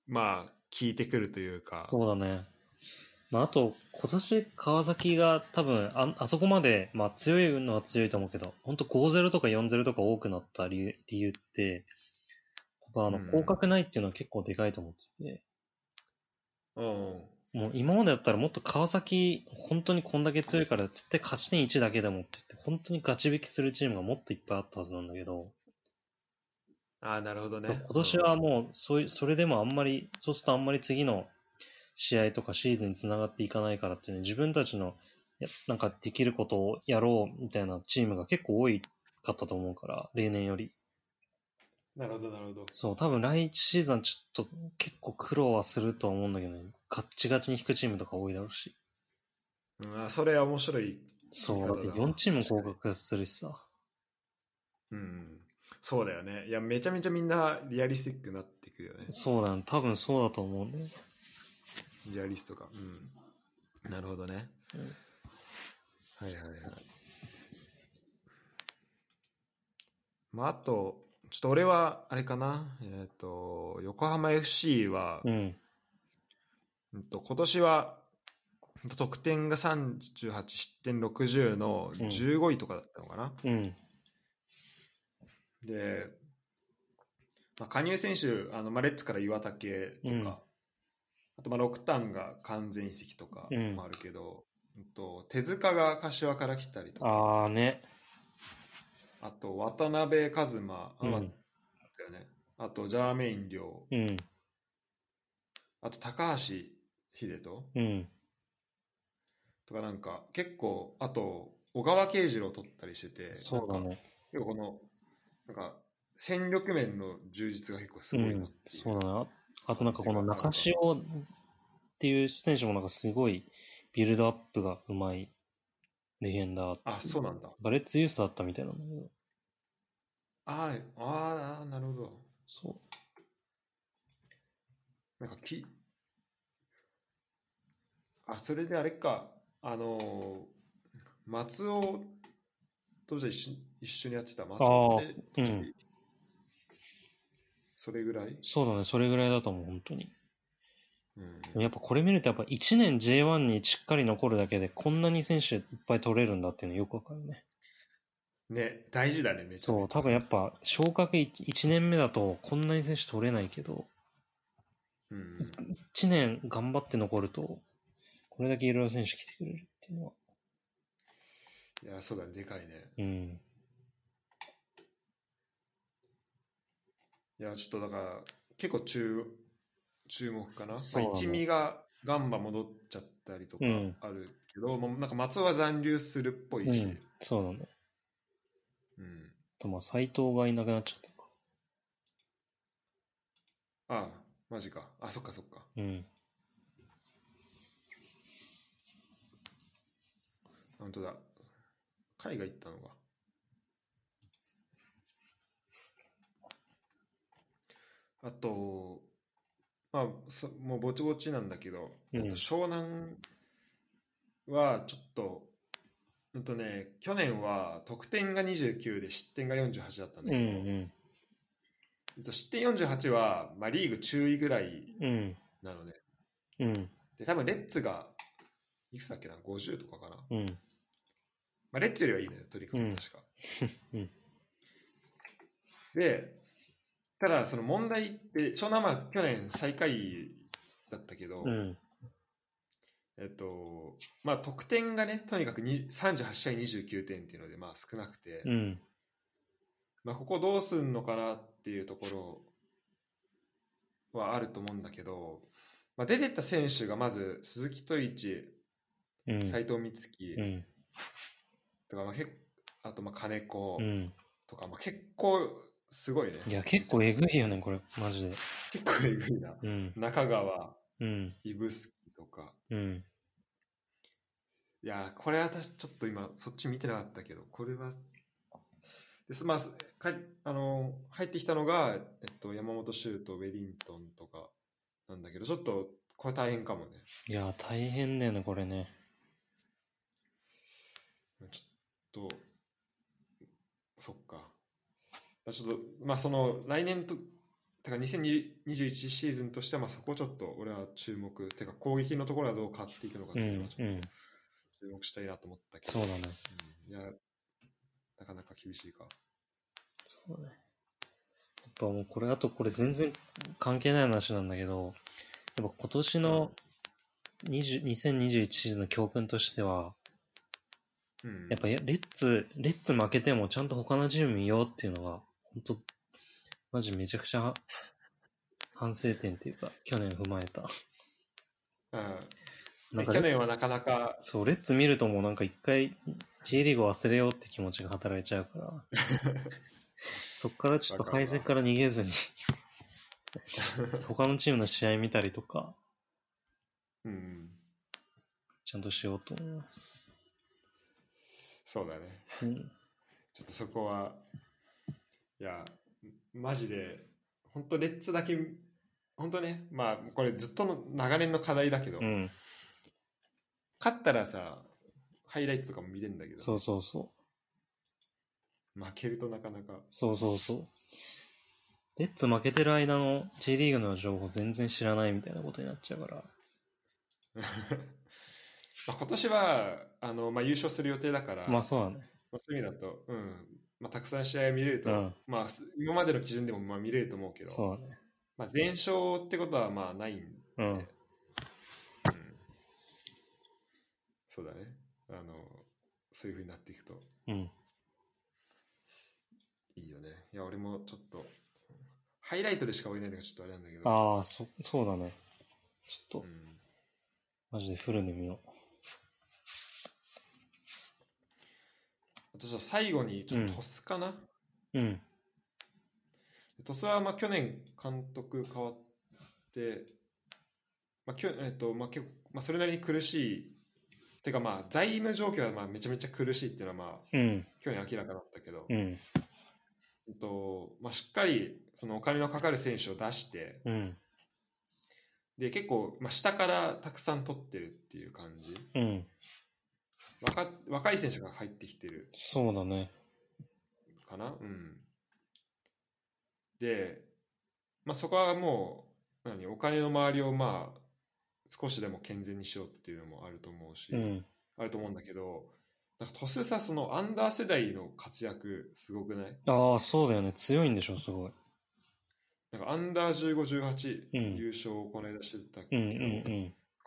S1: まあ聞いてくるというか
S2: そうだね。まあ、あと、今年川崎が多分あ、あそこまで、まあ強いのは強いと思うけど、本当5-0とか4-0とか多くなった理由理由って、多分あの
S1: う、ん
S2: 広角ないっていうのは結構でかいと思ってて、
S1: うん
S2: もう今までだったらもっと川崎、本当にこんだけ強いから、つって勝ち点1だけでもって言って、本当にガチ引きするチームがもっといっぱいあったはずなんだけど、
S1: ああなるほど
S2: そう
S1: ね
S2: 今年はもうそういう、それでもあんまり、そうするとあんまり次の試合とかシーズンにつながっていかないからっていうね、自分たちのやなんかできることをやろうみたいなチームが結構多いかったと思うから、例年より。
S1: うんなるほどなるほど
S2: そう、多分来シーズンはちょっと結構苦労はするとは思うんだけどね、ガッチガチに引くチームとか多いだろうし。
S1: うんあそれは面白いい
S2: そ、
S1: うい
S2: だ
S1: 方
S2: っ
S1: だ
S2: て
S1: な
S2: 4チーム合格するしさ。
S1: うんそうだよねいやめちゃめちゃみんなリアリスティックになってくるよね
S2: そうだね、多分そうだと思うんだよね。
S1: リアリストかうんなるほどね、
S2: うん
S1: はいはいはいまああとちょっと俺はあれかなえっ、と横浜 FC は、
S2: うん、
S1: うんと今年はうんと得点が38失点60の15位とかだったのかな、
S2: うん、
S1: で、まあ、加入選手あの、まあ、レッツから岩竹とか、
S2: うん
S1: あとまあ六ンが完全移籍とか
S2: うん
S1: もあるけど、うんと手塚が柏から来たりとか
S2: あーね、
S1: あと渡辺一馬あ,、
S2: うん
S1: だよね、あとジャーメイン亮
S2: うん、
S1: あと高橋秀人
S2: うん、
S1: とかなんか結構あと小川慶次郎取ったりしてて
S2: そうだ
S1: なんか
S2: ね、
S1: 結構このなんか戦力面の充実が結構す
S2: う
S1: ごいなっ
S2: ん
S1: て、い
S2: そうだね。ああとなんかこの中潮っていう選手もなんかすごいビルドアップがうまいレジェンダー。
S1: あそうなんだ
S2: バレッツユースだったみたいなんだけど、
S1: あーあーなるほど
S2: そ
S1: なんかきあそれであれかあのー松尾とじゃ一緒一緒にやってた松尾って、
S2: あーうん
S1: それぐらい。
S2: そうだね、それぐらいだと思う、本当に。
S1: うん
S2: でもやっぱこれ見ると、やっぱ1年 J1 にしっかり残るだけで、こんなに選手いっぱい取れるんだっていうのよくわかるね。
S1: ね、大事だね、めちゃめちゃ。
S2: そう、多分やっぱ昇格 1, 年目だと、こんなに選手取れないけど、
S1: うん
S2: 1年頑張って残ると、これだけいろいろ選手来てくれるっていうのは。
S1: いや、そうだね、でかいね。
S2: うん。
S1: いや、ちょっとだから、結構注注目かな。
S2: そう
S1: まあ、一味がガンバ戻っちゃったりとか
S2: うん
S1: あるけど、もうなんか松尾は残留するっぽいうし、
S2: ん、そうだね。
S1: うん
S2: あとまあ、斎藤がいなくなっちゃったか。
S1: ああ、マジか。あ、そっかそっか。
S2: うん。
S1: 本当だ。海外行ったのか。あと、まあ、そもうぼちぼちなんだけど、
S2: うん
S1: えっと湘南はちょっと、うんとね、去年は得点が29で失点が48だったんだけ
S2: う
S1: ど、
S2: ん
S1: えっと失点48は、まあ、リーグ中位ぐらい
S2: うん。うん。
S1: なのね。
S2: うん。
S1: で、多分レッツが、いくつだっけな、50とかかな。
S2: うん。
S1: まあ、レッツよりはいいのよ、取り組み確か。
S2: [laughs] うん
S1: で、ただ、その問題って、湘南は去年最下位だったけど、
S2: うん。
S1: えっと、まあ、得点がね、とにかくに38試合29点っていうので、まあ、少なくて、
S2: うん。
S1: まあ、ここどうすんのかなっていうところはあると思うんだけど、まあ、出てった選手がまず、鈴木戸一、
S2: うん。
S1: 斎藤光希
S2: うん。
S1: とか、まあ、けあと、まあ、金子
S2: うん。
S1: とか、まあ、結構、すごいね。
S2: いや、結構えぐいよね、これ、マジで。
S1: 結構えぐいな。
S2: うん。
S1: 中川、
S2: うん。
S1: 指宿とか。
S2: うん。
S1: いやー、これ私ちょっと今、そっち見てなかったけど、これは。です、まあ、かあのー入ってきたのが、えっと、山本修とウェリントンとかなんだけど、ちょっと、これ大変かもね。
S2: いや、大変だよね、これね。
S1: ちょっと、そっか。ちょっと、まあ、その、来年と、てか2021シーズンとしては、まあ、そこちょっと俺は注目。てか、攻撃のところはどう変わっていくのかっ
S2: う
S1: ていうのは
S2: ん。
S1: ち
S2: う
S1: ょっ
S2: ん。
S1: と注目したいなと思ったけど。
S2: そうだね。
S1: うんいや、なかなか厳しいか。
S2: そうだね。やっぱもうこれ、あとこれ全然関係ない話なんだけど、やっぱ今年の20 2021シーズンの教訓としては、
S1: うん、
S2: やっぱやレッツ、レッツ負けてもちゃんと他のチーム見ようっていうのが、本当マジめちゃくちゃは反省点っていうか、去年踏まえた。
S1: うん
S2: なんか
S1: 去年はなかなか、
S2: そう、レッツ見るともうなんか一回 J リーグを忘れようって気持ちが働いちゃう
S1: [laughs]
S2: から、そっからちょっと敗戦から逃げずに、 [laughs] 他のチームの試合見たりとか、
S1: うん、
S2: ちゃんとしようと思います。
S1: そうだね。
S2: うん。
S1: ちょっとそこは、いや、マジで、本当レッツだけ、本当ね、まあ、これずっとの長年の課題だけど、
S2: うん。
S1: 勝ったらさ、ハイライトとかも見れるんだけど、
S2: そうそうそう。
S1: 負けるとなかなか、 [laughs]
S2: そうそうそう。レッツ負けてる間の J リーグの情報全然知らないみたいなことになっちゃうから。
S1: まあ今年はあの、まあ、優勝する予定だから、
S2: まあそうだね。
S1: まあそういう意味だと、うんまあ、たくさん試合見れると、
S2: うん
S1: まあ、す今までの基準でもまあ見れると思うけど、
S2: そうだね。
S1: まあ、全勝ってことはまあないんで、
S2: うん。
S1: うんそうだねあの、そういうふうになっていくと
S2: うん。
S1: いいよね。いや、俺もちょっと、ハイライトでしか追えないのがちょっとあれなんだけど、
S2: ああ、そ、そうだね。ちょ
S1: う
S2: っと、
S1: ん
S2: マジでフルで見よ
S1: あとちょっと最後に、ちょっ
S2: うん
S1: とトスかな、
S2: う。うん。
S1: 鳥栖はまあ去年監督変わって、まあきょえっとまあ結構まあ、それなりに苦しい、てかまあ財務状況はまあめちゃめちゃ苦しいっていうのはまあ
S2: うん。
S1: 去年明らかだったけど、
S2: うん。
S1: えっとまあ、しっかりそのお金のかかる選手を出して、
S2: うん。
S1: で結構、まあ、下からたくさん取ってるっていう感じ
S2: うん。
S1: 若、若い選手が入ってきてる
S2: そうだね。
S1: かな、うん、で、まあ、そこはもう何お金の周りをまあ少しでも健全にしようっていうのもあると思うし、
S2: うん。
S1: あると思うんだけどなんかトスさそのアンダー世代の活躍すごくない
S2: ああ、そうだよね。強いんでしょ、すごい。
S1: なんかアンダー1518、
S2: うん
S1: 優勝をこの間してたけ
S2: う
S1: ど、
S2: ん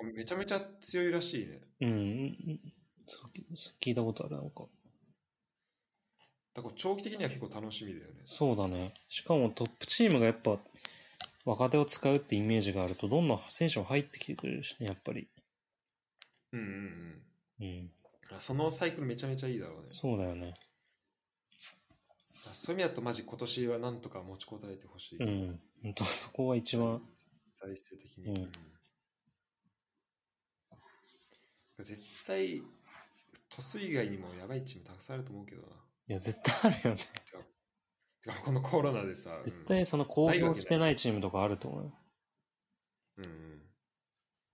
S2: うん
S1: めちゃめちゃ強いらしいね
S2: うん。うんうん。そうそう聞いたことある、なんか。
S1: だから長期的には結構楽しみだよね
S2: そうだね。しかもトップチームがやっぱ若手を使うってイメージがあると、どんどん選手も入ってきてくれるしね、やっぱり。
S1: うんうんうん
S2: うん。
S1: あそのサイクルめちゃめちゃいいだろうね
S2: そうだよね。
S1: そういう意味だとマジ今年はなんとか持ちこたえてほしい、
S2: うん。本当そこは一番、
S1: 財政的に、
S2: うん
S1: うん絶対トス以外にもやばいチームたくさんあると思うけどない
S2: や、絶対あるよね。
S1: てかこのコロナでさ
S2: 絶対その公表してないチームとかあると思うよ。
S1: うん、うんうん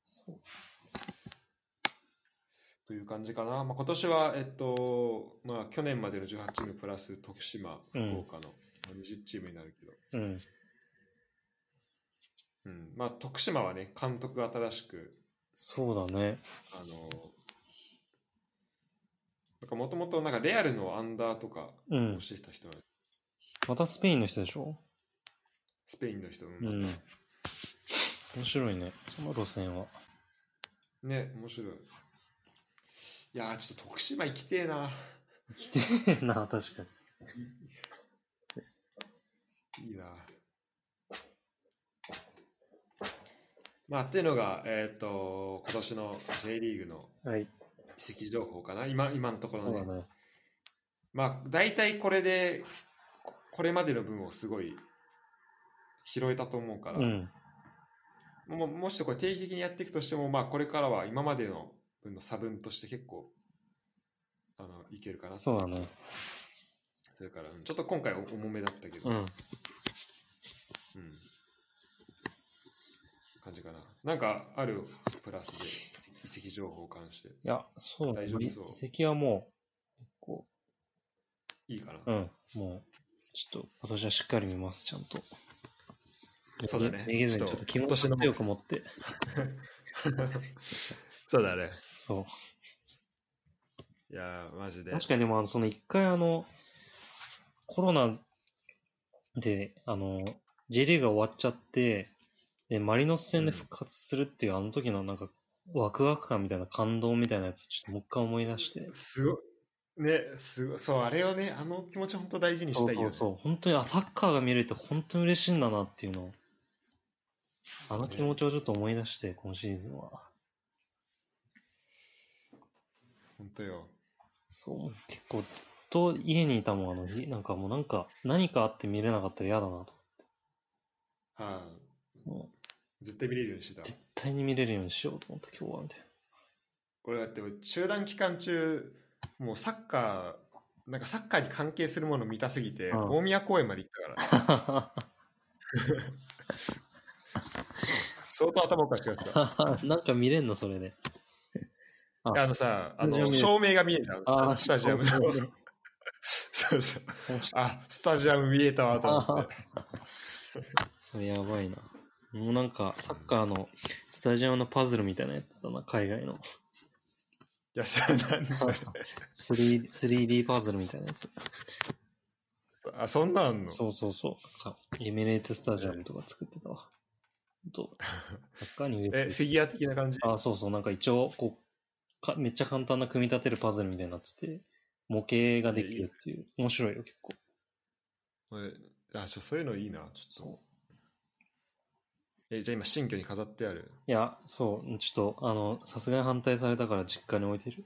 S2: そう
S1: という感じかな、まあ、今年は、えっとまあ、去年までの18チームプラス徳島福
S2: うん
S1: 岡のまあ20チームになるけど、
S2: うん。
S1: うんまあ、徳島はね監督が新しく
S2: そうだね。
S1: あのなんかもともとなんかレアルのアンダーとか
S2: うん
S1: を。してた人は
S2: またスペインの人でしょ
S1: スペインの人、
S2: うん。面白いね。その路線は。
S1: ね面白いいやーちょっと徳島行きてえな
S2: 来てんな、確かに。
S1: いいなまあっていうのがえっ、と今年の J リーグの
S2: はい。
S1: 移籍情報かな今今のところ
S2: そう
S1: ね
S2: だね。
S1: まあ大体これでここれまでの分をすごい拾えたと思うから、
S2: うん。
S1: ももしこれ定期的にやっていくとしても、まあ、これからは今までの分の差分として結構あのいけるかな
S2: そうだね。
S1: それからうんちょっと今回お重めだったけど、
S2: うん。
S1: うん感じかななんかあるプラスで遺跡情報を関して
S2: いや、そうだね。
S1: 大丈夫そう
S2: 移籍はもう、結構、
S1: いいかな、 [laughs]
S2: うん、もう、ちょっと今年はしっかり見ます、ちゃんと。
S1: そうだね
S2: めげずに
S1: ちょっ
S2: ちょっ
S1: と
S2: と気持ちを強く持って。
S1: そうだね
S2: そう。
S1: いやーマジで
S2: 確かにでも、あの、その一回あの、コロナで、あの、J リーグが終わっちゃって、で、マリノス戦で復活するっていう、あの時のなんか、ワクワク感みたいな感動みたいなやつ、ちょっともう一回思い出して。
S1: すごいねすごいそうあれをねあの気持ち本当大事にし
S2: そ
S1: た
S2: う
S1: いよ
S2: そ
S1: ね
S2: うそう、本当に、あ、サッカーが見れて本当に嬉しいんだなっていうのを、あの気持ちをちょっと思い出して、今シーズンは。
S1: 本当よ
S2: そう、結構ずっと家にいたもん、あの日、なんかもうなんか、何かあって見れなかったら嫌だなと。
S1: はあ
S2: も
S1: 絶対見れるようにしてた
S2: 絶対に見れるようにしようと思った、今日は、みたいな。
S1: 俺だって中断期間中もうサッカーなんかサッカーに関係するもの見たすぎて、
S2: うん
S1: 大宮公園まで行ったから相当頭おかしくなって
S2: [laughs]
S1: た
S2: なんか見れんの、それで。あ
S1: いやあのさあ
S2: スタジア
S1: の
S2: ムで
S1: 照明が見えるじゃん
S2: ああ、
S1: スタジアムの
S2: 確か
S1: [laughs] そうそう
S2: に
S1: あスタジアム見えたわと思って
S2: [laughs] それやばいな。もうなんか、サッカーのスタジアムのパズルみたいなやつだな、海外の。
S1: いやさなんで
S2: [laughs]
S1: それ
S2: 3D, 3D パズルみたいなやつ。
S1: あそんなんあんの
S2: そうそうそう。なんかエミレーツスタジアムとか作ってたわ。 [laughs] と、サッカーに入れて
S1: えフィギュア的な感じ
S2: あ、そうそう、なんか一応、こうか、めっちゃ簡単な組み立てるパズルみたいになってて、模型ができるっていう、面白いよ、結構。
S1: えあちょそういうのいいなちょっと
S2: そう。
S1: えじゃあ今新居に飾ってある
S2: いや、そう、ちょっと、あの、さすがに反対されたから実家に置いてる。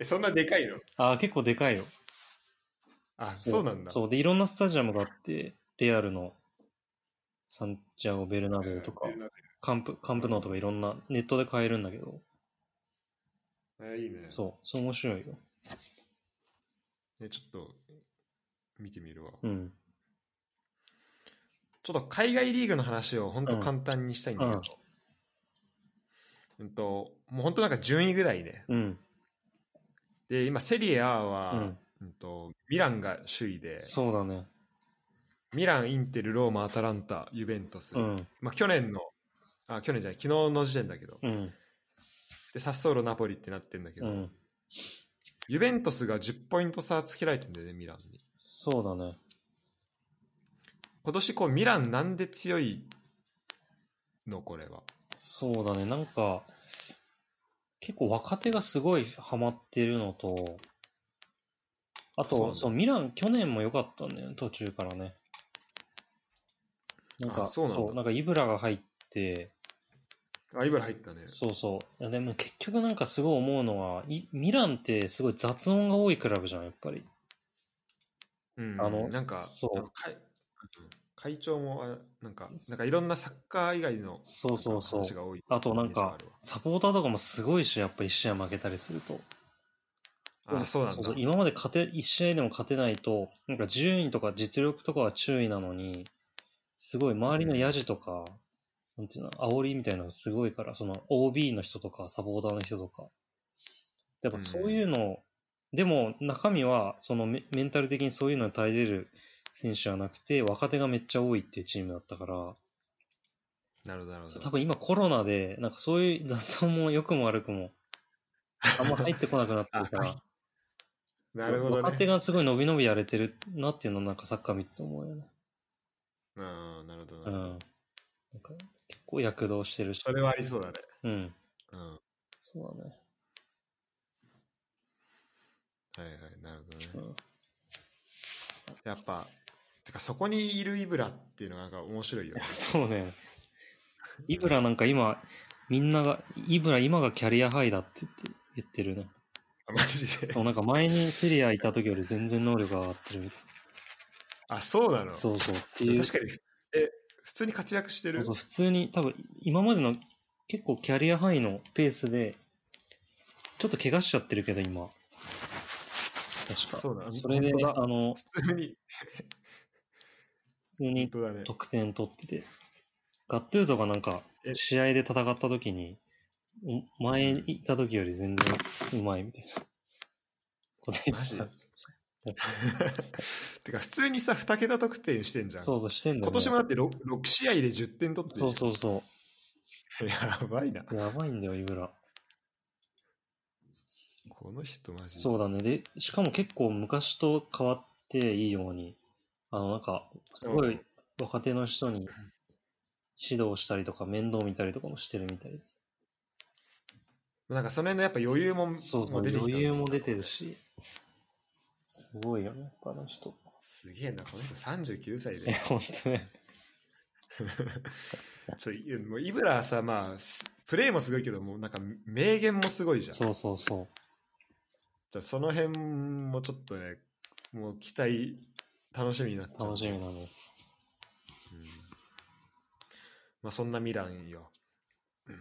S1: えそんなでかいの
S2: あ、結構でかいよ。
S1: あそうなんだ
S2: そう、で、いろんなスタジアムがあって、レアルの、サンチアゴ・ベルナ
S1: う
S2: ベ
S1: ん
S2: ルとか、カンプ、カンプノーとかいろんな、ネットで買えるんだけど、
S1: えいいね
S2: そう、そう面白いよ。
S1: ね、ちょっと見てみるわ、
S2: うん。
S1: ちょっと海外リーグの話を本当
S2: うん
S1: 簡単にしたいんだけど、うんともう本当なんか順位ぐらいね
S2: うん。
S1: で今セリエ A
S2: う
S1: は、
S2: ん。
S1: うんとミランが首位で
S2: そうだね。
S1: ミラン、インテル、ローマ、アタランタ、ユベントス。
S2: うん。
S1: まあ、去年の、あ、去年じゃない、昨日の時点だけど。
S2: うん。
S1: で、サッソーロ、ナポリってなってんだけ
S2: う
S1: ど、
S2: ん。
S1: ユベントスが10ポイント差つけられてんだよね、ミランに。
S2: そうだね。
S1: 今年、こう、ミランなんで強いの、これは。
S2: そうだね。なんか、結構若手がすごいハマってるのと、あと、
S1: そう
S2: そう,、
S1: ね
S2: ミラン去年も良かったんだよね、途中からね。なんか、
S1: あそうなんだ
S2: なんかイブラが入って、
S1: あ、イブラ入ったね。
S2: そうそう。いやでも結局なんかすごい思うのは、いミランってすごい雑音が多いクラブじゃん、やっぱり。
S1: うん、
S2: あの
S1: なんか、
S2: そう
S1: なんか会会長もあ、なんか、なんかいろんなサッカー以外の
S2: そうそうそう
S1: なんか話が多い。
S2: あとなん
S1: イメー
S2: か
S1: ジが、
S2: サポーターとかもすごいし、やっぱ一試合負けたりすると。
S1: あるわあ、そうなんだ。
S2: 今まで勝て、一試合でも勝てないと、なんか順位とか実力とかは注意なのに、すごい周りのヤジとか、なんていうの、煽りみたいなのがすごいから、その OB の人とか、サポーターの人とか。やっぱそういうのを、でも中身は、そのメメンタル的にそういうのに耐えれる選手はなくて、若手がめっちゃ多いっていうチームだったから、
S1: なるほど、なるほ
S2: そう
S1: ど。
S2: 多分今コロナで、なんかそういう雑音も良くも悪くも、あんま入ってこなくなってるか
S1: [laughs]
S2: ら
S1: あ。なるほど
S2: 若手
S1: ね。
S2: がすごい伸び伸びやれてるなっていうのをなんかサッカー見てて思うよね。
S1: うん、なるほど、なる
S2: うん
S1: ほど。。
S2: なんか結構躍動してるし。
S1: それはありそうだね。
S2: うん。
S1: うん。は
S2: そうだね。
S1: いはい、なるほどね。
S2: うん。 [laughs]
S1: やっぱ、てかそこにいるイブラっていうのがなんか面白い
S2: [laughs]
S1: よね。
S2: そうね。イブラなんか今、みんなが、イブラ今がキャリアハイだって言って言ってるね。
S1: マジで
S2: で。もなんか前にセリアいた時より全然能力が上がってるみたい。
S1: あ、そうなの
S2: そうそう。っていう。
S1: 確かに、え、普通に活躍して
S2: そう
S1: る
S2: そう普通に、多分今までの結構キャリア範囲のペースで、ちょっと怪我しちゃってるけど、今。確か。
S1: そうだ
S2: それで、
S1: 本当
S2: あの、
S1: 普通に、
S2: 普通に
S1: 本当だね。
S2: 得点取ってて、ガットゥーゾがなんか、
S1: え
S2: 試合で戦った時に、お前にいた時より全然うまいみたいなこと言
S1: マ
S2: って
S1: ジ [laughs]
S2: た。
S1: てか普通にさ、2桁得点してんじゃん。
S2: [laughs] そうそうしてんだよ、ね。
S1: 今年もだって 6, 6試合で10点取ってる。
S2: そうそうそう
S1: やばいな。
S2: う。やばいんだよ、イブラ。
S1: この人マジで。
S2: そうだね。で、しかも結構昔と変わっていいように、あの、なんか、すご
S1: う
S2: い
S1: ん
S2: 若手の人に指導したりとか、面倒見たりとかもしてるみたいで。
S1: なんかその辺のやっぱ余裕も
S2: そうそ
S1: も
S2: う、
S1: 出てきたん
S2: 余
S1: だ
S2: 裕も出てるし、すごいよね、あの人。
S1: すげえな、この人39歳
S2: え、
S1: で。
S2: ほんとね。
S1: ちょいやもうイブラはさ、まあ、すプレーもすごいけど、もうなんか名言もすごいじゃん。じ
S2: そうそうそ
S1: ゃあその辺もちょっとね、もう期待、楽しみになっちゃ
S2: う、
S1: う。
S2: 楽しみなの。
S1: うんまあそんなミランよ。うん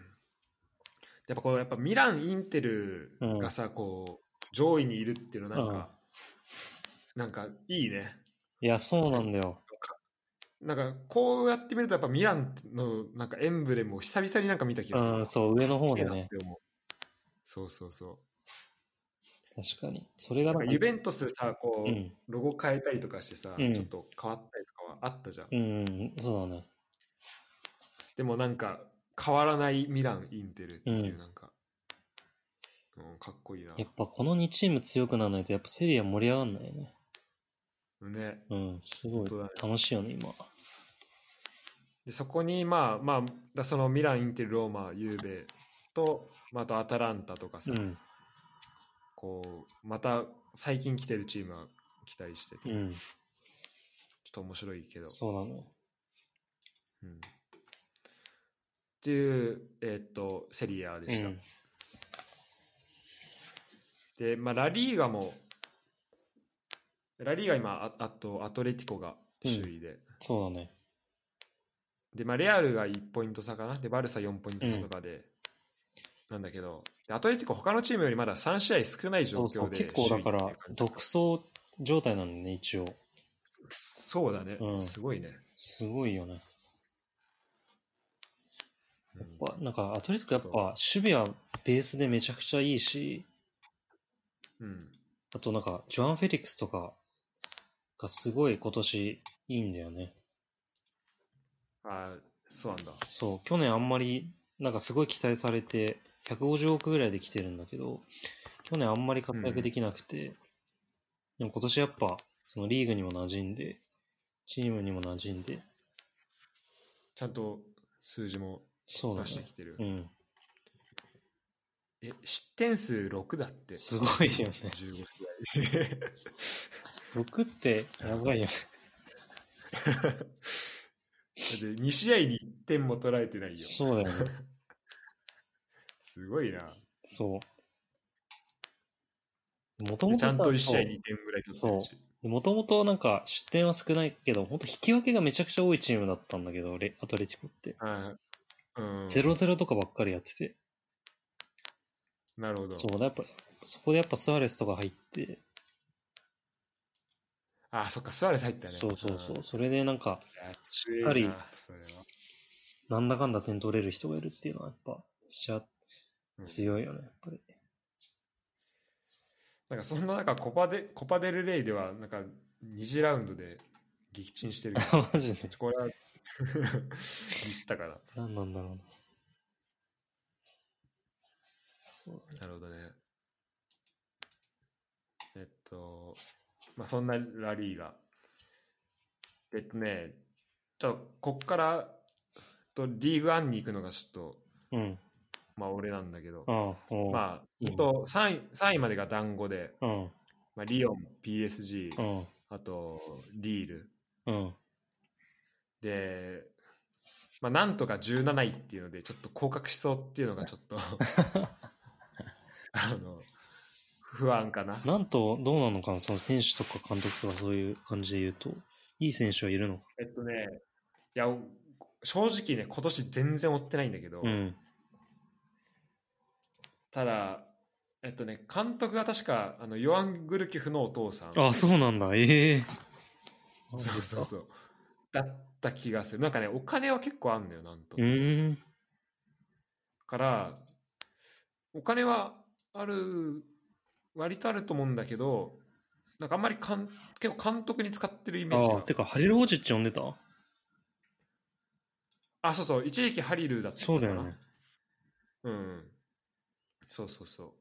S1: やっぱこう、やっぱミラン、インテルがさ、こう、上位にいるっていうのなんか、なんかいいね。
S2: いや、そうなんだよ。
S1: なんかこうやってみるとやっぱミランのなんかエンブレムを久々になんか見た気がする。
S2: うん、そう、上の方
S1: い
S2: で
S1: いなっ
S2: ね。
S1: て思うそうそうそ
S2: 確かに。それが
S1: う。な
S2: な
S1: か
S2: んんか、
S1: ユベントスさ、こう、
S2: うん、
S1: ロゴ変えたりとかしてさ、
S2: うん
S1: ちょっと変わったりとかはあったじゃん。
S2: うん、そうだね。
S1: でもなんか変わらないミラン、インテルっていううんなんか、うんかっこいいな。
S2: やっぱこの2チーム強くならないと、やっぱセリア盛り上がんないね。
S1: ね。
S2: うん、すご
S1: 本
S2: い
S1: 当だね
S2: 楽しいよね、今。
S1: でそこにまあまあだそのミラン、インテル、ローマ、ユーベと、まあ、あとアタランタとかさ、
S2: うん、
S1: こうまた最近来てるチームは期待してて、
S2: う
S1: ちょっ
S2: ん、
S1: と面白いけど。
S2: そうなの。
S1: うんっていう、えーっと、セリアで
S2: う
S1: した。
S2: ん、
S1: で、まあ、ラリーガも、ラリーガ今、ああと、アトレティコが首位で、
S2: そうだね。
S1: で、まあ、レアルが1ポイント差かな、で、バルサ4ポイント差とかで、なんだけど、でアトレティコ、他のチームよりまだ3試合少ない状
S2: そうそ
S1: 況
S2: う、
S1: で
S2: 結構だか
S1: 首位っ
S2: ら
S1: ていう感、じ
S2: 独走状態なのね、一応。
S1: そうだね、
S2: うん
S1: すごいね。
S2: すごいよね。
S1: うん
S2: やっぱなんか、アトレティコやっぱ、守備はベースでめちゃくちゃいいし、
S1: うん、
S2: あとなんか、ジョアン・フェリックスとかがすごい今年いいんだよね。
S1: あーそうなんだ。
S2: そう、去年あんまり、なんかすごい期待されて、150億ぐらいで来てるんだけど、去年あんまり活躍できなくて、でも今年やっぱ、そのリーグにも馴染んで、チームにも馴染んで、
S1: ちゃんと数字も
S2: そうだ
S1: 出して
S2: ね。
S1: きてる。
S2: うん。
S1: え、失点数6だって。
S2: すごいよね
S1: 15試合。
S2: 6ってやばいよね。
S1: だって2試合に1点も取られてないよ。
S2: そうだよね。
S1: すごいな。
S2: そう。もともと
S1: ちゃんと1試合2点ぐらい取ってるし。
S2: もともとなんか失点は少ないけど、本当引き分けがめちゃくちゃ多いチームだったんだけど、レアトレティコって。
S1: あーうん、
S2: 0-0とかばっかりやってて。
S1: なるほど。
S2: そうだ、やっぱ、そこでやっぱスアレスとか入って、
S1: あー、そっか、スアレス入ったね。
S2: そうそうそ
S1: ん
S2: う。それでなんか、
S1: いや強え
S2: っかり
S1: なそれは
S2: なんだかんだ点取れる人がいるっていうのはやっぱ、しち
S1: う
S2: ゃ
S1: ん
S2: 強いよね、やっぱり。 [laughs]
S1: なんかそんな中コパで、コパデルレイでは、なんか2次ラウンドで撃沈
S2: [laughs]
S1: してるけど
S2: マジで。
S1: これは [laughs] ミスったから。
S2: 何なんだろうな。そうだね。
S1: なるほどね。えっと、まあ、そんなラリーが。えっとね、ちょっと、こっから、とリーグワンに行くのがちょっと、
S2: うん。
S1: まあ、俺なんだけど、
S2: ああ、おう
S1: まあ、
S2: いいね
S1: ほんと3位、3位までが団子で、
S2: うん。
S1: まあ、リオン、PSG、
S2: うん。
S1: あと、リール。
S2: うん。
S1: で、まあ、なんとか17位っていうので、ちょっと降格しそうっていうのがちょっ
S2: [laughs]
S1: と、あの、不安かな。
S2: なんと、どうなのかな、その選手とか監督とかそういう感じで言うと、いい選手はいるのか。
S1: えっとね、いや、正直ね、今年全然追ってないんだけど、
S2: うん。
S1: ただ、えっとね、監督が確か、あの、ヨアン・グルキフのお父さん。
S2: あ、そうなんだ。ええ
S1: そうそうそう。だった気がする。なんかね、お金は結構あんのよ、なんと。
S2: うーん。
S1: から、お金はある、割とあると思うんだけど、なんかあんまりかん結構監督に使ってるイメージ
S2: あ
S1: が
S2: あ、てか、ハリル・ホジッチ呼んでた
S1: あ、そうそう、一時期ハリルだったか
S2: そ
S1: な
S2: うだよね。。
S1: うん。そうそうそう。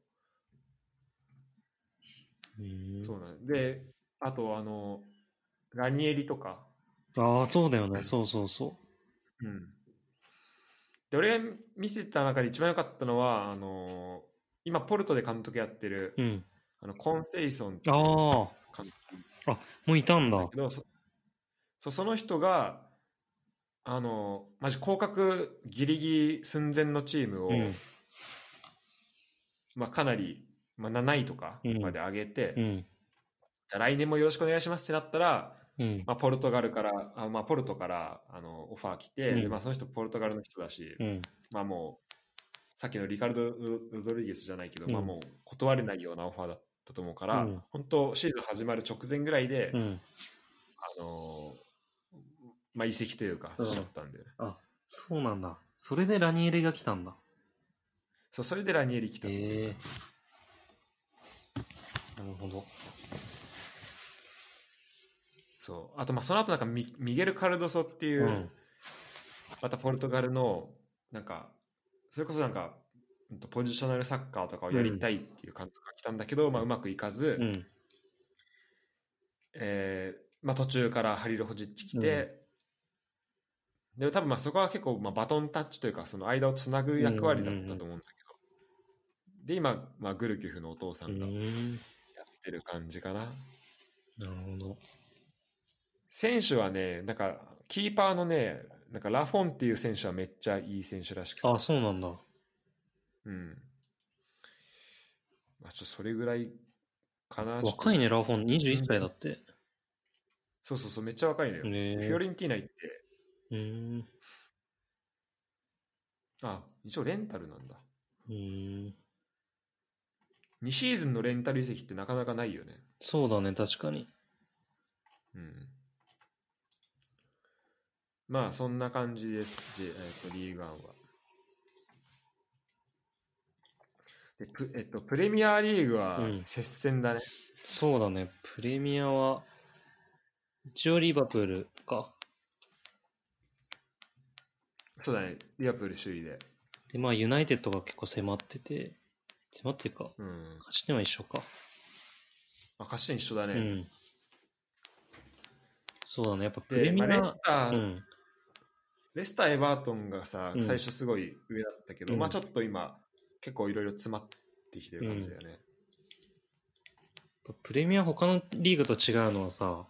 S2: うーん
S1: そうなんで、あと、あの、ラニエリとか。
S2: ああ、そうだよね。そうそうそ
S1: うん。で、俺が見てた中で一番良かったのは、あの、今、ポルトで監督やってる、
S2: う。うん。
S1: あの、コンセイソンって
S2: ああ、
S1: 監督
S2: もういたんだ
S1: だ。けど、そそうその人が、あの、マジ降格ギリギリ寸前のチームを、
S2: うん。
S1: まあ、かなり、まあ、7位とか
S2: うん
S1: まで上げて、
S2: うん。
S1: じゃあ来年もよろしくお願いしますってなったら、
S2: うん。
S1: まあ、ポルトガルから、あまあ、ポルトからあのオファー来て、
S2: うん
S1: でまあ、その人、ポルトガルの人だし、
S2: うん。
S1: まあ、もう、さっきのリカルド・ロロドリゲスじゃないけど、
S2: うん
S1: まあ、もう断れないようなオファーだったと思うから、
S2: うん
S1: 本当、シーズン始まる直前ぐらいで、
S2: うん。
S1: あのまあ、移籍というか、
S2: うん
S1: しちゃったんで、
S2: そうなんだ。それでラニエレが来たんだ。
S1: そうそれでラニエリ来たっていう
S2: ええなるほど。
S1: そうあと、まあ、その後なんかミ、ミゲル・カルドソっていう、
S2: うん。
S1: またポルトガルの、なんか、それこそなんか、うんとポジショナルサッカーとかをやりたいっていう監督が来たんだけど、まあ、うまくいかず、
S2: うん。
S1: えーまあ、途中からハリル・ホジッチ来て、で多分まあそこは結構まあバトンタッチというかその間をつなぐ役割だったと思うんだけど、で今、まあ、グルキュフのお父さ
S2: うん
S1: がやっ
S2: ん。
S1: てる感じかな、
S2: なるほど。
S1: 選手はねなんかキーパーのねなんかラフォンっていう選手はめっちゃいい選手らしくて
S2: あ、そうなんだ。
S1: うんまあ、ちょっとそれぐらいかなちょっと
S2: 若いね、ラフォン。21歳だって。
S1: そうそうそうめっちゃ若いのよ、
S2: ねえ
S1: フィオレンティーナ行って
S2: うーん。
S1: あ一応レンタルなんだ
S2: うーん。
S1: 2シーズンのレンタル移籍ってなかなかないよね。
S2: そうだね、確かに。
S1: うん。まあ、そんな感じです。J えっと、リーグワンは。でプえっと、プレミアリーグは
S2: うん
S1: 接戦だね。
S2: そうだね、プレミアは、一応リバプール
S3: か。
S1: そうだね、リアプール首位で。
S2: で、まあ、ユナイテッドが結構迫ってて、迫ってるか、
S1: うん。
S2: 勝ち点は一緒か。
S1: まあ、勝ち点一緒だ
S2: う
S1: ね。
S2: ん。そうだね、やっぱプレ
S1: で、
S2: ミ
S1: まあ、
S2: ア、
S1: レスター、
S2: うん。
S1: レスター、エバートンがさ
S2: う、ん
S1: 最初すごい上だったけど、
S2: うん
S1: まあちょっと今、結構いろいろ詰まってきてる感じだよね。
S2: プレミア他のリーグと違うのはさ、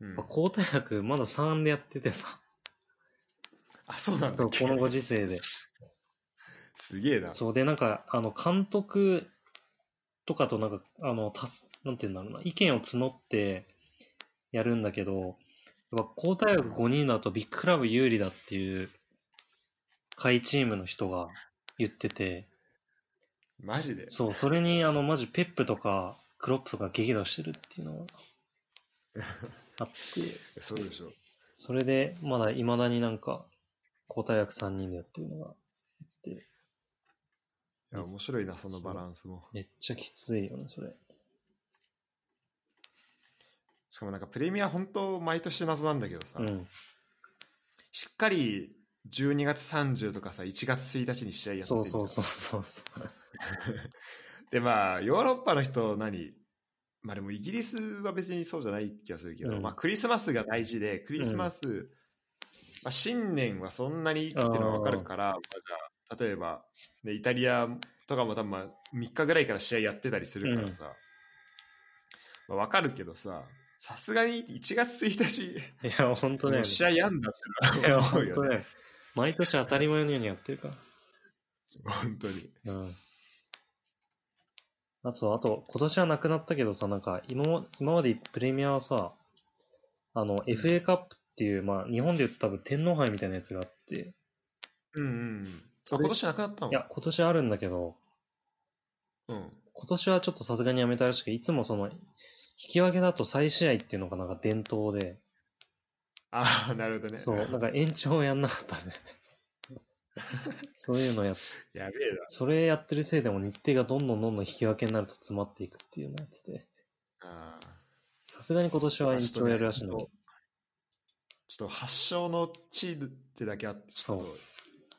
S1: うん
S2: やっぱ交代枠まだ3でやって
S1: [laughs]
S2: てさ、
S1: あ、そうなんだっ
S2: こ
S1: け。
S2: のご時世で。
S1: すげえな。
S2: そうで、なんか、あの、監督とかとなんか、あの、たす、なんていうんだろうな、意見を募ってやるんだけど、やっぱ交代枠5人だとビッグクラブ有利だっていう、下位チームの人が言ってて、
S1: マジで。
S2: そう、それに、あの、マジペップとか、クロップとか激怒してるっていうのがあって、
S1: そうでしょ。
S2: それで、まだ未だになんか、交代役3人でやってるのが、って
S1: いや、面白いな、そのバランスも。
S2: めっちゃきついよね、それ。
S1: しかもなんかプレミア本当毎年謎なんだけどさ、
S2: うん。
S1: しっかり12月30とかさ、1月1日に試合やって
S2: そ
S1: る
S2: う
S1: じゃん
S2: そうそうそうそう。
S1: で、まあ、ヨーロッパの人何まあでもイギリスは別にそうじゃない気がするけど、
S2: うん
S1: まあクリスマスが大事で、クリスマス、まあ新年はそんなにっていうのはわかるから、まあじゃあ例えば、ね、イタリアとかも多分まあ3日ぐらいから試合やってたりするからさ、まあわかるけどさ、さすがに1月1日、
S2: いや、本当
S1: も
S2: だよ
S1: う
S2: ね。
S1: 試合やんだって
S2: い
S1: の
S2: や、
S1: は思う
S2: 本
S1: よ
S2: 当
S1: ね。
S2: だよ。毎年当たり前のようにやってるか
S1: 本当に。
S2: ら。うん。あと、あと、今年はなくなったけどさ、なんか、今も、今までプレミアはさ、あの、FA カップっていう、まあ、日本で言うと多分天皇杯みたいなやつがあって、
S1: うんうん。
S2: そ
S1: あ
S2: れ
S1: 今年なくなったの
S2: いや、今年あるんだけど、
S1: うん。
S2: 今年はちょっとさすがにやめたらしく、いつもその、引き分けだと再試合っていうのがなんか伝統で、
S1: ああ、なるほどね。
S2: そう、なんか延長をやんなかった
S1: [laughs]
S2: ね。そういうのやっ
S1: やべえな。
S2: それやってるせいでも日程がどんどんどんどん引き分けになると詰まっていくっていうのやってて。
S1: あー
S2: さすがに今年は延長やるらしいのに。
S1: ちょっと発祥の地ってだけあって、ちょっ
S2: そ
S1: と、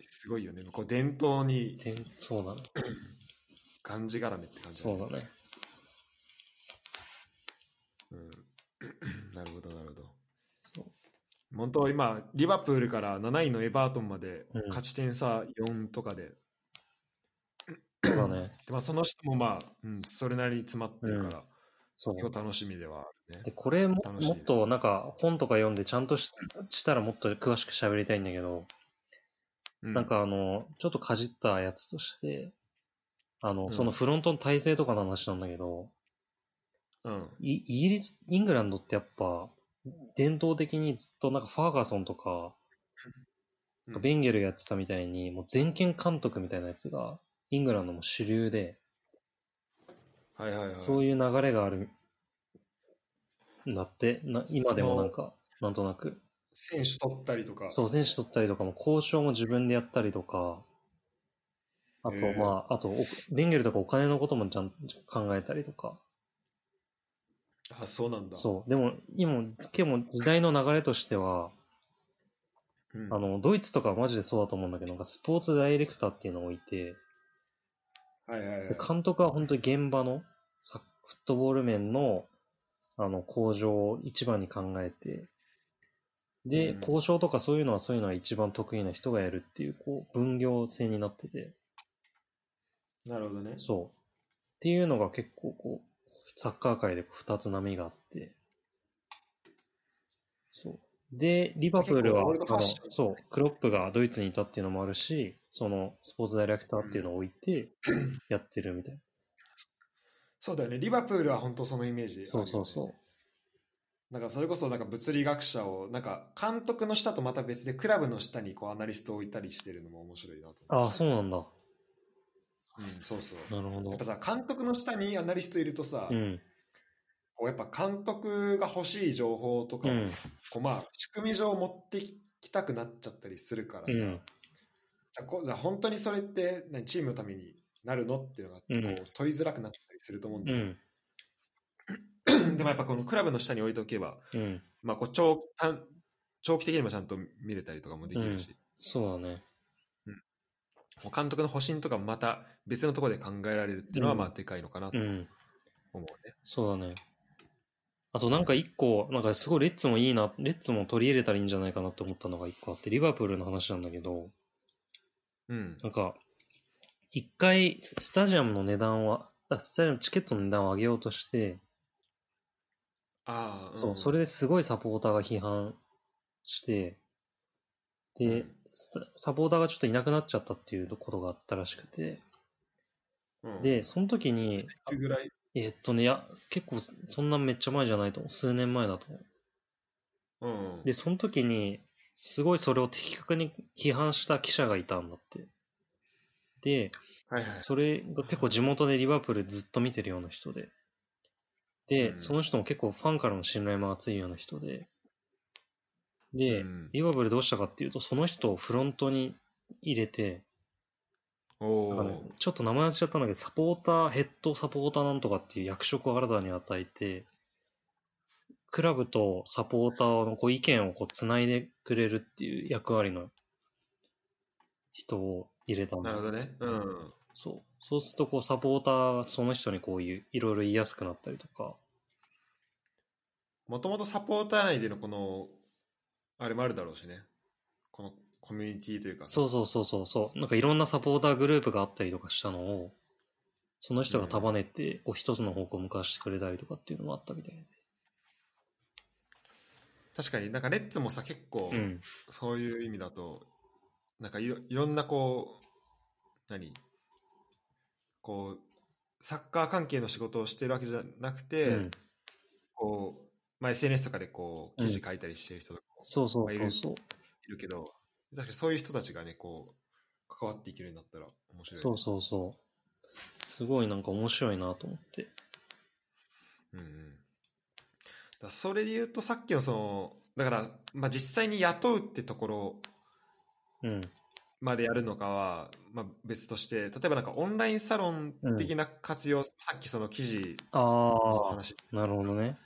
S1: すごいよね。こう伝統に
S2: てんそうだね。
S1: がんじがらめって感じだ
S2: そ
S1: ね、
S2: うだね。
S1: うん、なるほど、なるほど。
S2: そう
S1: 本当、今、リバプールから7位のエバートンまで
S2: うん、
S1: 勝ち点差4とかで、
S2: そうだね。
S1: でまあ、その人もまあ、うん、それなりに詰まってるから、
S2: そう。
S1: 今日楽しみではある
S2: で、
S1: ね。
S2: これも
S1: 楽しい
S2: もっとなんか本とか読んでちゃんとししたらもっと詳しく喋りたいんだけど、
S1: う
S2: なん、かあの、ちょっとかじったやつとして、あの、
S1: うん
S2: そのフロントの体制とかの話なんだけど、
S1: うん、
S2: イイギリス、イングランドってやっぱ、伝統的にずっとなんかファーガソンとか、
S1: うん
S2: ベンゲルやってたみたいに、もう全権監督みたいなやつが、イングランドも主流で、
S1: はいはいはい。
S2: そういう流れがある、なって、な今でもなんか、なんとなく、
S1: 選手取ったりとか、
S2: そう、選手取ったりとかも、交渉も自分でやったりとか、あと
S1: へ、え
S2: まあ、あと、おベンゲルとかお金のこともちゃんちゃん考えたりとか、
S1: あ、そうなんだ。
S2: そう、でも、今、結構時代の流れとしては、
S1: うん。
S2: あの、ドイツとかはマジでそうだと思うんだけど、なんかスポーツダイレクターっていうのを置いて、
S1: はいはいはい
S2: で。監督は本当に現場のサッフットボール面のあの向上を一番に考えてで、
S1: うん
S2: 交渉とかそういうのはそういうのは一番得意な人がやるっていうこう分業制になってて
S1: なるほどね。
S2: そうっていうのが結構こうサッカー界で2つ波があってそうでリバプールは
S1: 結構オールドファッション
S2: あのそうクロップがドイツにいたっていうのもあるしそのスポーツダイレクターっていうのを置
S1: [laughs]
S2: いてやってるみたいな、
S1: そうだよね。リバプールは本当そのイメージ、
S2: そうそうそう。
S1: なんかそれこそなんか物理学者をなんか監督の下とまた別でクラブの下にこうアナリストを置いたりしてるのも面白いなと
S2: あ
S1: 思
S2: あ、そうなんだ。
S1: う、うん、そうそう
S2: なるほ
S1: や
S2: ど
S1: っぱ。さ監督の下にアナリストいるとさ、
S2: うん。
S1: こうやっぱ監督が欲しい情報とか
S2: う
S1: を、
S2: ん。
S1: こうまあ仕組み上持ってきたくなっちゃったりするからさ、
S2: う
S1: じゃ
S2: ん。
S1: あこじゃあ本当にそれって何チームのためになるのっていうのがこ
S2: うん
S1: う問いづらくなったりすると思うんだ
S2: う
S1: よ、[clears throat]
S2: ん。
S1: でもやっぱこのクラブの下に置いておけば、
S2: うん。
S1: まあ、こう長短長期的にもちゃんと見れたりとかもできるし、
S2: そうだね。
S1: もう監督の保身とかもまた別のところで考えられるっていうのは
S2: うん
S1: まあでかいのかなと
S2: うん。
S1: 思うね。
S2: そうだね。あとなんか一個、なんかすごいレッツもいいな、レッツも取り入れたらいいんじゃないかなって思ったのが一個あって、リバプールの話なんだけど、
S1: うん。
S2: なんか、一回、スタジアムの値段を、あスタジアムチケットの値段を上げようとして、
S1: ああ、
S2: そう、それですごいサポーターが批判して、で、
S1: うん
S2: ササポーターがちょっといなくなっちゃったっていうことがあったらしくて、
S1: うん、
S2: で、その時に、
S1: いつぐらい
S2: えーっとね、いや、結構、そんなめっちゃ前じゃないと思う。数年前だと思う。
S1: うん。
S2: で、その時に、すごいそれを的確に批判した記者がいたんだって。で、
S1: はいはい。
S2: それが結構地元でリバプールずっと見てるような人で。で、
S1: うん
S2: その人も結構ファンからの信頼も厚いような人で。で、
S1: うん
S2: リバプールどうしたかっていうと、その人をフロントに入れて、
S1: お
S2: なんかね
S1: お。
S2: ちょっと名前忘れちゃったんだけど、サポーター、ヘッドサポーターなんとかっていう役職を新たに与えて、クラブとサポーターのこう意見をこう繋いでくれるっていう役割の人を入れたんだ
S1: なるほ
S2: よ
S1: どね。うん。
S2: そう。そうすると、こう、サポーターがその人にこういう、いろいろ言いやすくなったりとか。
S1: もともとサポーター内でのこの、あれもあるだろうしね。このコミュニティというか。
S2: そう
S1: う。
S2: そうそうそうそう。なんかいろんなサポーターグループがあったりとかしたのを、その人が束ねて、こう、一つの方向を向かしてくれたりとかっていうのもあったみたい
S1: 確かになんかレッツもさ、結構、
S2: な。うん。
S1: そういう意味だと、なんかいろいろんなこう、何こう、サッカー関係の仕事をしてるわけじゃなくて、
S2: うん。
S1: こう、まあ、SNS とかでこう、
S2: うん
S1: 記事書いたりしてる人とかも
S2: そうそ
S1: まあ
S2: う
S1: い
S2: そ
S1: る
S2: うそう。
S1: いるけど、確かにそういう人たちがね、こう、関わっていけるようになったら面白いね、
S2: そうそうそう。すごいなんか面白いなと思って。
S1: うんうん、だからそれで言うとさっきのそのだから、まあ、実際に雇うってところ
S2: うん。
S1: までやるのかは、まあ、別として例えばなんかオンラインサロン的な活用、さっきその記事の
S2: あ
S1: 話
S2: あ、なるほどね。
S1: なんか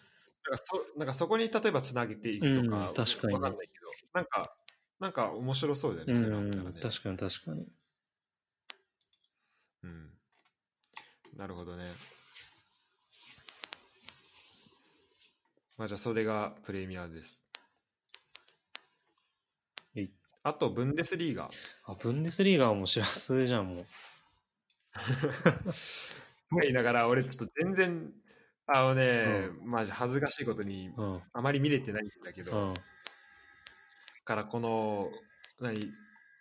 S1: そなんかそこに例えばつなげていくとか,、
S2: うん確かにね
S1: わかんないけどなんかなんか面白そうだよね、
S2: う
S1: そういうのあっ
S2: ん
S1: たら。ね、
S2: 確かに確かに。
S1: うん、なるほどねまあじゃあそれがプレミアです
S2: はい
S1: あとブンデスリーガ
S2: あ、ブンデスリーガーも知らせじゃん、もう。
S1: と言いながら俺ちょっと全然あのね、まあ恥ずかしいことに
S2: うん。
S1: あまり見れてないんだけ
S2: う
S1: ど、
S2: ん。
S1: からこの何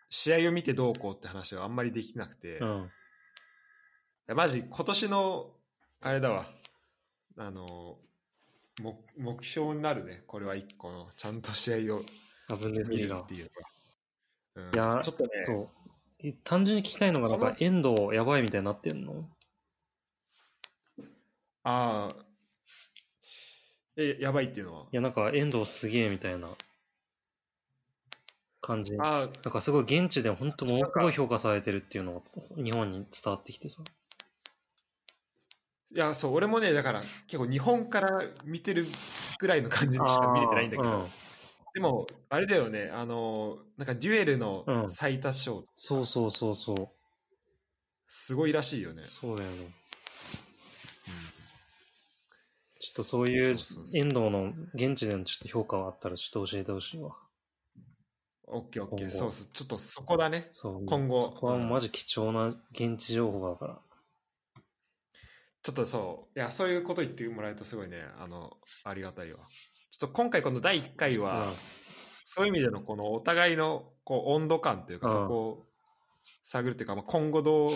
S1: 試合を見てどうこうって話はあんまりできなくて、い
S2: うん。
S1: やマジ今年のあれだわあの目目標になるねこれは一個のちゃんと試合を
S2: あ、ブンデス
S1: 見
S2: リ
S1: る
S2: ーガー
S1: っ。ていうのが、うん、
S2: いやー
S1: ちょっとね
S2: そう。え単純に聞きたいのが、なん
S1: こ
S2: か
S1: の、
S2: 遠藤やばいみたいになってんの
S1: ああえやばいっていうのはい
S2: や、なんか、遠藤すげえみたいな感じ。な
S1: ああ
S2: んか、すごい現地で本当ものす
S1: なん
S2: ごい
S1: か
S2: 評価されてるっていうのが日本に伝わってきてさ。
S1: いやそう俺もねだから結構日本から見てるぐらいの感じにしか見れてないんだけど、
S2: あーうん
S1: でもあれだよねあのなんかデュエルの
S2: うん
S1: 最多勝、
S2: そうそうそうそう。
S1: すごいらしいよね、
S2: そうだよね。ちょっとそういう
S1: そうそうそう
S2: 遠藤の現地でのちょっと評価があったらちょっと教えてほしいわ。
S1: オッケーオッケ
S2: 今
S1: ー
S2: 後
S1: そうそうちょっとそこだね
S2: そう。
S1: 今後
S2: そこはマジ貴重な現地情報だから。
S1: ちょっとそういやそういうこと言ってもらえるとすごいねあのありがたいわちょっと今回この第1回は、そういう意味でのこのお互いのこう温度感というか
S2: うん
S1: そこを探るっていうか、まあ、今後どう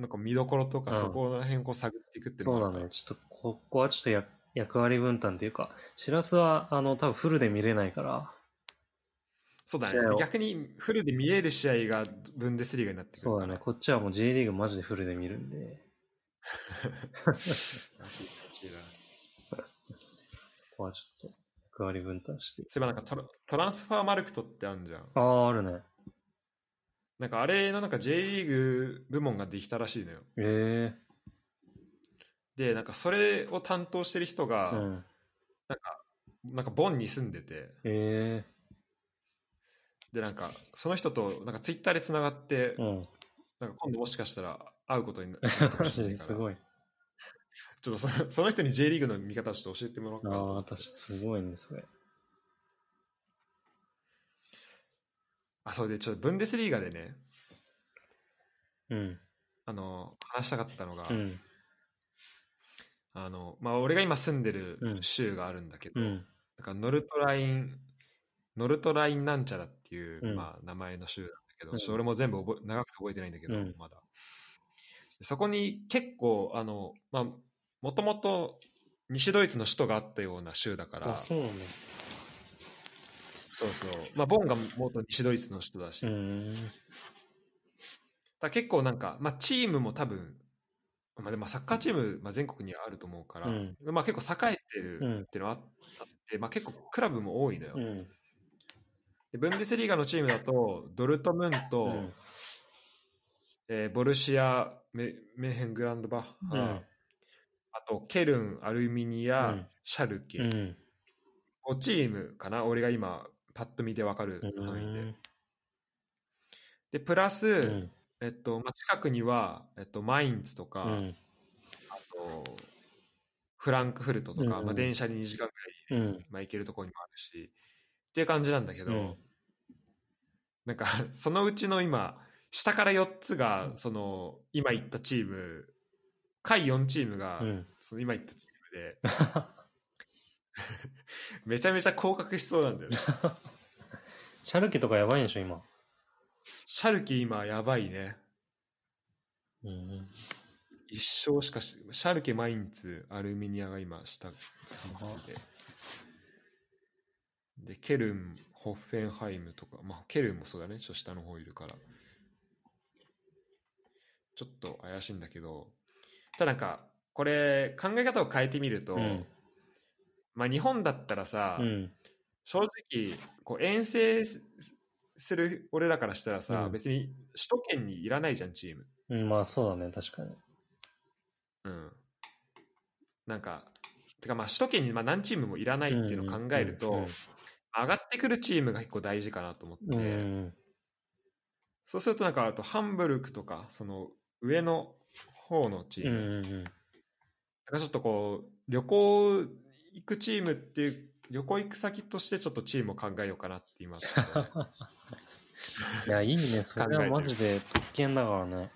S1: なんか見どころとか
S2: うん
S1: そこら辺をこう探っていくっていう
S2: そう
S1: が
S2: だね。ちょっと、ここはちょっとや役割分担というか、しらすは、あの、多分フルで見れないから、
S1: そうだ
S2: 試合
S1: ね
S2: を
S1: 逆にフルで見える試合がブンデスリーガになってくる
S2: そうだね。こっちはもう J リーグマジでフルで見るんで、
S1: らしいらしいな
S2: ここはちょっと役割分担して。
S1: そういえばなんかトラトランスファーマルクトってあるじゃん
S2: ああ、あるね。
S1: なんかあれのなんか J リーグ部門ができたらしいのよ
S2: え
S1: で、なんかそれを担当してる人が、
S2: うん。
S1: なんかボンに住んでて、
S2: え
S1: で、なんかその人となんかツイッターでつながって
S2: え、うん。
S1: なんか今度もしかしたら会うことにななるかも
S2: マ
S1: しれない
S2: ジで
S1: か
S2: [laughs] す
S1: ら、
S2: ごい。
S1: ちょっとそのその人に J リーグの見方をちょっと教えてもらおう
S2: あ
S1: かなと
S2: あ、
S1: 思って。
S2: 私すごいね、それ。
S1: あ、そうで、ちょっとブンデスリーガでね、
S2: うん。
S1: あの、話したかったのが、
S2: うん。
S1: あの、まあ、俺が今住んでる
S2: うん
S1: 州があるんだけど、
S2: うん。
S1: なんかノルトライン、ノルトラインなんちゃらっていう、
S2: うん
S1: まあ、名前の州なんだけど、
S2: うん
S1: ちょっと俺も全部覚え長くて覚えてないんだけど、
S2: うん
S1: まだ。そこに結構、あの、まあ、もともと西ドイツの首都があったような州だから、
S2: あ、そうなんだ。
S1: そうそう。まあ、ボンが元西ドイツの首都だし、
S2: う
S1: だか
S2: ん。
S1: ら結構なんか、まあ、チームも多分、まあ、でもサッカーチーム、まあ、全国にはあると思うから、
S2: うん
S1: まあ、結構栄えてる
S2: うん
S1: っていうのはあって、まあ、結構クラブも多いのよ。
S2: うん。
S1: でブンデスリーガのチームだとドルトムント、
S2: うん
S1: えーボルシアメメーヘングランドバッハ、
S2: うん
S1: あとケルンアルミニア、
S2: うん
S1: シャルケ、
S2: うん。
S1: 5チームかな俺が今パッと見で分かる範囲で、でプラス、
S2: うん。
S1: えっとまあ、近くには、えっと、マインツとか、
S2: うん。
S1: あとフランクフルトとか、
S2: うん
S1: まあ、電車に2時間ぐ
S2: う
S1: らい、
S2: ん。
S1: まあ、行けるところにもあるしっていう感じなんだけど、
S2: うん
S1: なんか [laughs] そのうちの今下から4つがその今言ったチーム下位4チームが
S2: うん。
S1: その今言ったチームで [laughs] めちゃめちゃ降格しそうなん
S2: [laughs]
S1: だよね
S2: シャルケとかやばいんでしょ、今。
S1: シャルキ今やばいね
S2: うん。
S1: 一勝しかしシャルケマインツアルミニアが今下ででケルンホッフェンハイムとか、まあ、ケルンもそうだねちょっと下の方いるからちょっと怪しいんだけどただなんかこれ考え方を変えてみると、
S2: うん。
S1: まあ、日本だったらさ、
S2: うん。
S1: 正直こう遠征すする俺らからしたらさ、
S2: うん
S1: 別に首都圏にいらないじゃんチーム
S2: うん、まあそうだね、確かに。
S1: うん、なんかてかまあ首都圏にまあ何チームもいらないっていうのを考えると、上がってくるチームが結構大事かなと思って、
S2: うん、うん、
S1: そうするとなんかあとハンブルクとかその上の方のチ
S2: う
S1: ーム、
S2: ん、うん、
S1: だからちょっとこう旅行行くチームっていう旅行行く先としてちょっとチームを考えようかなって今ちょっとね
S2: [laughs] いや、い
S1: [laughs]
S2: いね、それ
S1: 考えて
S2: は
S1: る
S2: マジで危険だからね。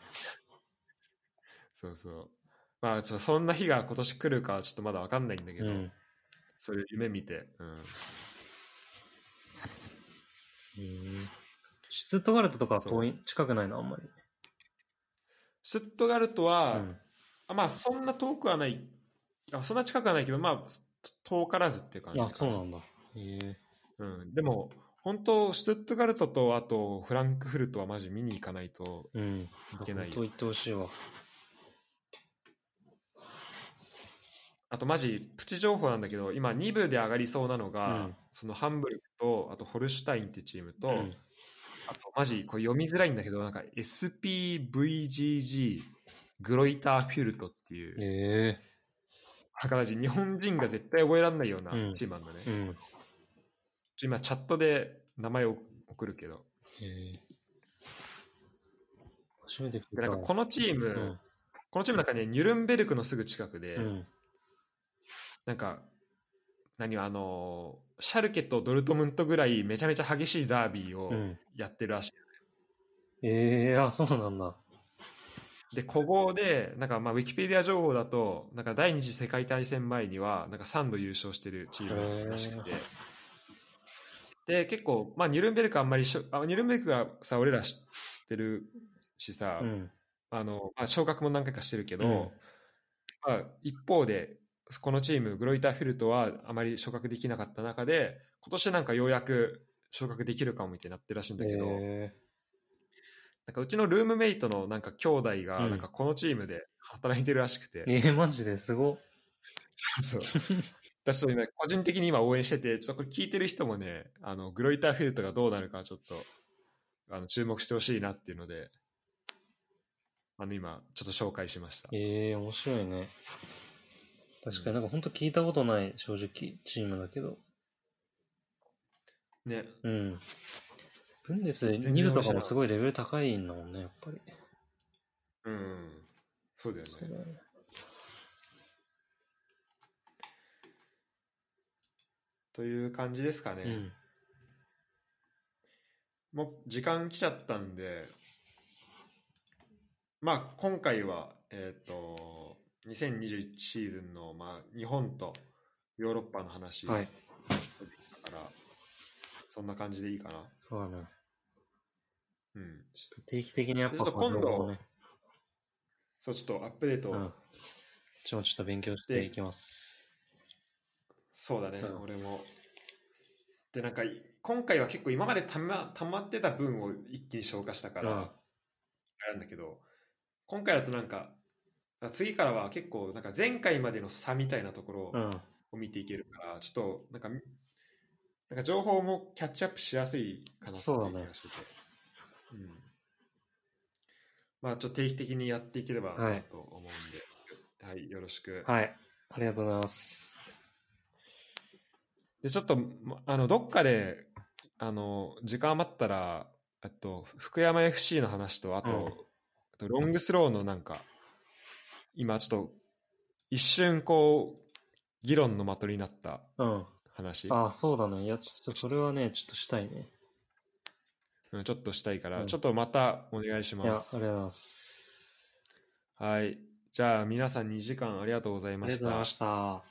S1: そうそうまあちょっとそんな日が今年来るかはちょっとまだ分かんないんだけ
S2: う
S1: ど、
S2: ん。
S1: それ夢見て、うん、
S2: うんシュツットガルトとかは遠い、近くないな、あんまり。
S1: シュットガルトは、
S2: うん
S1: あまあそんな遠くはないあそんな近くはないけどまあと遠からずっていう感じ
S2: あ、そうなんだ。へえ。
S1: うん、でも本当シュトゥットガルトとあとフランクフルトはマジ見に行かないと
S2: うん。
S1: いけない
S2: 本当言ってほしいわ。
S1: あとマジプチ情報なんだけど今2部で上がりそうなのが、
S2: うん
S1: そのハンブルクとあとホルシュタインってチームと、
S2: うん
S1: あとマジこれ読みづらいんだけどなんか SPVGG グロイターフィルトっていう、
S2: へえ。
S1: なんかマジ日本人が絶対覚えられないような
S2: うん
S1: チームなんだね、
S2: う
S1: ちょ
S2: ん。
S1: 今チャットで名前を送るけど
S2: へえ。初めて聞い
S1: でな
S2: た
S1: ん
S2: わ。
S1: かこのチーム、
S2: うん
S1: このチームなんかねニュルンベルクのすぐ近くで、
S2: うん。
S1: なんか、何あのー、シャルケとドルトムントぐらいめちゃめちゃ激しいダービーを
S2: うん。
S1: やってるらしい。
S2: ええ、あ、そうなんだ。
S1: で、古豪で、なんかまあ、ウィキペディア情報だと、なんか第二次世界大戦前には、なんか3度優勝してるチームらしくて
S2: へ。
S1: で、結構、まあ、ニュルンベルクあんまりしょ、あニュルンベルクがさ、俺ら知ってるしさ、
S2: うん。
S1: あの、まあ、昇格も何回かしてるけど、
S2: うん
S1: まあ、一方で、このチーム、グロイターフィルトはあまり昇格できなかった中で、今年なんかようやく昇格できるかもみたいになってるらしいんだけど、
S2: へ
S1: なんかうちのルームメイトのなんか兄弟が、
S2: うん
S1: なんかこのチームで働いてるらしくて、
S2: え。ええ、マジですごっ。
S1: そうそう。私と今、個人的に今応援してて、ちょっとこれ聞いてる人もね、あの、グロイターフィルトがどうなるかちょっと、あの、注目してほしいなっていうので、あの、今、ちょっと紹介しました。
S2: ええ、面白いね。確かになんか本当聞いたことない、正直、チームだけど。
S1: ね。
S2: うん。ブンデス
S1: 全
S2: 2
S1: 然
S2: 部と
S1: 面
S2: か
S1: 白
S2: も
S1: い
S2: すごいレベル高いんだもんね、やっぱり。
S1: うん。そうだよ
S2: そう
S1: ね。
S2: だね
S1: という感じですかね。
S2: うん。
S1: もう時間来ちゃったんで、まあ今回は、えっ、と、2021シーズンの、まあ、日本とヨーロッパの話だ
S2: は
S1: か
S2: い。
S1: ら、そんな感じでいいかな。
S2: そうだね。
S1: うん。
S2: ちょっと定期的にやっぱ
S1: ちょっと今度
S2: この情報をね、
S1: そう、ちょっとアップデート、
S2: うん。こっちもちょっと勉強していきます。
S1: そうだね、
S2: うん
S1: 俺も。で、なんか、今回は結構今までたま溜まってた分を一気に消化したから、
S2: うん
S1: あれなんだけど、今回だとなんか、次からは結構なんか前回までの差みたいなところを、
S2: うん。
S1: を見ていけるから、ちょっとなんか、なんか情報もキャッチアップしやすいかなってい
S2: そうだ
S1: う
S2: ね
S1: 気がしてて。うん。まあ、ちょっと定期的にやっていければ
S2: はい
S1: なと思うんで、はい、よろしく。
S2: はい。ありがとうございます。
S1: で、ちょっと、まあの、どっかで、あの、時間余ったら、あと、福山 FC の話と、あと、
S2: うん
S1: あとロングスローのなんか、今ちょっと、一瞬こう、議論の的になった
S2: うん。
S1: 話。
S2: ああ、そうだね。いや、ちょっとそれはね、ちょっとしたいね。
S1: うん、ちょっとしたいから、
S2: うん
S1: ちょっとまたお願いし
S2: いや、あ
S1: ま
S2: りがと
S1: す
S2: う。ございます。
S1: はい。じゃあ、皆さん2時間ありがとうござい
S2: あ
S1: ま
S2: りが
S1: し
S2: とうござい
S1: た
S2: ま。した。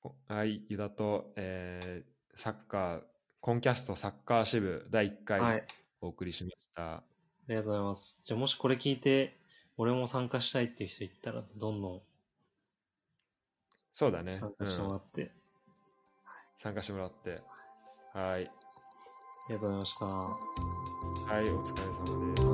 S1: こはい、ユダと、えーサッカー、コンキャストサッカー支部第1
S2: はい。あ
S1: 回お送りしました。
S2: りがとうございます。じゃあ、もしこれ聞いて、俺も参加したいっていう人いったら、どんど
S1: そうだ
S2: ん
S1: ね、
S2: 参
S1: う
S2: 加してもら
S1: ん。
S2: って。
S1: 参加してもらって。はい。
S2: ありがとうございました。
S1: はい、お疲れ様です。